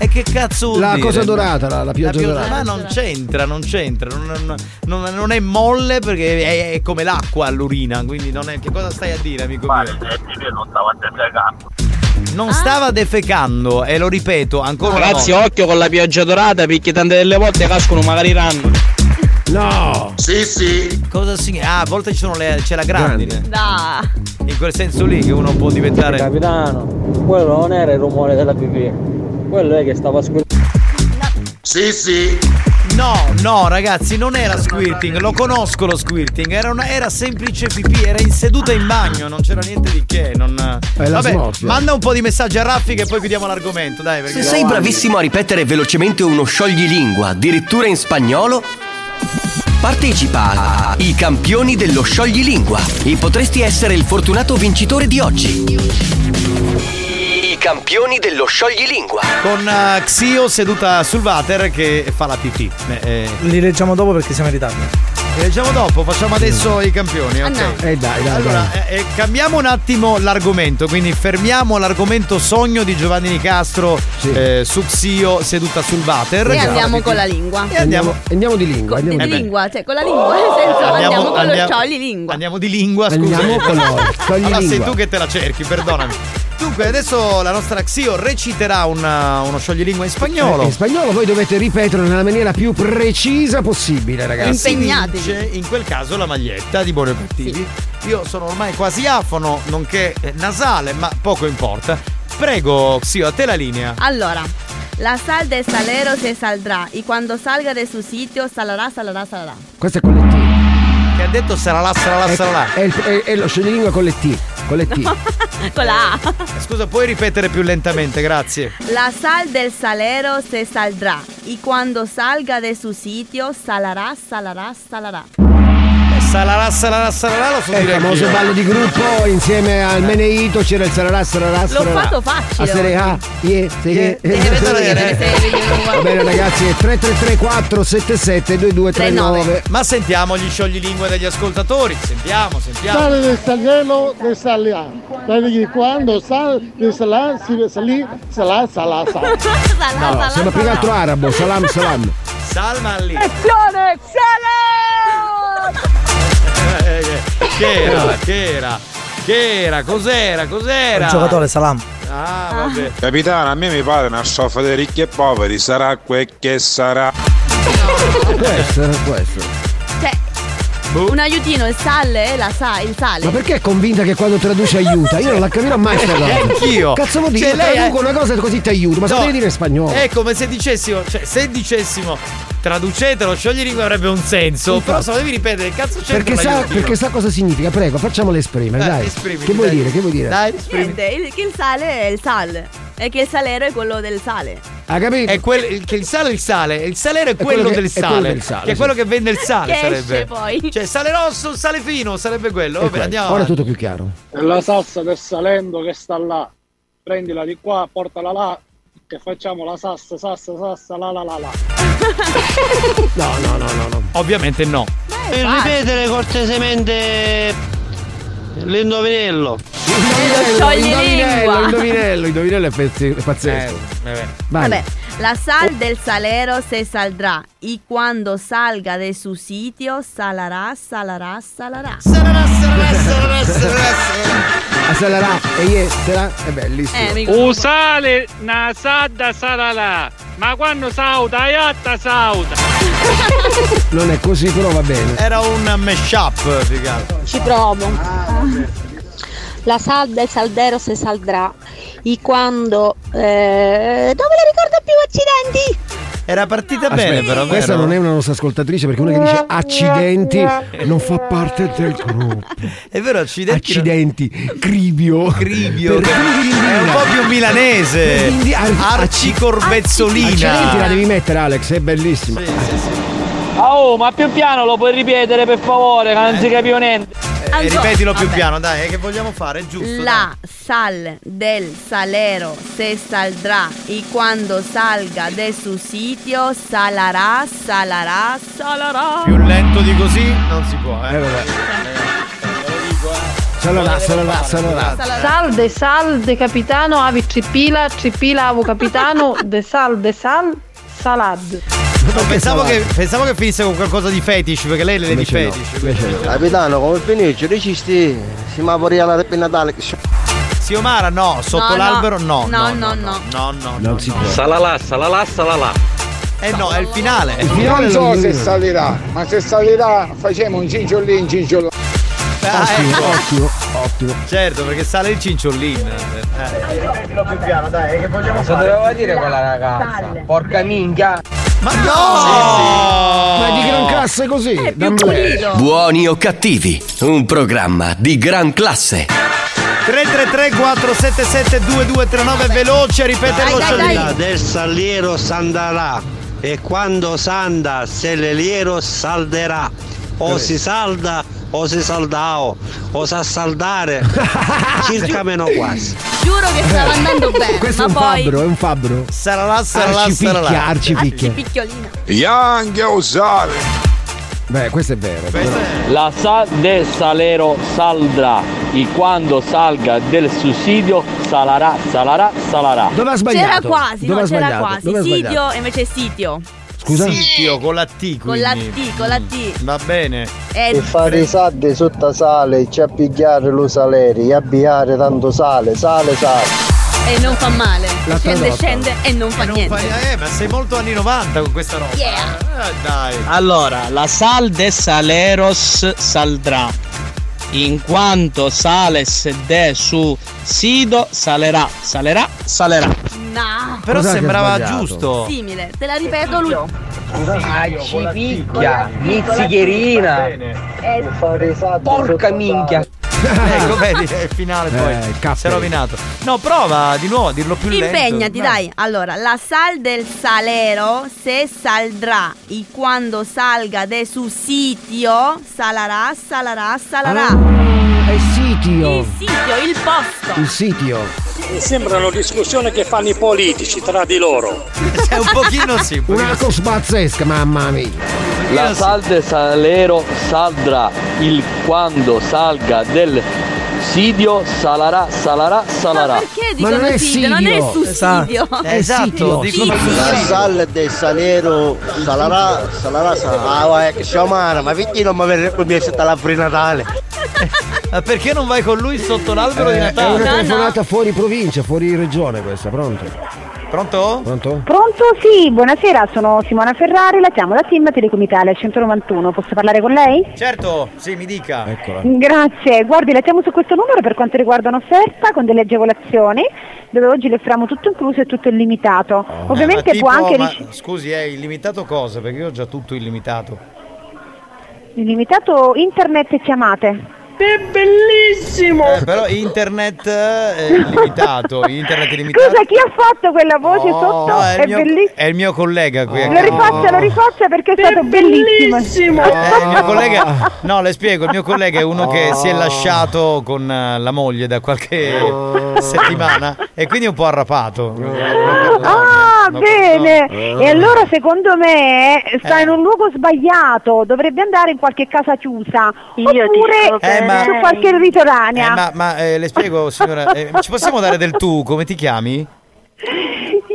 S6: E che cazzo vuol
S5: La
S6: dire?
S5: cosa dorata, la- la pioggia dorata.
S6: Ma non c'entra, non c'entra. Non, non- non- non è molle perché è, è come l'acqua all'urina. Quindi non è. Che cosa stai a dire, amico mio?
S65: non stavo a defecando.
S6: Non stava defecando, e lo ripeto ancora una
S64: Ragazzi,
S6: volta.
S64: occhio con la pioggia dorata perché tante delle volte cascono magari ranno.
S5: No!
S6: Sì, sì. Cosa significa? Ah, a volte ci sono le- c'è la grandine.
S32: Da.
S6: In quel senso lì che uno può diventare.
S1: Capitano, quello non era il rumore della pipì, quello è che stava squirtando.
S6: Sì, sì. No, no, ragazzi, non era squirting, lo conosco lo squirting, era, una- era semplice pipì, era in seduta in bagno, non c'era niente di che, non...
S2: È la
S6: Vabbè,
S2: smorfia.
S6: manda un po' di messaggi a Raffi che poi chiudiamo l'argomento, dai, perché...
S2: Se sei bravissimo a ripetere velocemente uno scioglilingua, addirittura in spagnolo, partecipa a I campioni dello scioglilingua e potresti essere il fortunato vincitore di oggi. I campioni dello scioglilingua.
S6: Con eh, Xio seduta sul water che fa la pipì. Eh, eh,
S66: Li leggiamo dopo perché siamo in ritardo.
S6: li leggiamo dopo, facciamo adesso i campioni,
S32: Ah,
S6: ok?
S66: Eh dai, dai.
S6: Allora, eh, eh, cambiamo un attimo l'argomento, quindi fermiamo l'argomento sogno di Giovanni Nicastro eh, su Xio seduta sul water.
S32: E andiamo con la lingua. E
S6: Esatto. andiamo-
S5: Andiamo di lingua.
S32: Di
S6: Eh beh.
S32: lingua, cioè con la lingua, nel senso andiamo, con lo
S6: andiamo-
S32: sciogli lingua.
S6: Andiamo di lingua, scusa.
S32: Andiamo con lo sciogli
S6: [LAUGHS] Allora sei
S32: lingua.
S6: tu che te la cerchi, perdonami. Dunque, adesso la nostra Xio reciterà una- uno scioglilingua in spagnolo.
S5: Eh, In spagnolo voi dovete ripeterlo nella maniera più precisa possibile, ragazzi.
S6: Si vince in quel caso la maglietta di buoni o cattivi. Io sono ormai quasi afono, nonché eh, nasale, ma poco importa. Prego, Xio, a te la linea.
S32: Allora, la sal del salero se saldrá y cuando salga de su sitio salará, salará, salará.
S5: Questo è con le T.
S6: Che ha detto sarà là, sarà là,
S5: È-
S6: sarà là.
S5: È, il- è- è lo scioglilingua con le T. Con le T.
S32: [LAUGHS] Con la A.
S6: Eh, Scusa, puoi ripetere più lentamente, grazie.
S32: La sal del salero se saldrá y cuando salga de su sitio salará, salará, salará.
S6: Salarà, salarà, salarà, lo so
S5: È il
S6: dire
S5: famoso
S6: anch'io.
S5: ballo di gruppo insieme al Meneito c'era il sararà sararà sararà.
S32: fatto facile.
S5: A sere A, ie, se che- [LAUGHS] Va bene ragazzi, è 3334 77 2239.
S6: Ma sentiamo gli scioglilingua degli ascoltatori. Sentiamo, sentiamo.
S67: Sale del salero de salá. Cuando sal de salá, si salí, salá, salá, salá.
S5: No, sembra più che altro arabo, salam salam.
S6: Salma lì.
S67: Azione,
S6: Eh, eh, Che era? Che era? Che era? Cos'era? Cos'era?
S66: Il giocatore Salam.
S6: Ah, vabbè.
S35: Capitano, a me mi pare una stoffa dei ricchi e poveri, sarà quel che sarà.
S5: Può essere, può essere.
S32: Cioè, un aiutino, il sale, la sa, il sale.
S5: Boh. Ma perché è convinta che quando traduce aiuta? Io non la capirò mai sta cosa.
S6: Eh, anch'io.
S5: Cazzo vuol dire?
S6: Cioè,
S5: Io
S6: lei è-
S5: traduco una cosa così ti aiuto, ma se
S6: No. Eh,
S5: devi dire in spagnolo.
S6: È come se dicessimo, cioè, se dicessimo traducetelo, scioglilingua avrebbe un senso. Però se lo devi ripetere, che cazzo c'è
S5: Perché sa, perché sa cosa significa, prego, facciamole esprimere,
S6: Dai,
S5: dai.
S6: esprimiti,
S5: che vuol
S6: dai.
S5: dire? Che vuol dire?
S6: Dai,
S32: Niente, il, che il sale è il sal. E che il salero è quello del sale.
S5: Ha capito?
S6: È quel, che il sale è il sale, il salero è, quello,
S5: quello che-
S6: del
S5: è
S6: sale,
S5: quello del sale,
S6: che è
S5: sì.
S6: quello che vende il sale
S32: Che esce
S6: sarebbe.
S32: poi.
S6: Cioè, sale rosso, sale fino, sarebbe quello.
S5: Ecco,
S6: Vabbè, andiamo.
S5: Ora è
S6: avanti.
S5: tutto più chiaro.
S67: La salsa del salendo che sta là. Prendila di qua, portala là, che facciamo la salsa, salsa, salsa, la la la la.
S5: No, no, no, no, no.
S6: Ovviamente no.
S22: Eh,
S28: Per ripetere cortesemente l'indovinello.
S5: Eh, Indovinello, indovinello, indovinello è pezzi- è
S6: Eh,
S5: pazzesco. Vai.
S32: Vabbè, la sal del salero se saldrá y cuando salga de su sitio salará, salará, salará.
S5: Accelerà e ie, sarà- è bellissimo.
S15: Usale una sadda sarà ma quando sauda iatta sauda.
S5: Non è così, però va bene.
S6: Era un mashup, più che altro.
S68: Ci provo. La sal del saldero se saldrà. I quando. eh, dove la ricordo più accidenti?
S6: Era partita
S5: Aspetta,
S6: bene, però.
S5: questa
S6: vero?
S5: non è una nostra ascoltatrice perché una che dice accidenti non fa parte del gruppo.
S6: È vero, accidenti.
S5: Accidenti, cribio.
S6: Cribio.
S5: Per cribio.
S6: È un po' più milanese.
S5: Per cribio-
S6: Arcicorbezzolina.
S5: Accidenti la devi mettere Alex, è bellissima. Ah,
S67: Oh, ma più piano lo puoi ripetere per favore, che non si capiva niente.
S6: Eh,
S32: Ancora,
S6: ripetilo più
S32: vabbè.
S6: piano, dai, eh, che vogliamo fare? È giusto.
S32: La sal del salero se saldrá y cuando salga de su sitio salará, salará, salará.
S6: Più lento di così non si può, eh.
S5: Solo là, solo là, solo là.
S17: Salde, salde capitano, avi tripila, tripila,
S6: [LAUGHS]
S17: avu capitano, de salde, sal, salad.
S6: No, pensavo, che, pensavo che finisse con qualcosa di fetish, perché lei le di fetish.
S20: Capitano, come finisce? Recisti, si ma vorrei alla per Natale.
S6: Siomara no, sotto
S32: No, no.
S6: l'albero no.
S32: No,
S6: No,
S32: no, no.
S6: no, no.
S5: Non si può.
S28: Salalà, salalà, salalà.
S6: Eh no, è il finale.
S27: Non so se salirà, ma se salirà facciamo un ciccio lì, un ciccio là.
S5: Ah,
S6: Ottimo,
S5: ottimo, ottimo.
S6: Certo, perché sale il eh. cinciollin.
S4: Mettilo più piano, dai, che vogliamo
S6: Cosa doveva
S4: dire quella ragazza?
S6: Porca minchia. Ma no!
S5: Ma di gran classe così.
S6: Eh,
S14: Eh,
S5: È più
S2: Buoni o cattivi, un programma di gran classe.
S6: 333 477 2239 veloce, ripete veloce
S28: La del saliero s'andarà e quando s'anda se l'eliero salderà. O si salda o si saldao o
S5: [LAUGHS]
S28: sa saldare circa meno quasi.
S32: Giuro che stava andando bene,
S28: [LAUGHS]
S32: ma
S28: Questo è un
S32: poi
S28: fabbro,
S5: è un fabbro.
S6: Sarà là, sarà là,
S5: Arcipicchia,
S6: sarà là.
S32: Ah,
S5: arcipicchia.
S32: picchiolina.
S5: Yang osare. Beh, questo è vero.
S1: La sa del salero saldrà e quando salga del sussidio salarà, salarà, salarà.
S5: Dove ha
S32: C'era quasi, no, c'era quasi.
S6: Dove ha sbagliato?
S32: Sitio e invece sitio.
S5: Scusa?
S6: Sitio con la T quindi.
S32: Con la T, con la T.
S6: Va bene.
S32: Eh,
S3: fare i saldi sotto sale, c'è a pigliare lo saleri, abbiare tanto sale, sale, sale.
S32: e non fa male.
S6: L'ha
S32: Scende,
S6: tradotta.
S32: scende e non fa niente.
S6: Eh, ma sei molto anni 90 con questa roba.
S32: Yeah.
S6: Eh, dai.
S23: Allora, la sal de saleros saldrà. In quanto sales de su sido salerà, salerà, salerà.
S32: No.
S23: Però Cos'è che sembrava ho sbagliato? giusto.
S32: Simile, te la ripeto lui.
S3: Arcipicchia,
S6: Porca minchia. ecco, vedi, è il finale poi.
S5: Eh,
S6: si è rovinato. No, prova di nuovo a dirlo più lento.
S32: Impegnati,
S6: Dai.
S32: dai. Allora, la sal del salero se saldrà e quando salga de su sitio salarà, salarà, salarà.
S5: È sitio.
S32: Sitio, il posto.
S5: Il sitio.
S57: Sembra una discussione che fanno i politici tra di loro.
S6: È un pochino sì.
S5: Una cosa pazzesca, mamma mia.
S1: La sal del salero saldrà il quando salga del sidio salarà, salarà, salarà.
S32: Perché dicono sitio? Non è sussidio.
S66: Esatto,
S14: Esatto,
S3: La sal del salero salarà, salarà, salarà. Ah, vai, che sciamara, ma vedi non mi avrebbe stata la pre-natale.
S6: Ma [LAUGHS] perché non vai con lui sotto l'albero di
S5: Eh, è una
S6: Natale?
S5: telefonata fuori provincia, fuori regione questa, pronto?
S6: Pronto?
S5: Pronto?
S21: Pronto? Sì, buonasera, sono Simona Ferrari, la chiamo da team Telecom Italia 191, posso parlare con lei?
S6: Certo, sì, mi dica. Eccola.
S21: Grazie, guardi, la chiamo su questo numero per quanto riguarda un'offerta con delle agevolazioni dove oggi le offriamo tutto incluso e tutto illimitato.
S6: Oh, Eh,
S21: Ovviamente può anche ric-
S6: Scusi, è illimitato cosa? Perché io ho già tutto illimitato.
S21: illimitato internet e chiamate. È bellissimo!
S6: Eh, però internet eh, è illimitato, internet è illimitato.
S21: Scusa, chi ha fatto quella voce sotto?
S6: No,
S21: è,
S6: il mio,
S21: bellissimo.
S6: Oh, è il mio collega qui.
S21: Lo rifaccia, lo rifaccia perché è, stato bellissimo. [LAUGHS]
S6: Eh, il mio collega, no, le spiego, il mio collega è uno che si è lasciato con eh, la moglie da qualche settimana e quindi è un po' arrapato.
S21: Ah, bene! E allora secondo me
S6: Eh.
S21: sta in un luogo sbagliato, dovrebbe andare in qualche casa chiusa oppure
S6: Eh, ma-
S21: su qualche ritorania.
S6: Eh, ma ma, eh, le spiego signora, eh, ci possiamo dare del tu, come ti chiami?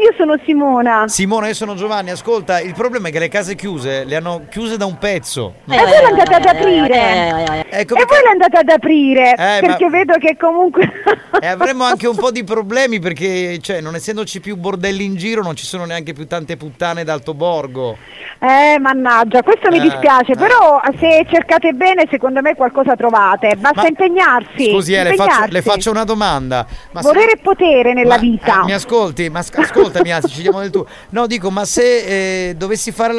S21: Io sono Simona.
S6: Simona, io sono Giovanni, ascolta, il problema è che le case chiuse le hanno chiuse da un pezzo.
S21: E Eh, voi
S6: eh,
S21: l'andate ad aprire. e voi l'andate ad aprire
S6: Ecco, Eh,
S21: perché
S6: ma-
S21: vedo che comunque
S6: E avremo anche un po' di problemi perché, cioè, non essendoci più bordelli in giro, non ci sono neanche più tante puttane d'alto borgo.
S21: Eh, mannaggia, questo mi
S6: Eh,
S21: dispiace,
S6: eh.
S21: però se cercate bene, secondo me qualcosa trovate. Basta
S6: Ma-
S21: impegnarsi.
S6: Scusi, eh, le, faccio,
S21: impegnarsi.
S6: le faccio una domanda. Ma se-
S21: Volere e potere nella
S6: ma-
S21: vita.
S6: eh, mi ascolti, ma sc- ascoltami, anzi, ci diamo del tu. No, dico, ma se eh, dovessi fare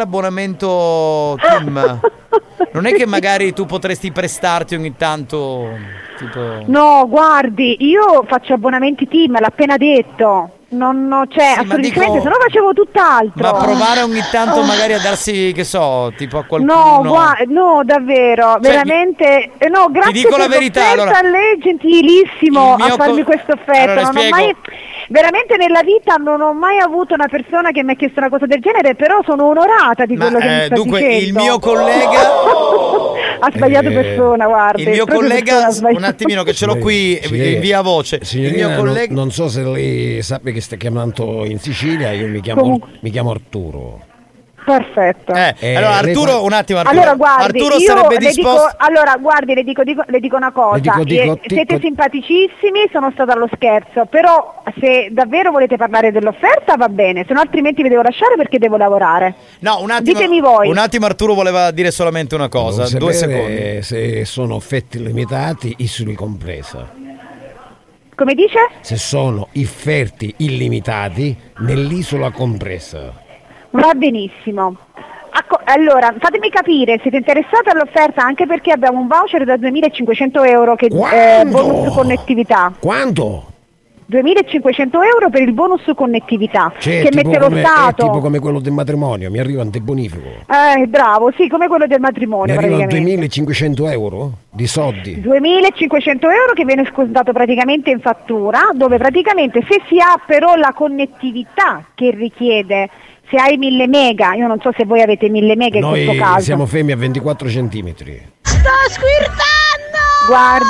S6: l'abbonamento Team, non è che magari tu potresti prestarti ogni tanto, tipo...
S21: No, guardi, io faccio abbonamenti team, l'ho appena detto. Non, no, cioè,
S6: Sì, ma
S21: assolutamente,
S6: dico-
S21: se no facevo tutt'altro. Oh.
S6: Ma provare ogni tanto magari a darsi, che so, tipo a qualcuno... Cioè,
S21: No, gua- no, davvero, veramente. eh, no, grazie
S6: dico
S21: per
S6: la verità,
S21: l'offerta,
S6: allora.
S21: lei è gentilissimo
S6: Il mio
S21: a farmi
S6: co-
S21: questa offerta.
S6: Allora,
S21: non ho
S6: spiego.
S21: mai, veramente nella vita non ho mai avuto una persona che mi ha chiesto una cosa del genere, però sono onorata di
S6: Ma,
S21: quello che
S6: eh,
S21: mi sta
S6: dunque,
S21: dicendo.
S6: il mio collega-
S21: [LAUGHS] ha sbagliato
S6: Eh,
S21: persona, guarda.
S6: Il mio collega, un attimino che ce l'ho qui
S5: Signorina-
S6: in via voce, il
S5: signorina,
S6: mio
S5: non-
S6: collega...
S5: non, so se lei sappia che sta chiamando in Sicilia, io mi chiamo,
S21: Comunque-
S5: mi chiamo Arturo.
S21: Perfetto.
S6: Eh, allora Arturo, un attimo Arturo.
S21: Allora, guardi,
S6: Arturo
S21: io
S6: sarebbe
S21: le dico-
S6: disposto...
S21: allora, guardi, le dico, dico- le dico una cosa.
S6: Le dico, dico,
S21: Eh, siete
S6: dico-
S21: simpaticissimi, sono stata allo scherzo, però se davvero volete parlare dell'offerta va bene, se no altrimenti vi devo lasciare perché devo lavorare.
S6: No, un attimo.
S21: Ditemi voi.
S6: Un attimo Arturo voleva dire solamente una cosa,
S5: Volevo
S6: due secondi.
S5: sapere Se sono effetti limitati, ISRI compresa.
S21: Come dice?
S5: Se sono offerti illimitati, nell'isola compresa.
S21: Va benissimo. Acco- allora, fatemi capire, siete interessati all'offerta anche perché abbiamo un voucher da 2.500 euro che è
S5: Quando?
S21: bonus connettività.
S5: Quanto?
S21: 2.500 euro per il bonus connettività
S5: Cioè,
S21: che
S5: tipo
S21: mette lo
S5: come, è
S21: Stato.
S5: tipo come quello del matrimonio, mi arriva antibonifico.
S21: Eh, bravo, sì, come quello del
S5: Mi
S21: matrimonio
S5: arrivano
S21: praticamente.
S5: 2500 euro di soldi.
S21: 2500 euro che viene scontato praticamente in fattura, dove praticamente se si ha però la connettività che richiede, se hai 1000 mega, io non so se voi avete 1000 mega in
S5: Noi
S21: questo caso.
S5: siamo fermi a 24 centimetri.
S21: Sto squirtando! Guardi,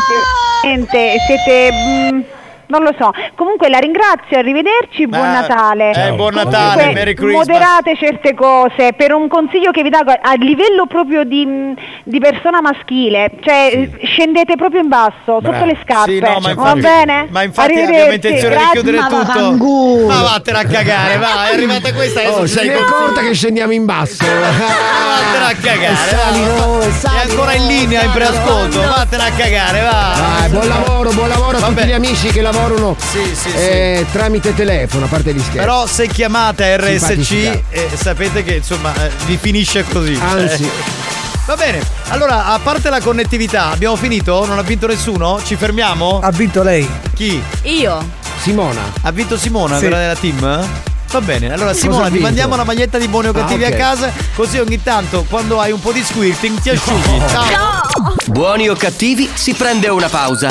S21: niente, siete... mm, non lo so. Comunque la ringrazio, arrivederci, buon
S6: Ah,
S21: Natale.
S6: eh, buon
S21: Comunque,
S6: Natale, Merry Christmas.
S21: Moderate certe cose, per un consiglio che vi do a livello proprio di, mm, di persona maschile, cioè scendete proprio in basso, sotto
S6: Bravo.
S21: le scappe.
S6: Sì, no, ma infatti-
S21: Va bene?
S6: ma infatti
S21: Arrivederci.
S6: abbiamo intenzione di
S21: Grazie,
S6: chiudere
S21: ma
S6: tutto.
S21: vaffanculo.
S6: Ma vattene a cagare, va, è arrivata questa adesso
S5: Oh,
S6: ti
S5: se
S6: dai
S5: ne è
S6: consigli.
S5: accorta che scendiamo in
S6: [LAUGHS]
S5: basso.
S6: Vattene a cagare, va. è ancora in linea in preascolto, vattene a cagare, va.
S5: Ah, Dai, buon lavoro, buon lavoro a tutti gli amici che lavorano
S6: sì,
S5: eh, tramite telefono, a parte gli scherzi.
S6: Però se chiamate RSC
S5: Simpaticità.
S6: eh, sapete che insomma eh, vi finisce così. cioè.
S5: Anzi.
S6: Va bene, allora a parte la connettività, abbiamo finito? Non ha vinto nessuno? Ci fermiamo? Ha
S66: vinto lei.
S6: Chi?
S32: Io.
S5: Simona.
S6: Ha vinto Simona,
S66: Sì.
S6: quella della team? Va bene, allora
S66: Cosa
S6: Simona
S66: ha
S6: ti
S66: vinto?
S6: mandiamo la maglietta di Buoni o
S66: Ah,
S6: Cattivi
S66: ok.
S6: a casa, così ogni tanto quando hai un po' di squirting ti asciughi. Ciao!
S2: Buoni o cattivi, si prende una pausa.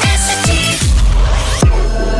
S22: RSC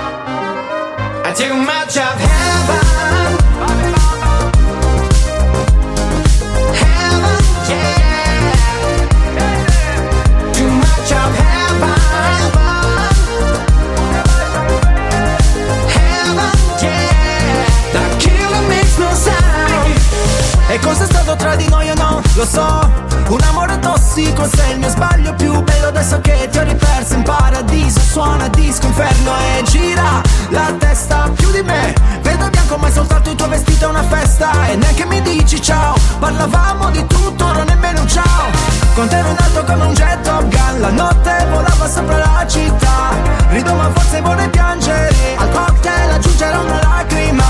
S22: I too much of heaven Heaven, yeah Too much of heaven Heaven, yeah The killer makes no sound
S7: E cosa è stato tra di noi o no? Lo so, un amore tossico sei il mio sbaglio più bello adesso che ti ho riperso in paradiso Suona disco inferno e gira la testa più di me Vedo bianco ma è soltanto il tuo vestito è una festa E neanche mi dici ciao, parlavamo di tutto, ora nemmeno un ciao Con te ero in alto come un jet Top Gun La notte volava sopra la città Rido ma forse vorrei piangere Al cocktail aggiungerò una lacrima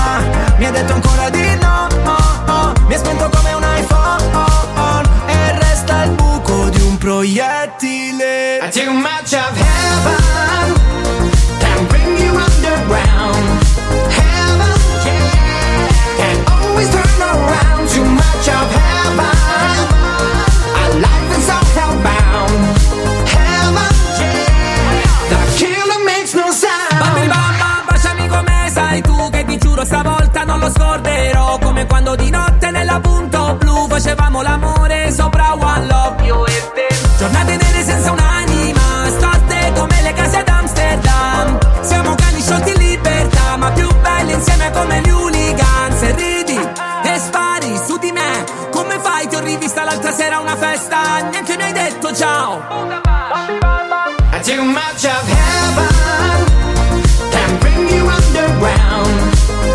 S7: Mi hai detto ancora di no oh, oh. Mi hai spento come un iPhone oh, oh. E resta il buco di un proiettile
S22: I too much of heaven can bring you underground. Heaven, yeah, can always turn around. Too much of heaven, our life is all hellbound. Heaven, yeah, the killer makes no sound.
S7: Baby mamma, baciami come sai tu che ti giuro stavolta non lo scorderò Come quando di notte nella punto blu facevamo l'amore sopra One Love Io e te Giornate nere senza un'anima, storte come le case ad Amsterdam Siamo cani sciolti in libertà, ma più belli insieme come gli hooligan Se ridi e spari su di me, come fai? Ti ho rivista l'altra sera a una festa, neanche mi hai detto ciao
S22: And Too much of heaven can bring you underground.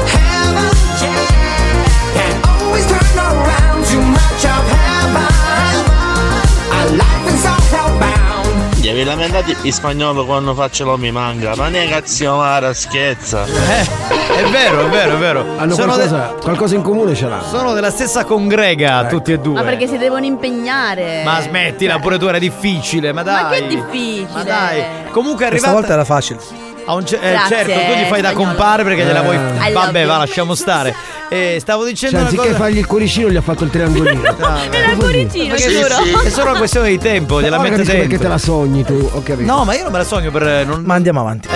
S22: Heaven, yeah, can always turn around. Too
S8: vi lamentate in spagnolo quando faccio lo mi manca, ma ne cazzo mara scherza.
S6: Eh, È vero, è vero, è vero.
S5: Hanno
S6: sono, de-
S5: qualcosa, qualcosa in comune ce l'hanno.
S6: sono della stessa congrega,
S66: Ecco.
S6: tutti e due.
S32: Ma perché si devono impegnare.
S6: Ma smettila pure tu, era difficile, ma dai.
S32: Ma che difficile.
S6: Ma dai. Comunque è
S66: Questa
S6: arrivata.
S66: volta era facile.
S6: A un ce- eh,
S32: Grazie,
S6: certo, tu gli fai da
S32: spagnolo.
S6: compare perché gliela vuoi.
S5: Eh. I love
S6: Vabbè,
S5: you.
S6: va, lasciamo stare. Eh, stavo dicendo
S5: Cioè,
S6: una
S5: anziché
S6: cosa.
S5: fargli il cuoricino, gli ha fatto il
S6: [LAUGHS]
S5: triangolino.
S6: Era
S32: cuoricino, giuro.
S6: È solo una questione di tempo, gliela
S5: Ora
S6: metto
S5: capisco
S6: dentro.
S5: perché te la sogni tu, ho capito.
S6: No, ma io non me la sogno per. eh, Non...
S66: Ma andiamo avanti.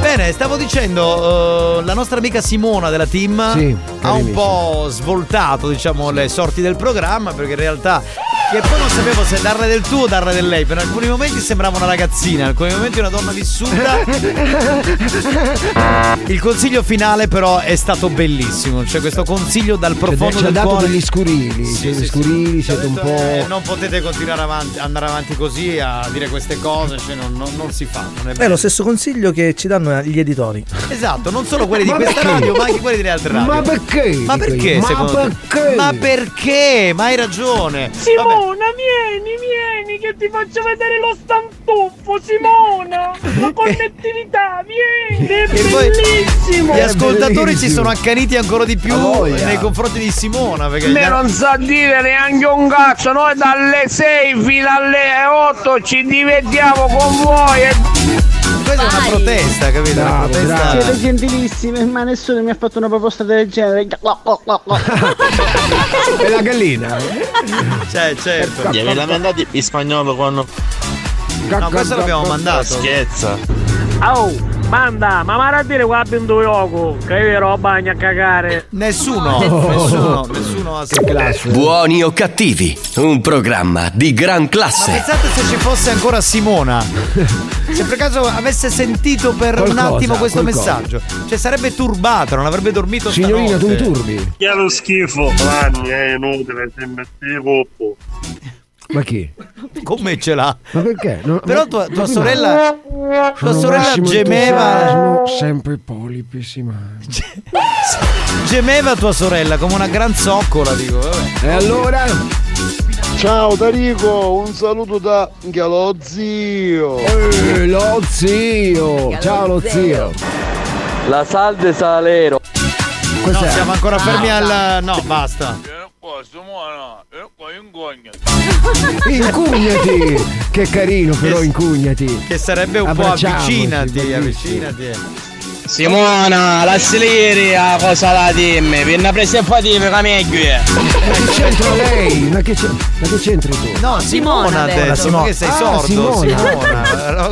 S6: Bene, stavo dicendo, eh, la nostra amica Simona della team
S66: Sì,
S6: ha
S66: cari
S6: un
S66: amici.
S6: po' svoltato, diciamo, le sorti del programma, perché in realtà. Che poi non sapevo se darle del tuo o darle del lei. Per alcuni momenti sembrava una ragazzina, in alcuni momenti una donna vissuta.
S5: [LAUGHS]
S6: Il consiglio finale, però, è stato bellissimo. Cioè, questo consiglio dal profondo
S5: Cioè, Ci ha
S6: del
S5: dato
S6: cuore.
S5: degli scurili, siete scurili, siete un
S6: Eh,
S5: po'.
S6: non potete continuare avanti, andare avanti così a dire queste cose, cioè non, non- non si fa. Non è
S66: È
S5: Eh,
S6: bello.
S66: lo stesso consiglio che ci danno gli editori.
S6: Esatto, non solo quelli di
S66: Ma
S6: questa
S66: perché?
S6: radio, ma anche quelli delle altre radio.
S66: Ma perché?
S6: Ma
S66: dico io.
S6: perché?
S66: Ma
S6: secondo te?
S66: perché?
S6: Ma perché? Ma hai ragione.
S22: Simona, vieni, vieni, che ti faccio vedere lo stantuffo, Simona! La connettività, vieni, è
S6: E poi
S22: bellissimo!
S6: gli ascoltatori si sono accaniti ancora di più
S8: eh.
S6: nei confronti di Simona. Perché
S22: Me non so dire neanche un cazzo, noi dalle 6 fino alle 8 ci divertiamo con voi e...
S6: Questa è una protesta, capito? una protesta.
S35: Siete gentilissime, ma nessuno mi ha fatto una proposta del genere.
S5: E la gallina.
S6: Cioè, certo.
S8: vi lamentate in spagnolo quando.
S6: No, questo l'abbiamo mandato.
S8: Scherza.
S35: Oh, manda, ma mara a dire qua abbiamo gioco, che io ero a bagno a cagare.
S6: Nessuno,
S8: Oh.
S6: nessuno, nessuno ha
S2: Buoni o cattivi, un programma di gran
S6: Ma
S2: classe.
S6: pensate se ci fosse ancora Simona. Se per caso avesse sentito per un
S2: Qualcosa,
S6: attimo questo
S2: qualcosa.
S6: messaggio, cioè sarebbe turbata, non avrebbe dormito
S5: Signorina, tu mi
S6: stanotte.
S5: turbi.
S36: Che è lo schifo. Giovanni Eh, è inutile, se metti roppo.
S5: Ma chi?
S6: Come ce l'ha?
S5: Ma perché? No,
S6: Però
S5: ma-
S6: tua-
S5: ma
S6: tua
S5: prima-
S6: sorella-
S5: Sono
S6: tua sorella
S5: Massimo
S6: gemeva-
S5: Entusiasmo, Sempre i polipi si mangiano.
S6: Gemeva tua sorella come una gran zoccola, dico. vabbè.
S5: E allora?
S36: Ciao Tarico, un saluto da Galo zio.
S5: Eh, lo zio. Ciao lo zio.
S1: La salde Salero.
S6: No, siamo ancora fermi
S5: Ah,
S6: al. No, basta.
S5: Incugnati! Che carino però,
S6: Che-
S5: incugnati.
S6: Che sarebbe un po'
S5: Abbracciamoci,
S6: avvicinati,
S5: bellissimo.
S6: avvicinati.
S23: Simona, la a cosa la dimmi, vieni a presa e fatti per la meglio.
S5: Ma che c'entra lei? Ma che c'è- ma che c'entri tu?
S6: No, Eh, certo. Simona
S5: ha
S6: adesso,
S5: detto.
S6: perché sei
S5: Ah,
S6: sordo,
S5: Simona.
S6: Simona.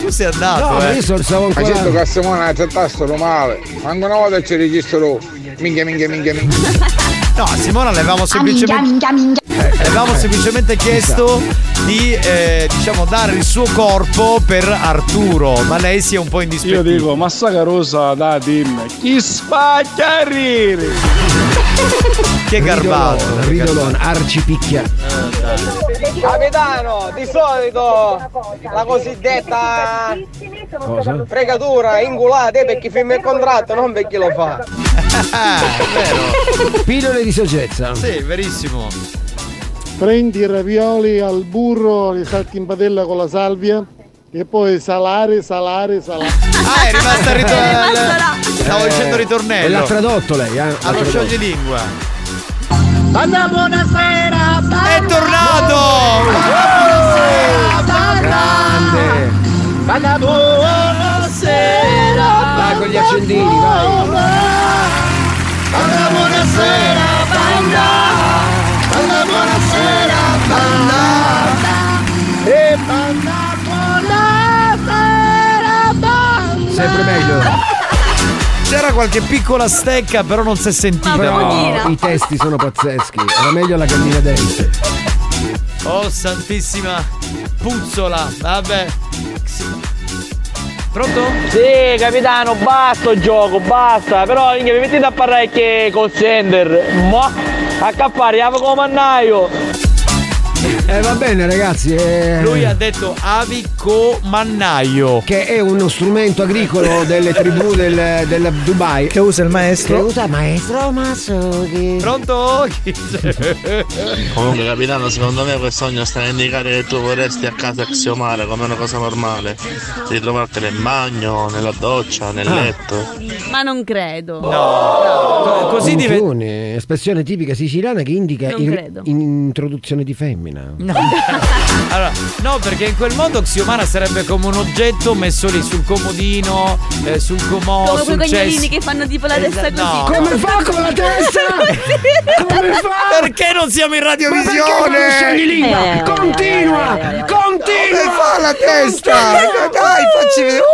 S6: tu sei andato,
S5: No, ma
S6: eh.
S5: io so- stavo
S31: Ma
S5: ancora.
S31: certo che Simone ha trattato male, anche una volta ci registro minchia minchia minchia minchia.
S6: No, a Simona le avevamo semplicemente. Eh, Le
S5: Eh,
S6: avevamo semplicemente chiesto di eh, diciamo dare il suo corpo per Arturo, ma lei si è un po'
S27: Io
S6: indispettita.
S27: dico, massacrosa da team, chi spacca a ridere?
S6: Che garbato,
S5: Ridolon,
S6: che
S5: Ridolon, arcipicchia.
S6: Ah.
S14: Capitano, di solito la cosiddetta
S5: Cosa?
S14: fregatura ingulata è per chi firma il contratto, non per chi lo
S6: [LAUGHS]
S14: fa.
S5: Pillole di saggezza.
S6: Sì, verissimo.
S27: Prendi i ravioli al burro, li salti in padella con la salvia e poi salare, salare, salare.
S6: Ah, è rimasta ritornella. Stavo
S5: Eh,
S6: dicendo
S5: E l'ha
S6: ritornello.
S5: tradotto lei, eh? L'ha
S6: Allo
S5: tradotto.
S6: scioglilingua.
S22: Banda, buonasera! È
S6: tornato!
S22: Buonasera! Banda! Banda, buonasera! Vai con gli accendini, vai! Banda, buonasera! Banda! Banda, buonasera! Banda! E banda, buonasera! Banda!
S5: Sempre meglio.
S6: C'era qualche piccola stecca, però non si è sentita.
S5: Però i testi sono pazzeschi. Era meglio la gallina dance.
S6: Oh santissima puzzola, vabbè. Pronto?
S14: Sì, capitano, basta il gioco, basta. Però minchia, mi mettete a parlare che call center. Mo, a cappare, come mannaio.
S5: Eh, va bene, ragazzi. eh.
S6: Lui ha detto Avico Mannaio.
S5: Che è uno strumento agricolo delle tribù del, del Dubai. Che usa il maestro? Che usa il maestro Masugi.
S6: Pronto?
S8: Comunque capitano, secondo me questo sogno sta a indicare che tu vorresti a casa axiomare come una cosa normale. Ritrovarti nel bagno, nella doccia, nel letto.
S32: Ma non credo.
S6: Cioè,
S5: Così dive... espressione tipica siciliana che indica
S32: Non
S5: in-
S32: credo.
S5: in- introduzione di femmina.
S6: Allora, no, perché in quel modo Xiomara sarebbe come un oggetto messo lì sul comodino, eh, sul comò,
S32: Come quei
S6: sul cesso.
S32: cognolini che fanno tipo la testa così.
S6: Esatto. no. Come
S5: fa con la
S32: [LAUGHS]
S5: testa? Come fa?
S6: Perché non siamo in
S5: Ma perché non
S6: radiovisione?
S5: scegli lingua?
S22: Eh,
S5: Continua! Continua!
S22: Come fa la testa? Dai, facci vedere.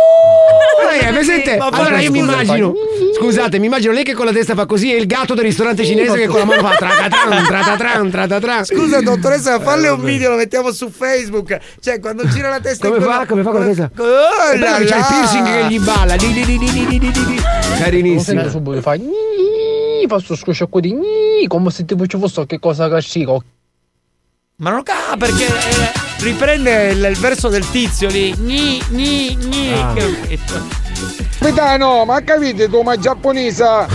S5: Lei è presente?
S22: Ma poi-
S5: allora io mi
S22: scusa,
S5: immagino. Scusate, mi immagino lei che con la testa fa così e il gatto del ristorante cinese che con la mano fa tratatran, tratatran, tratatran.
S22: Scusa, dottoressa,
S5: Eh,
S22: falle un
S5: vabbè.
S22: video, lo mettiamo su Facebook. Cioè, quando gira la testa
S5: Come
S22: in quella-
S5: fa? Come fa con la testa?
S22: Oh,
S5: E poi
S22: là,
S5: c'è il
S22: là.
S5: piercing che gli balla. Di, di, di, di, di, di, di, di. Carinissimo.
S67: Sento subito fa "Gni", fa sto scrosciacco di "Gni", come se tipo ci fosse che cosa cascico.
S6: Ma non ca perché eh, riprende il, il verso del tizio lì. Gni, gni, gni.
S31: Ah.
S6: Capito?
S31: Capitano, ma capite tu, ma giapponese?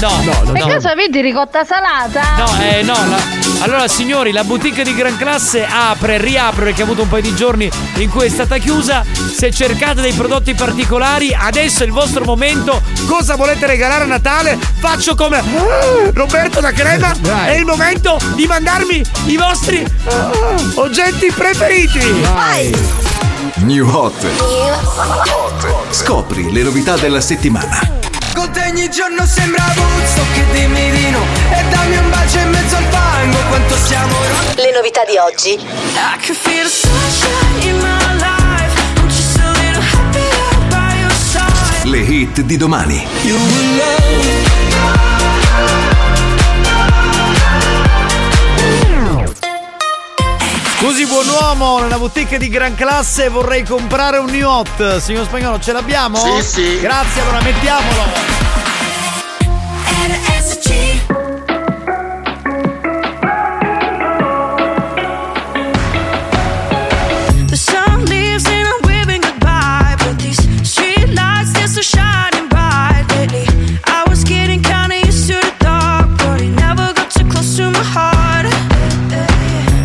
S6: No, no, no.
S68: Per caso avete ricotta salata?
S6: No, eh, no, la- allora signori, la boutique di Gran Classe apre, riapre perché ha avuto un paio di giorni in cui è stata chiusa. Se cercate dei prodotti particolari, adesso è il vostro momento. Cosa volete regalare a Natale? Faccio come Roberto da Crema.
S22: Vai.
S6: È il momento di mandarmi i
S22: eh,
S6: vostri oggetti preferiti.
S17: New Hot. Scopri le novità della settimana.
S22: Con te ogni giorno sembra puzzo che dimmi di no E dammi un bacio in mezzo al fango quanto siamo Le novità di oggi
S17: Le hit di domani.
S6: Scusi buon uomo, nella boutique di gran classe vorrei comprare un new hot. Signor spagnolo, ce l'abbiamo?
S22: Sì, sì.
S6: Grazie, allora mettiamolo.
S15: The sun leaves and I'm waving goodbye, but these streetlights they're so shining bright lately. I was getting kinda used to the dark, but it never got too close to my heart.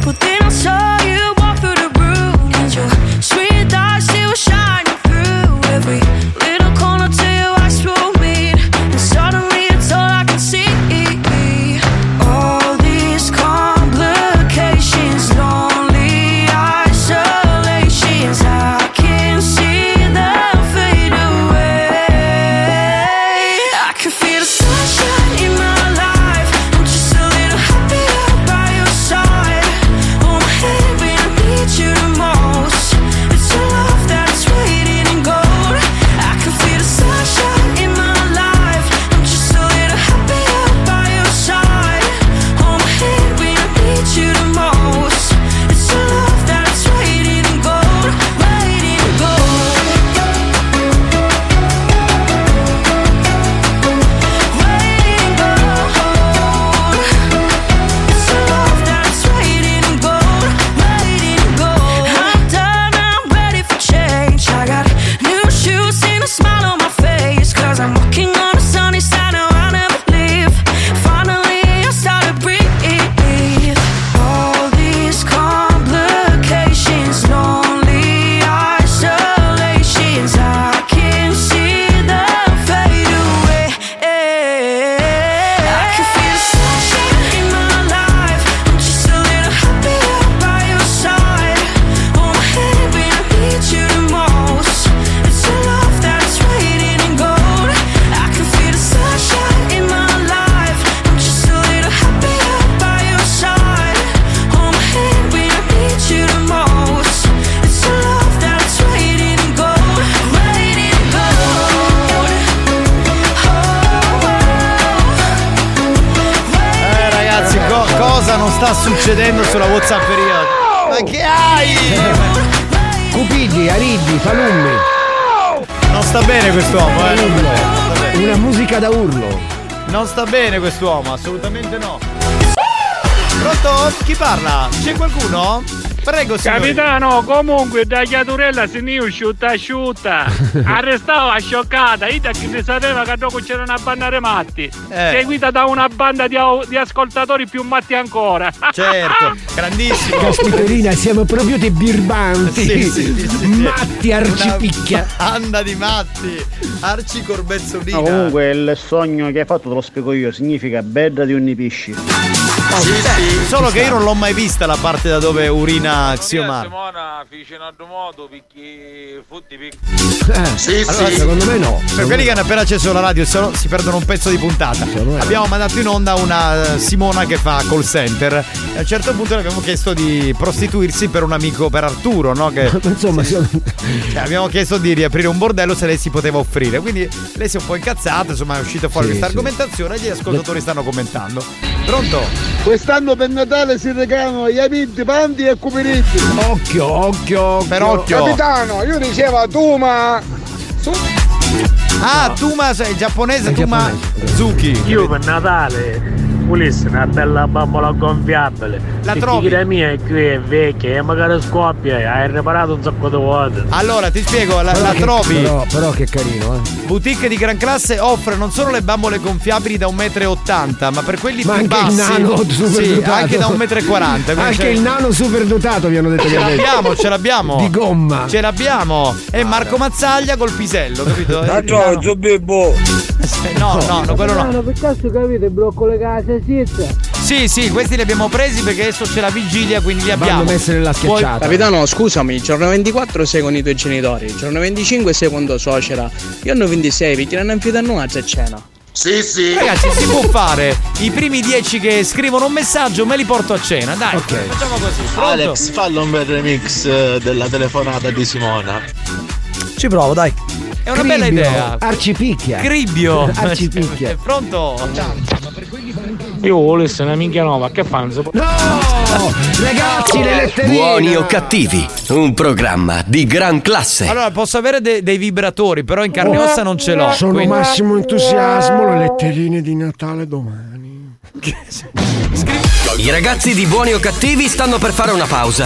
S15: But then I saw you walk through the room, and your sweet lights they were shining through every little corner till your eyes will meet, and suddenly it's all I can see. All these complications, lonely isolations, I can see them fade away. I can feel the sunshine in my life. I'm just a little happier by your side. Oh my heaven, I need you the most. It's your love that's waiting in gold. I can feel the sunshine in my life. I'm just a little happier by your side. Oh my heaven, I need you the most. It's your love that's waiting in gold, waiting in gold. Lonely isolations, I can see them fade away. I can feel the sunshine in my life. I'm just a little happier by your side. Oh my baby, I need you the most. It's your love that's waiting in gold. I can feel the sunshine in my life. I'm just a little happier by your side. Oh my baby, I need you the most. It's your love that's waiting in gold, waiting in gold.
S6: Eh ragazzi, co- cosa non sta succedendo sulla Whatsapperia?
S22: Oh!
S6: Ma che hai?
S22: Eh,
S5: Cupidi, Aridi, Palummi.
S6: Non sta bene quest'uomo, eh.
S5: Una
S6: [LAUGHS]
S5: musica da urlo.
S6: Non sta bene quest'uomo, assolutamente no. Pronto? Chi parla? C'è qualcuno? Prego, signori.
S27: Capitano, comunque da chiaturella se ne asciutta
S6: [LAUGHS]
S27: asciutta. Arrestava scioccata, Ida che ne sapeva che dopo c'era una banda di matti.
S6: Eh.
S27: Seguita da una banda di, au- di ascoltatori più matti ancora. [LAUGHS]
S6: Certo, grandissimo.
S5: Caspiterina, siamo proprio dei birbanti.
S6: Sì, sì, sì, sì.
S5: Matti arcipicchia. Ah,
S6: Anda di matti. Arci Corbezzolina.
S14: No,
S5: oh.
S14: comunque il sogno che hai fatto te lo spiego io, significa bedda di ogni pisci.
S6: Sì, sì. Solo che io non l'ho mai vista la parte da dove urina Xiomara.
S5: Eh,
S15: Eh,
S5: Sì, allora, sì. secondo me no.
S6: Per quelli che hanno appena acceso la radio se no, si perdono un pezzo di puntata. Abbiamo mandato in onda una eh, Simona che fa call center. E a un certo punto le abbiamo chiesto di prostituirsi per un amico, per Arturo, no? Che
S5: [LAUGHS] Insomma, siamo-
S6: [LAUGHS] cioè, abbiamo chiesto di riaprire un bordello se lei si poteva offrire. Quindi lei si è un po' incazzata, insomma, è uscita fuori
S5: Sì,
S6: questa
S5: sì.
S6: argomentazione e gli ascoltatori stanno commentando. Pronto?
S31: Quest'anno per Natale si regalano gli amici, panti e cupirizzi.
S5: Occhio, occhio, occhio.
S6: Per occhio.
S31: Capitano, io dicevo tu ma...
S6: Ah, Tuma sei giapponese, Tuma Zuki.
S27: Io per Natale volessi una bella bambola gonfiabile.
S6: La
S27: Perché
S6: trovi?
S27: La mia è qui è vecchia e magari scoppia, e hai riparato un sacco di volte.
S6: Allora, ti spiego, la, la
S27: che-
S6: trovi.
S5: Però, però che carino, eh.
S6: Boutique di gran classe offre non solo le bambole gonfiabili da 1,80 m, Ah, ma per quelli
S5: Ma
S6: più
S5: anche il
S6: bassi.
S5: nano super
S6: sì, anche da 1,40 m.
S5: Anche il nano superdotato vi hanno detto
S6: Ce
S5: che ha detto.
S6: l'abbiamo, ce l'abbiamo.
S5: Di gomma.
S6: Ce l'abbiamo. E Marco Mazzaglia col pisello, capito?
S5: Ma
S6: Eh,
S5: no,
S6: il Eh, No, no, no, quello no.
S69: per caso capite, broccole casa siete.
S6: Sì, sì, questi li abbiamo presi perché adesso c'è la vigilia, quindi li abbiamo. Puoi-
S14: Capitano, scusami, il giorno 24 sei con i tuoi genitori, il giorno 25 sei con tua suocera, io hanno 26 perché non hanno più da noi a cena.
S6: Sì, sì. Ragazzi, si può fare. I primi 10 che scrivono un messaggio me li porto a cena, dai. Facciamo così. Pronto?
S70: Alex, fallo un bel remix eh, della telefonata di Simona.
S7: Ci provo, dai.
S6: È una bella idea.
S5: Arcipicchia.
S6: Cribbio. [LAUGHS] Cioè,
S5: Arcipicchia.
S6: Pronto?
S27: Io volessi una minchia nuova, che fanno?
S5: No! Ragazzi, le letterine.
S2: Buoni o cattivi, un programma di gran classe.
S6: Allora, posso avere de- dei vibratori, però in carne e ossa non ce l'ho.
S5: Sono
S6: quindi-
S5: massimo entusiasmo le letterine di Natale domani.
S2: I ragazzi di Buoni o cattivi stanno per fare una pausa.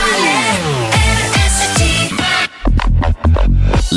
S15: RSC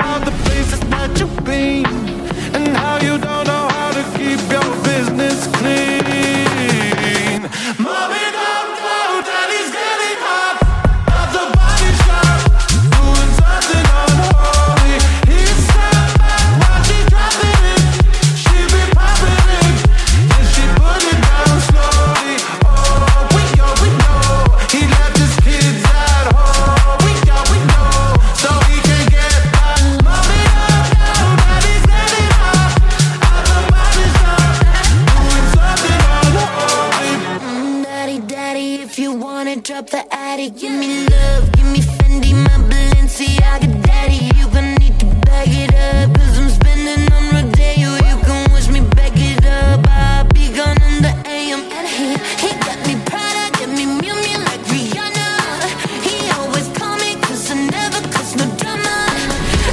S14: Eh,
S15: Oh,
S7: drop the attic. Give me love, give me Fendi, my Balenciaga daddy. You gon' need to bag it up, cause I'm spending on Rodeo. You can wish me back it up. I'll be gone in the AM. And he, he got me Prada, get me Mew Mew like Rihanna. He always call me cause I never cause no drama.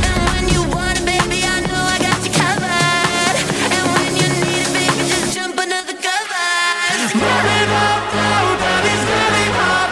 S7: And when you want it, baby, I know I got you covered. And when you need it, baby, just jump under the covers. Running up, down, down, it's running up.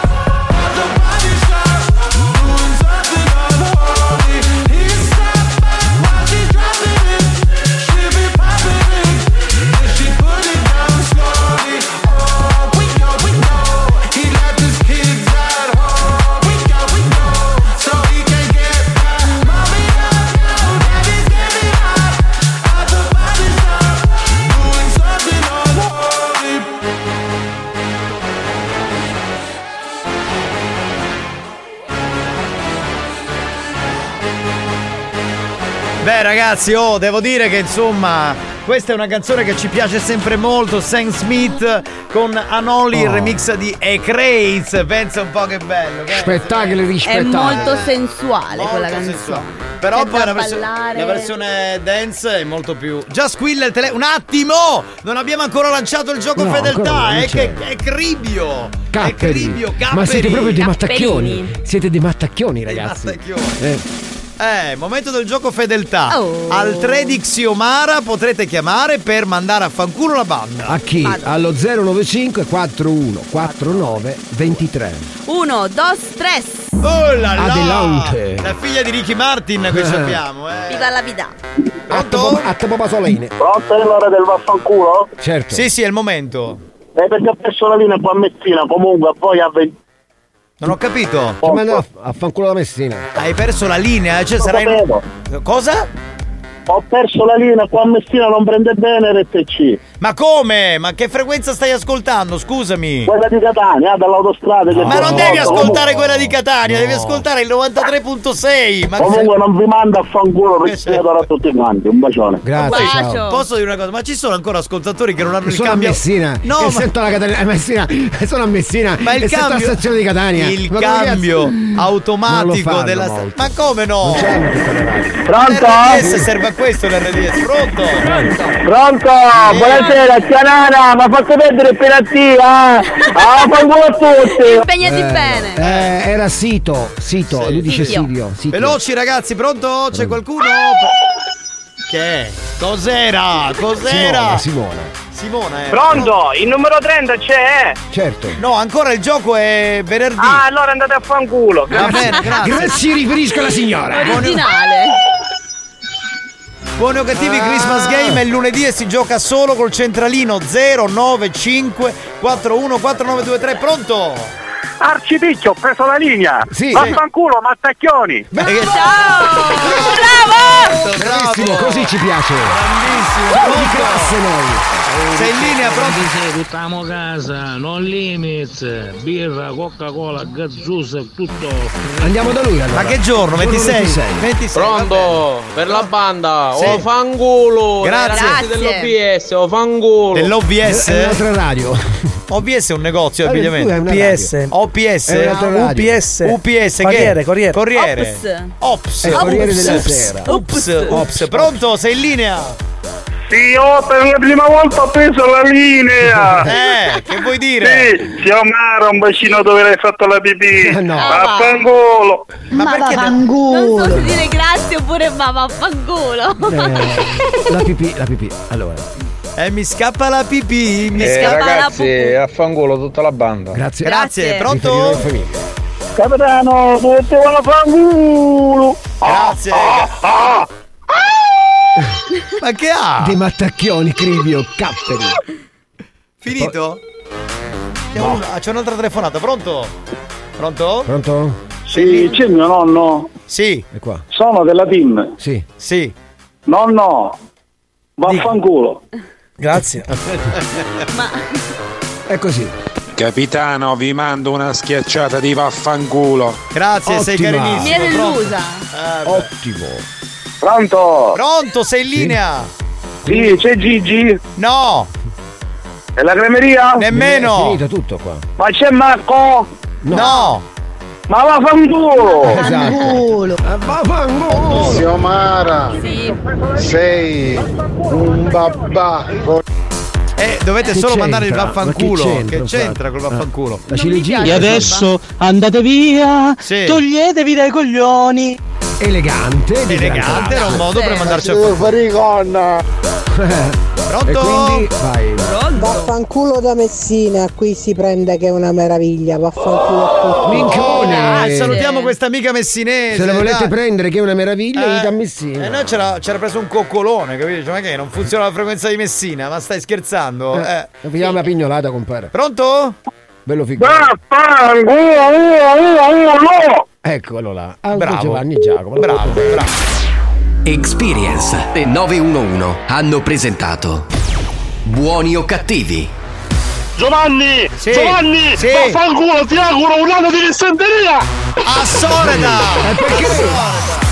S6: Beh ragazzi, oh, devo dire che insomma, questa è una canzone che ci piace sempre molto, Sam Smith con Anoli,
S5: Oh.
S6: il remix di E Crates, pensa un po' che bello. pensa.
S5: Spettacoli di
S32: È
S5: spettacoli.
S32: molto sensuale quella canzone.
S6: Però
S32: C'è
S6: poi
S32: da
S6: la, versione-
S32: ballare.
S6: la versione dance è molto più. Già squilla il telefono. Un attimo! Non abbiamo ancora lanciato il gioco
S5: No, ancora
S6: fedeltà,
S5: non
S6: eh,
S5: c'è.
S6: che è cribio! È
S5: Capperi.
S6: cribio, capperi!
S5: Ma siete proprio dei mattacchioni. Siete dei mattacchioni, ragazzi. Eh,
S6: Eh, momento del gioco fedeltà.
S5: Oh.
S6: Al 3 di Xiomara potrete chiamare per mandare a fanculo la banda.
S5: a chi? Allo 095 41 49 23.
S32: Uno, dos, tres.
S6: Oh la
S5: Adelante.
S6: La figlia di Ricky Martin,
S5: Ah, Eh.
S6: che sappiamo, eh.
S32: Viva la vita.
S5: A te pasolene.
S14: Pronto è l'ora del vaffanculo?
S5: Certo.
S6: Sì, sì, è il momento.
S14: Eh, perché ho perso la linea qua a Messina, comunque, poi a 20.
S6: Non ho capito.
S5: Come andava a- a fanculo la Messina?
S6: Hai perso la linea, eh? cioè
S14: Lo
S6: sarai.
S14: sapevo.
S6: Cosa?
S14: Ho perso la linea qua a Messina, non prende bene RTC.
S6: Ma come? Ma che frequenza stai ascoltando? Scusami.
S14: Quella di Catania, dall'autostrada. che
S6: Ah, Ma
S14: c'è
S6: non
S14: una
S6: devi
S14: volta,
S6: ascoltare
S14: comunque-
S6: quella di Catania, devi ascoltare il 93.6. Ma
S14: Comunque non vi mando a fanculo
S6: [LAUGHS]
S14: perché ora a tutti quanti. Un bacione.
S5: Ah,
S6: Poi, Posso dire una cosa? Ma ci sono ancora ascoltatori che non hanno il
S5: Sono a
S6: cambio.
S5: Messina.
S6: No,
S5: e
S6: ma-
S5: sento la Catania. eh, Messina. Sono a Messina.
S6: Ma il
S5: e sento la
S6: cambio-
S5: stazione di Catania.
S6: il
S5: Ma come
S6: cambio
S5: cazzo- Non lo
S6: automatico
S5: fanno
S6: della sta-
S5: molto.
S6: Ma come no?
S14: Pronto?
S6: RDS Ah, serve a questo l'RDS. Pronto?
S14: Pronto? Buonasera, Cianara, ma fate perdere il penaltino, eh? Ah, fanculo a tutti!
S32: Impegnati
S5: Eh,
S32: bene.
S5: eh, era Sito. Sito. Lui dice
S6: Silvio.
S5: Silvio. Sito.
S6: Veloci ragazzi, pronto? C'è qualcuno? Che? Cos'era? Cos'era?
S5: Simona, Simona.
S6: Simona, eh.
S14: Pronto? Il numero 30 c'è?
S5: Certo.
S6: No, ancora il gioco è venerdì.
S14: Ah, allora andate a fanculo.
S6: Va bene, grazie.
S5: Grazie, riferisco alla signora.
S32: Originale.
S6: Buoni o cattivi
S5: Ah.
S6: Christmas Game è lunedì e si gioca solo col centralino 095 414923. Pronto?
S14: Arcipicchio, ho preso la linea.
S5: Sì.
S14: Vaffanculo, mattacchioni.
S5: Oh, Bravissimo, così ci piace.
S6: Grandissimo.
S5: Di classe noi.
S6: Sei in linea, pronto?
S36: Buttiamo casa, non limits, birra, Coca-Cola, gazzusa, tutto.
S5: Andiamo da lui allora.
S36: Ma che giorno?
S5: Giorno
S36: 26?
S6: 26.
S36: Pronto, per la banda,
S6: Sì.
S36: o fangulo,
S6: Grazie.
S36: ragazzi
S6: Grazie.
S36: dell'OBS, o fangulo.
S6: Dell'OBS?
S5: È un'altra radio. Ah,
S6: OBS è un negozio di
S36: Radio
S6: abbigliamento.
S36: due è una
S6: OPS. OPS.
S36: È un'altra radio.
S6: UPS. UPS.
S36: Corriere,
S6: che?
S36: corriere.
S6: Corriere. Ops.
S36: È il Corriere
S6: Ops.
S36: della
S6: Ops.
S36: Sera.
S6: Ops. Ops. Pronto? Sei in linea?
S14: Sì, oh, per la prima volta ho preso la linea.
S6: Eh, che vuoi dire?
S14: Sì, Xiomara, un bacino dove l'hai fatto la
S6: [LAUGHS]
S14: pipì.
S5: No.
S14: Vaffanculo.
S32: Ma,
S6: perché-
S32: Non so se dire grazie oppure ma vaffanculo.
S5: Eh, la pipì, la pipì. Allora,
S6: Eh, mi scappa la pipì. Mi
S31: Eh,
S6: scappa la
S31: ragazzi, affanculo tutta la banda.
S5: grazie.
S6: Grazie.
S5: Riferirò in
S6: Pronto?
S5: famiglia.
S14: Capitano, mettevo la fanculo. Ah,
S6: Grazie. [LAUGHS] Ma che ha?
S5: Dei mattacchioni, Crivio, capperi.
S6: Finito? Abbiamo una- ah, C'è un'altra telefonata. Pronto? Pronto?
S5: Pronto?
S14: Sì, c'è mio nonno.
S6: Sì.
S5: È qua.
S14: Sono della team.
S5: Sì.
S6: Sì.
S14: Nonno, vaffanculo.
S5: [LAUGHS]
S66: Grazie.
S5: È così.
S31: Capitano, vi mando una schiacciata di vaffanculo.
S6: Grazie, sei
S31: Ottima.
S32: Mi
S6: carinissimo.
S32: ero
S6: Pronto? Eh.
S32: illusa.
S5: Ottimo.
S14: Pronto?
S6: Pronto, sei in linea?
S14: Sì, c'è Gigi.
S6: No.
S14: E la cremeria?
S6: Nemmeno.
S5: È finito tutto qua.
S14: Ma c'è Marco?
S5: No.
S7: Ma vaffanculo!
S6: Esatto.
S5: Vaffanculo!
S31: Mara, sei un babbà.
S6: Eh, dovete
S31: Che
S6: solo mandare il
S31: c'entra?
S6: vaffanculo.
S31: Ma che
S6: Che
S31: c'entra,
S6: c'entra, col
S31: infatti?
S6: vaffanculo?
S5: La ciliegina.
S14: E adesso andate via,
S6: Sì.
S14: toglietevi dai coglioni.
S5: Elegante.
S6: Elegante era un modo per mandarci a
S14: fuoco.
S31: fare gonna.
S6: [LAUGHS] Pronto?
S5: quindi vai.
S21: Vaffanculo da Messina, qui si prende che è una meraviglia, vaffanculo a tutti.
S6: Ah, salutiamo questa amica messinese.
S5: Se la volete
S6: dai.
S5: prendere, che è una meraviglia,
S6: Eh.
S5: gli da
S6: Eh,
S5: Messina.
S6: noi c'era, c'era preso un coccolone, capito? Dice, ma che non funziona la frequenza di Messina? Ma stai scherzando?
S5: Eh,
S6: Eh.
S5: la pigliamo la pignolata, compare.
S6: Pronto?
S5: Bello figo. Eccolo là. Aldo
S2: Bravo.
S5: Ecco, Giovanni Giacomo.
S2: Bravo,
S6: bravo.
S2: Experience e 911 hanno presentato Buoni o cattivi?
S7: Giovanni!
S2: Sì.
S7: Giovanni!
S2: Sì.
S7: Vaffanculo, ti auguro un anno di dissenteria!
S6: A Soreda!
S5: Eh,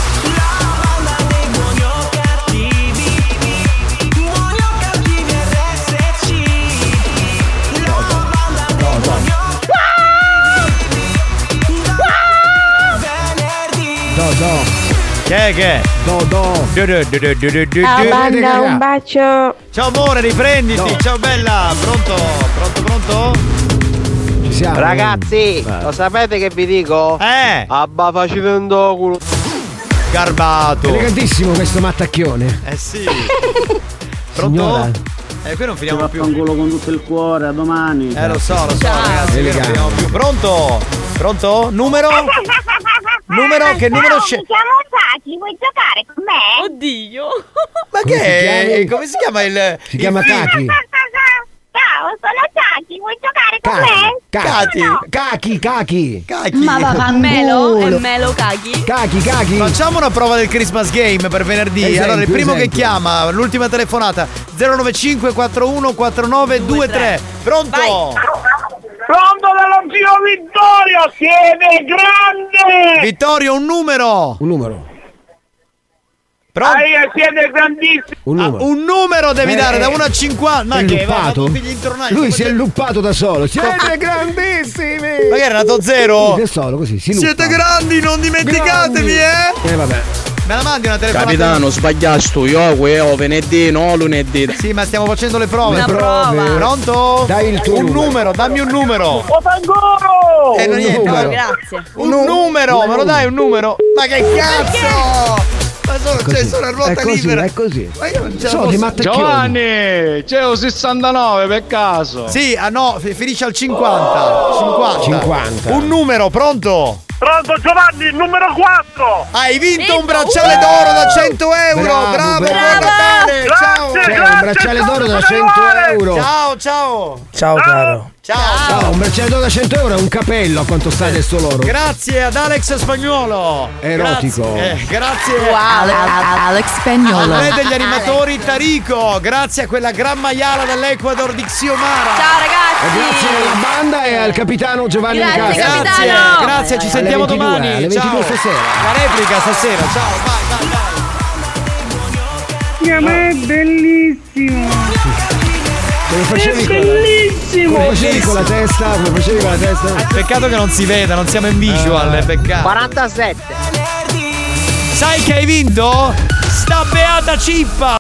S5: Do do.
S6: Che è che?
S5: Do do.
S6: Du, du, du, du, du, du,
S17: Ciao
S6: du.
S17: banda, un bacio.
S6: Ciao amore, riprenditi. Ciao bella. Pronto? Pronto, pronto?
S5: Ci siamo.
S14: Ragazzi, lo sapete che vi dico?
S6: Eh!
S14: Abba facete un doculo.
S6: Garbato.
S5: Elegantissimo questo mattacchione.
S6: Eh sì. [LAUGHS]
S5: Pronto? Signora.
S6: Eh, qui non finiamo più.
S71: Vaffanculo con tutto il cuore, a domani.
S6: Eh lo so, lo so, ragazzi, che non
S71: Elegante.
S6: finiamo più. Pronto? Pronto? Numero? Numero? Che numero c'è?
S15: Siamo Saki, vuoi giocare con me? Oddio!
S6: Ma
S15: Come si
S6: che è?
S15: chiami?
S6: Eh, Come si chiama il.
S5: Si chiama
S6: il-
S5: Taki.
S15: Ciao, sono Saki, vuoi giocare con me?
S5: Cacchi, cacchi, cacchi.
S32: Ma va, va, Melo e Melo Kagi.
S5: Cacchi, cacchi.
S6: Facciamo una prova del Christmas game per venerdì.
S5: Esempio,
S6: allora, il primo che
S5: esempio.
S6: chiama, l'ultima telefonata 095 41 49 23. Pronto?
S7: Pronto dalla zio Vittorio, siete
S32: Eh!
S7: grandi!
S6: Vittorio, un numero.
S5: Un numero.
S6: Pronto?
S7: Ahia, siete grandissimi!
S5: Un
S6: Ah,
S5: numero.
S6: un numero devi
S5: Eh,
S6: dare da
S5: eh,
S6: 1 a 50. Ma
S5: è
S6: che va,
S5: luppato?
S6: tutti gli intornati.
S5: Lui si è luppato da solo. [LAUGHS] Siete
S6: Siete
S5: grandissimi!
S6: Ma che era nato zero?
S5: Da solo, così. Si
S6: Siete
S5: luppa.
S6: grandi, non dimenticatevi, eh!
S5: Eh vabbè.
S6: Me la mandi una telefonata?
S72: Capitano, sbagliasto, io quello venerdì, no lunedì.
S6: Sì, ma stiamo facendo le prove.
S72: Una prova.
S6: Pronto?
S72: Dai il tuo
S6: un numero. dammi un numero.
S7: Vaffanculo!
S6: Eh, non niente,
S7: Oh, numero.
S6: dai.
S32: Grazie.
S6: Un numero, me lo dai un numero? Ma che cazzo! Ma sono, cioè, sono a ruota
S5: è così,
S6: libera.
S5: è così.
S6: Ma io non ce la
S5: Sono
S6: posso-
S5: dei mattacchioni.
S6: Giovanni,
S71: c'è un 69 per caso.
S6: Sì, ah no, fi- finisce al 50. 50.
S5: 50.
S6: Un numero, pronto?
S7: Pronto Giovanni, numero 4!
S6: Hai vinto un bracciale d'oro da 100 euro. Bravo,
S5: Bravo,
S6: buon
S5: bravo.
S6: Natale. Ciao.
S5: Cioè, un bracciale d'oro da 100 euro.
S6: Ciao, ciao.
S5: Ciao caro.
S6: Ciao.
S5: Ciao, un bracciale d'oro da 100 euro è un capello a quanto sta adesso loro.
S6: Grazie ad Alex Spagnolo.
S5: Erotico.
S6: Grazie, eh, grazie.
S32: Wow, Alex Spagnolo.
S6: A me degli animatori Tarico, grazie a quella gran maiala dell'Ecuador di Xiomara.
S32: Ciao ragazzi.
S5: E grazie alla banda e al capitano Giovanni
S32: Grazie,
S5: Nicastro.
S6: Grazie,
S32: capitano.
S6: grazie, ci sentiamo
S5: Alle 22,
S6: domani.
S5: alle 22
S6: ciao.
S5: stasera.
S6: La replica stasera, ciao.
S23: Mia me è bellissimo.
S5: Come facevi
S23: È
S5: con la-
S23: bellissimo.
S5: Come facevi con la testa? Come facevi con la testa?
S6: Peccato che non si veda, non siamo in visual, eh, peccato.
S14: 47.
S6: Sai che hai vinto? Sta beata cippa!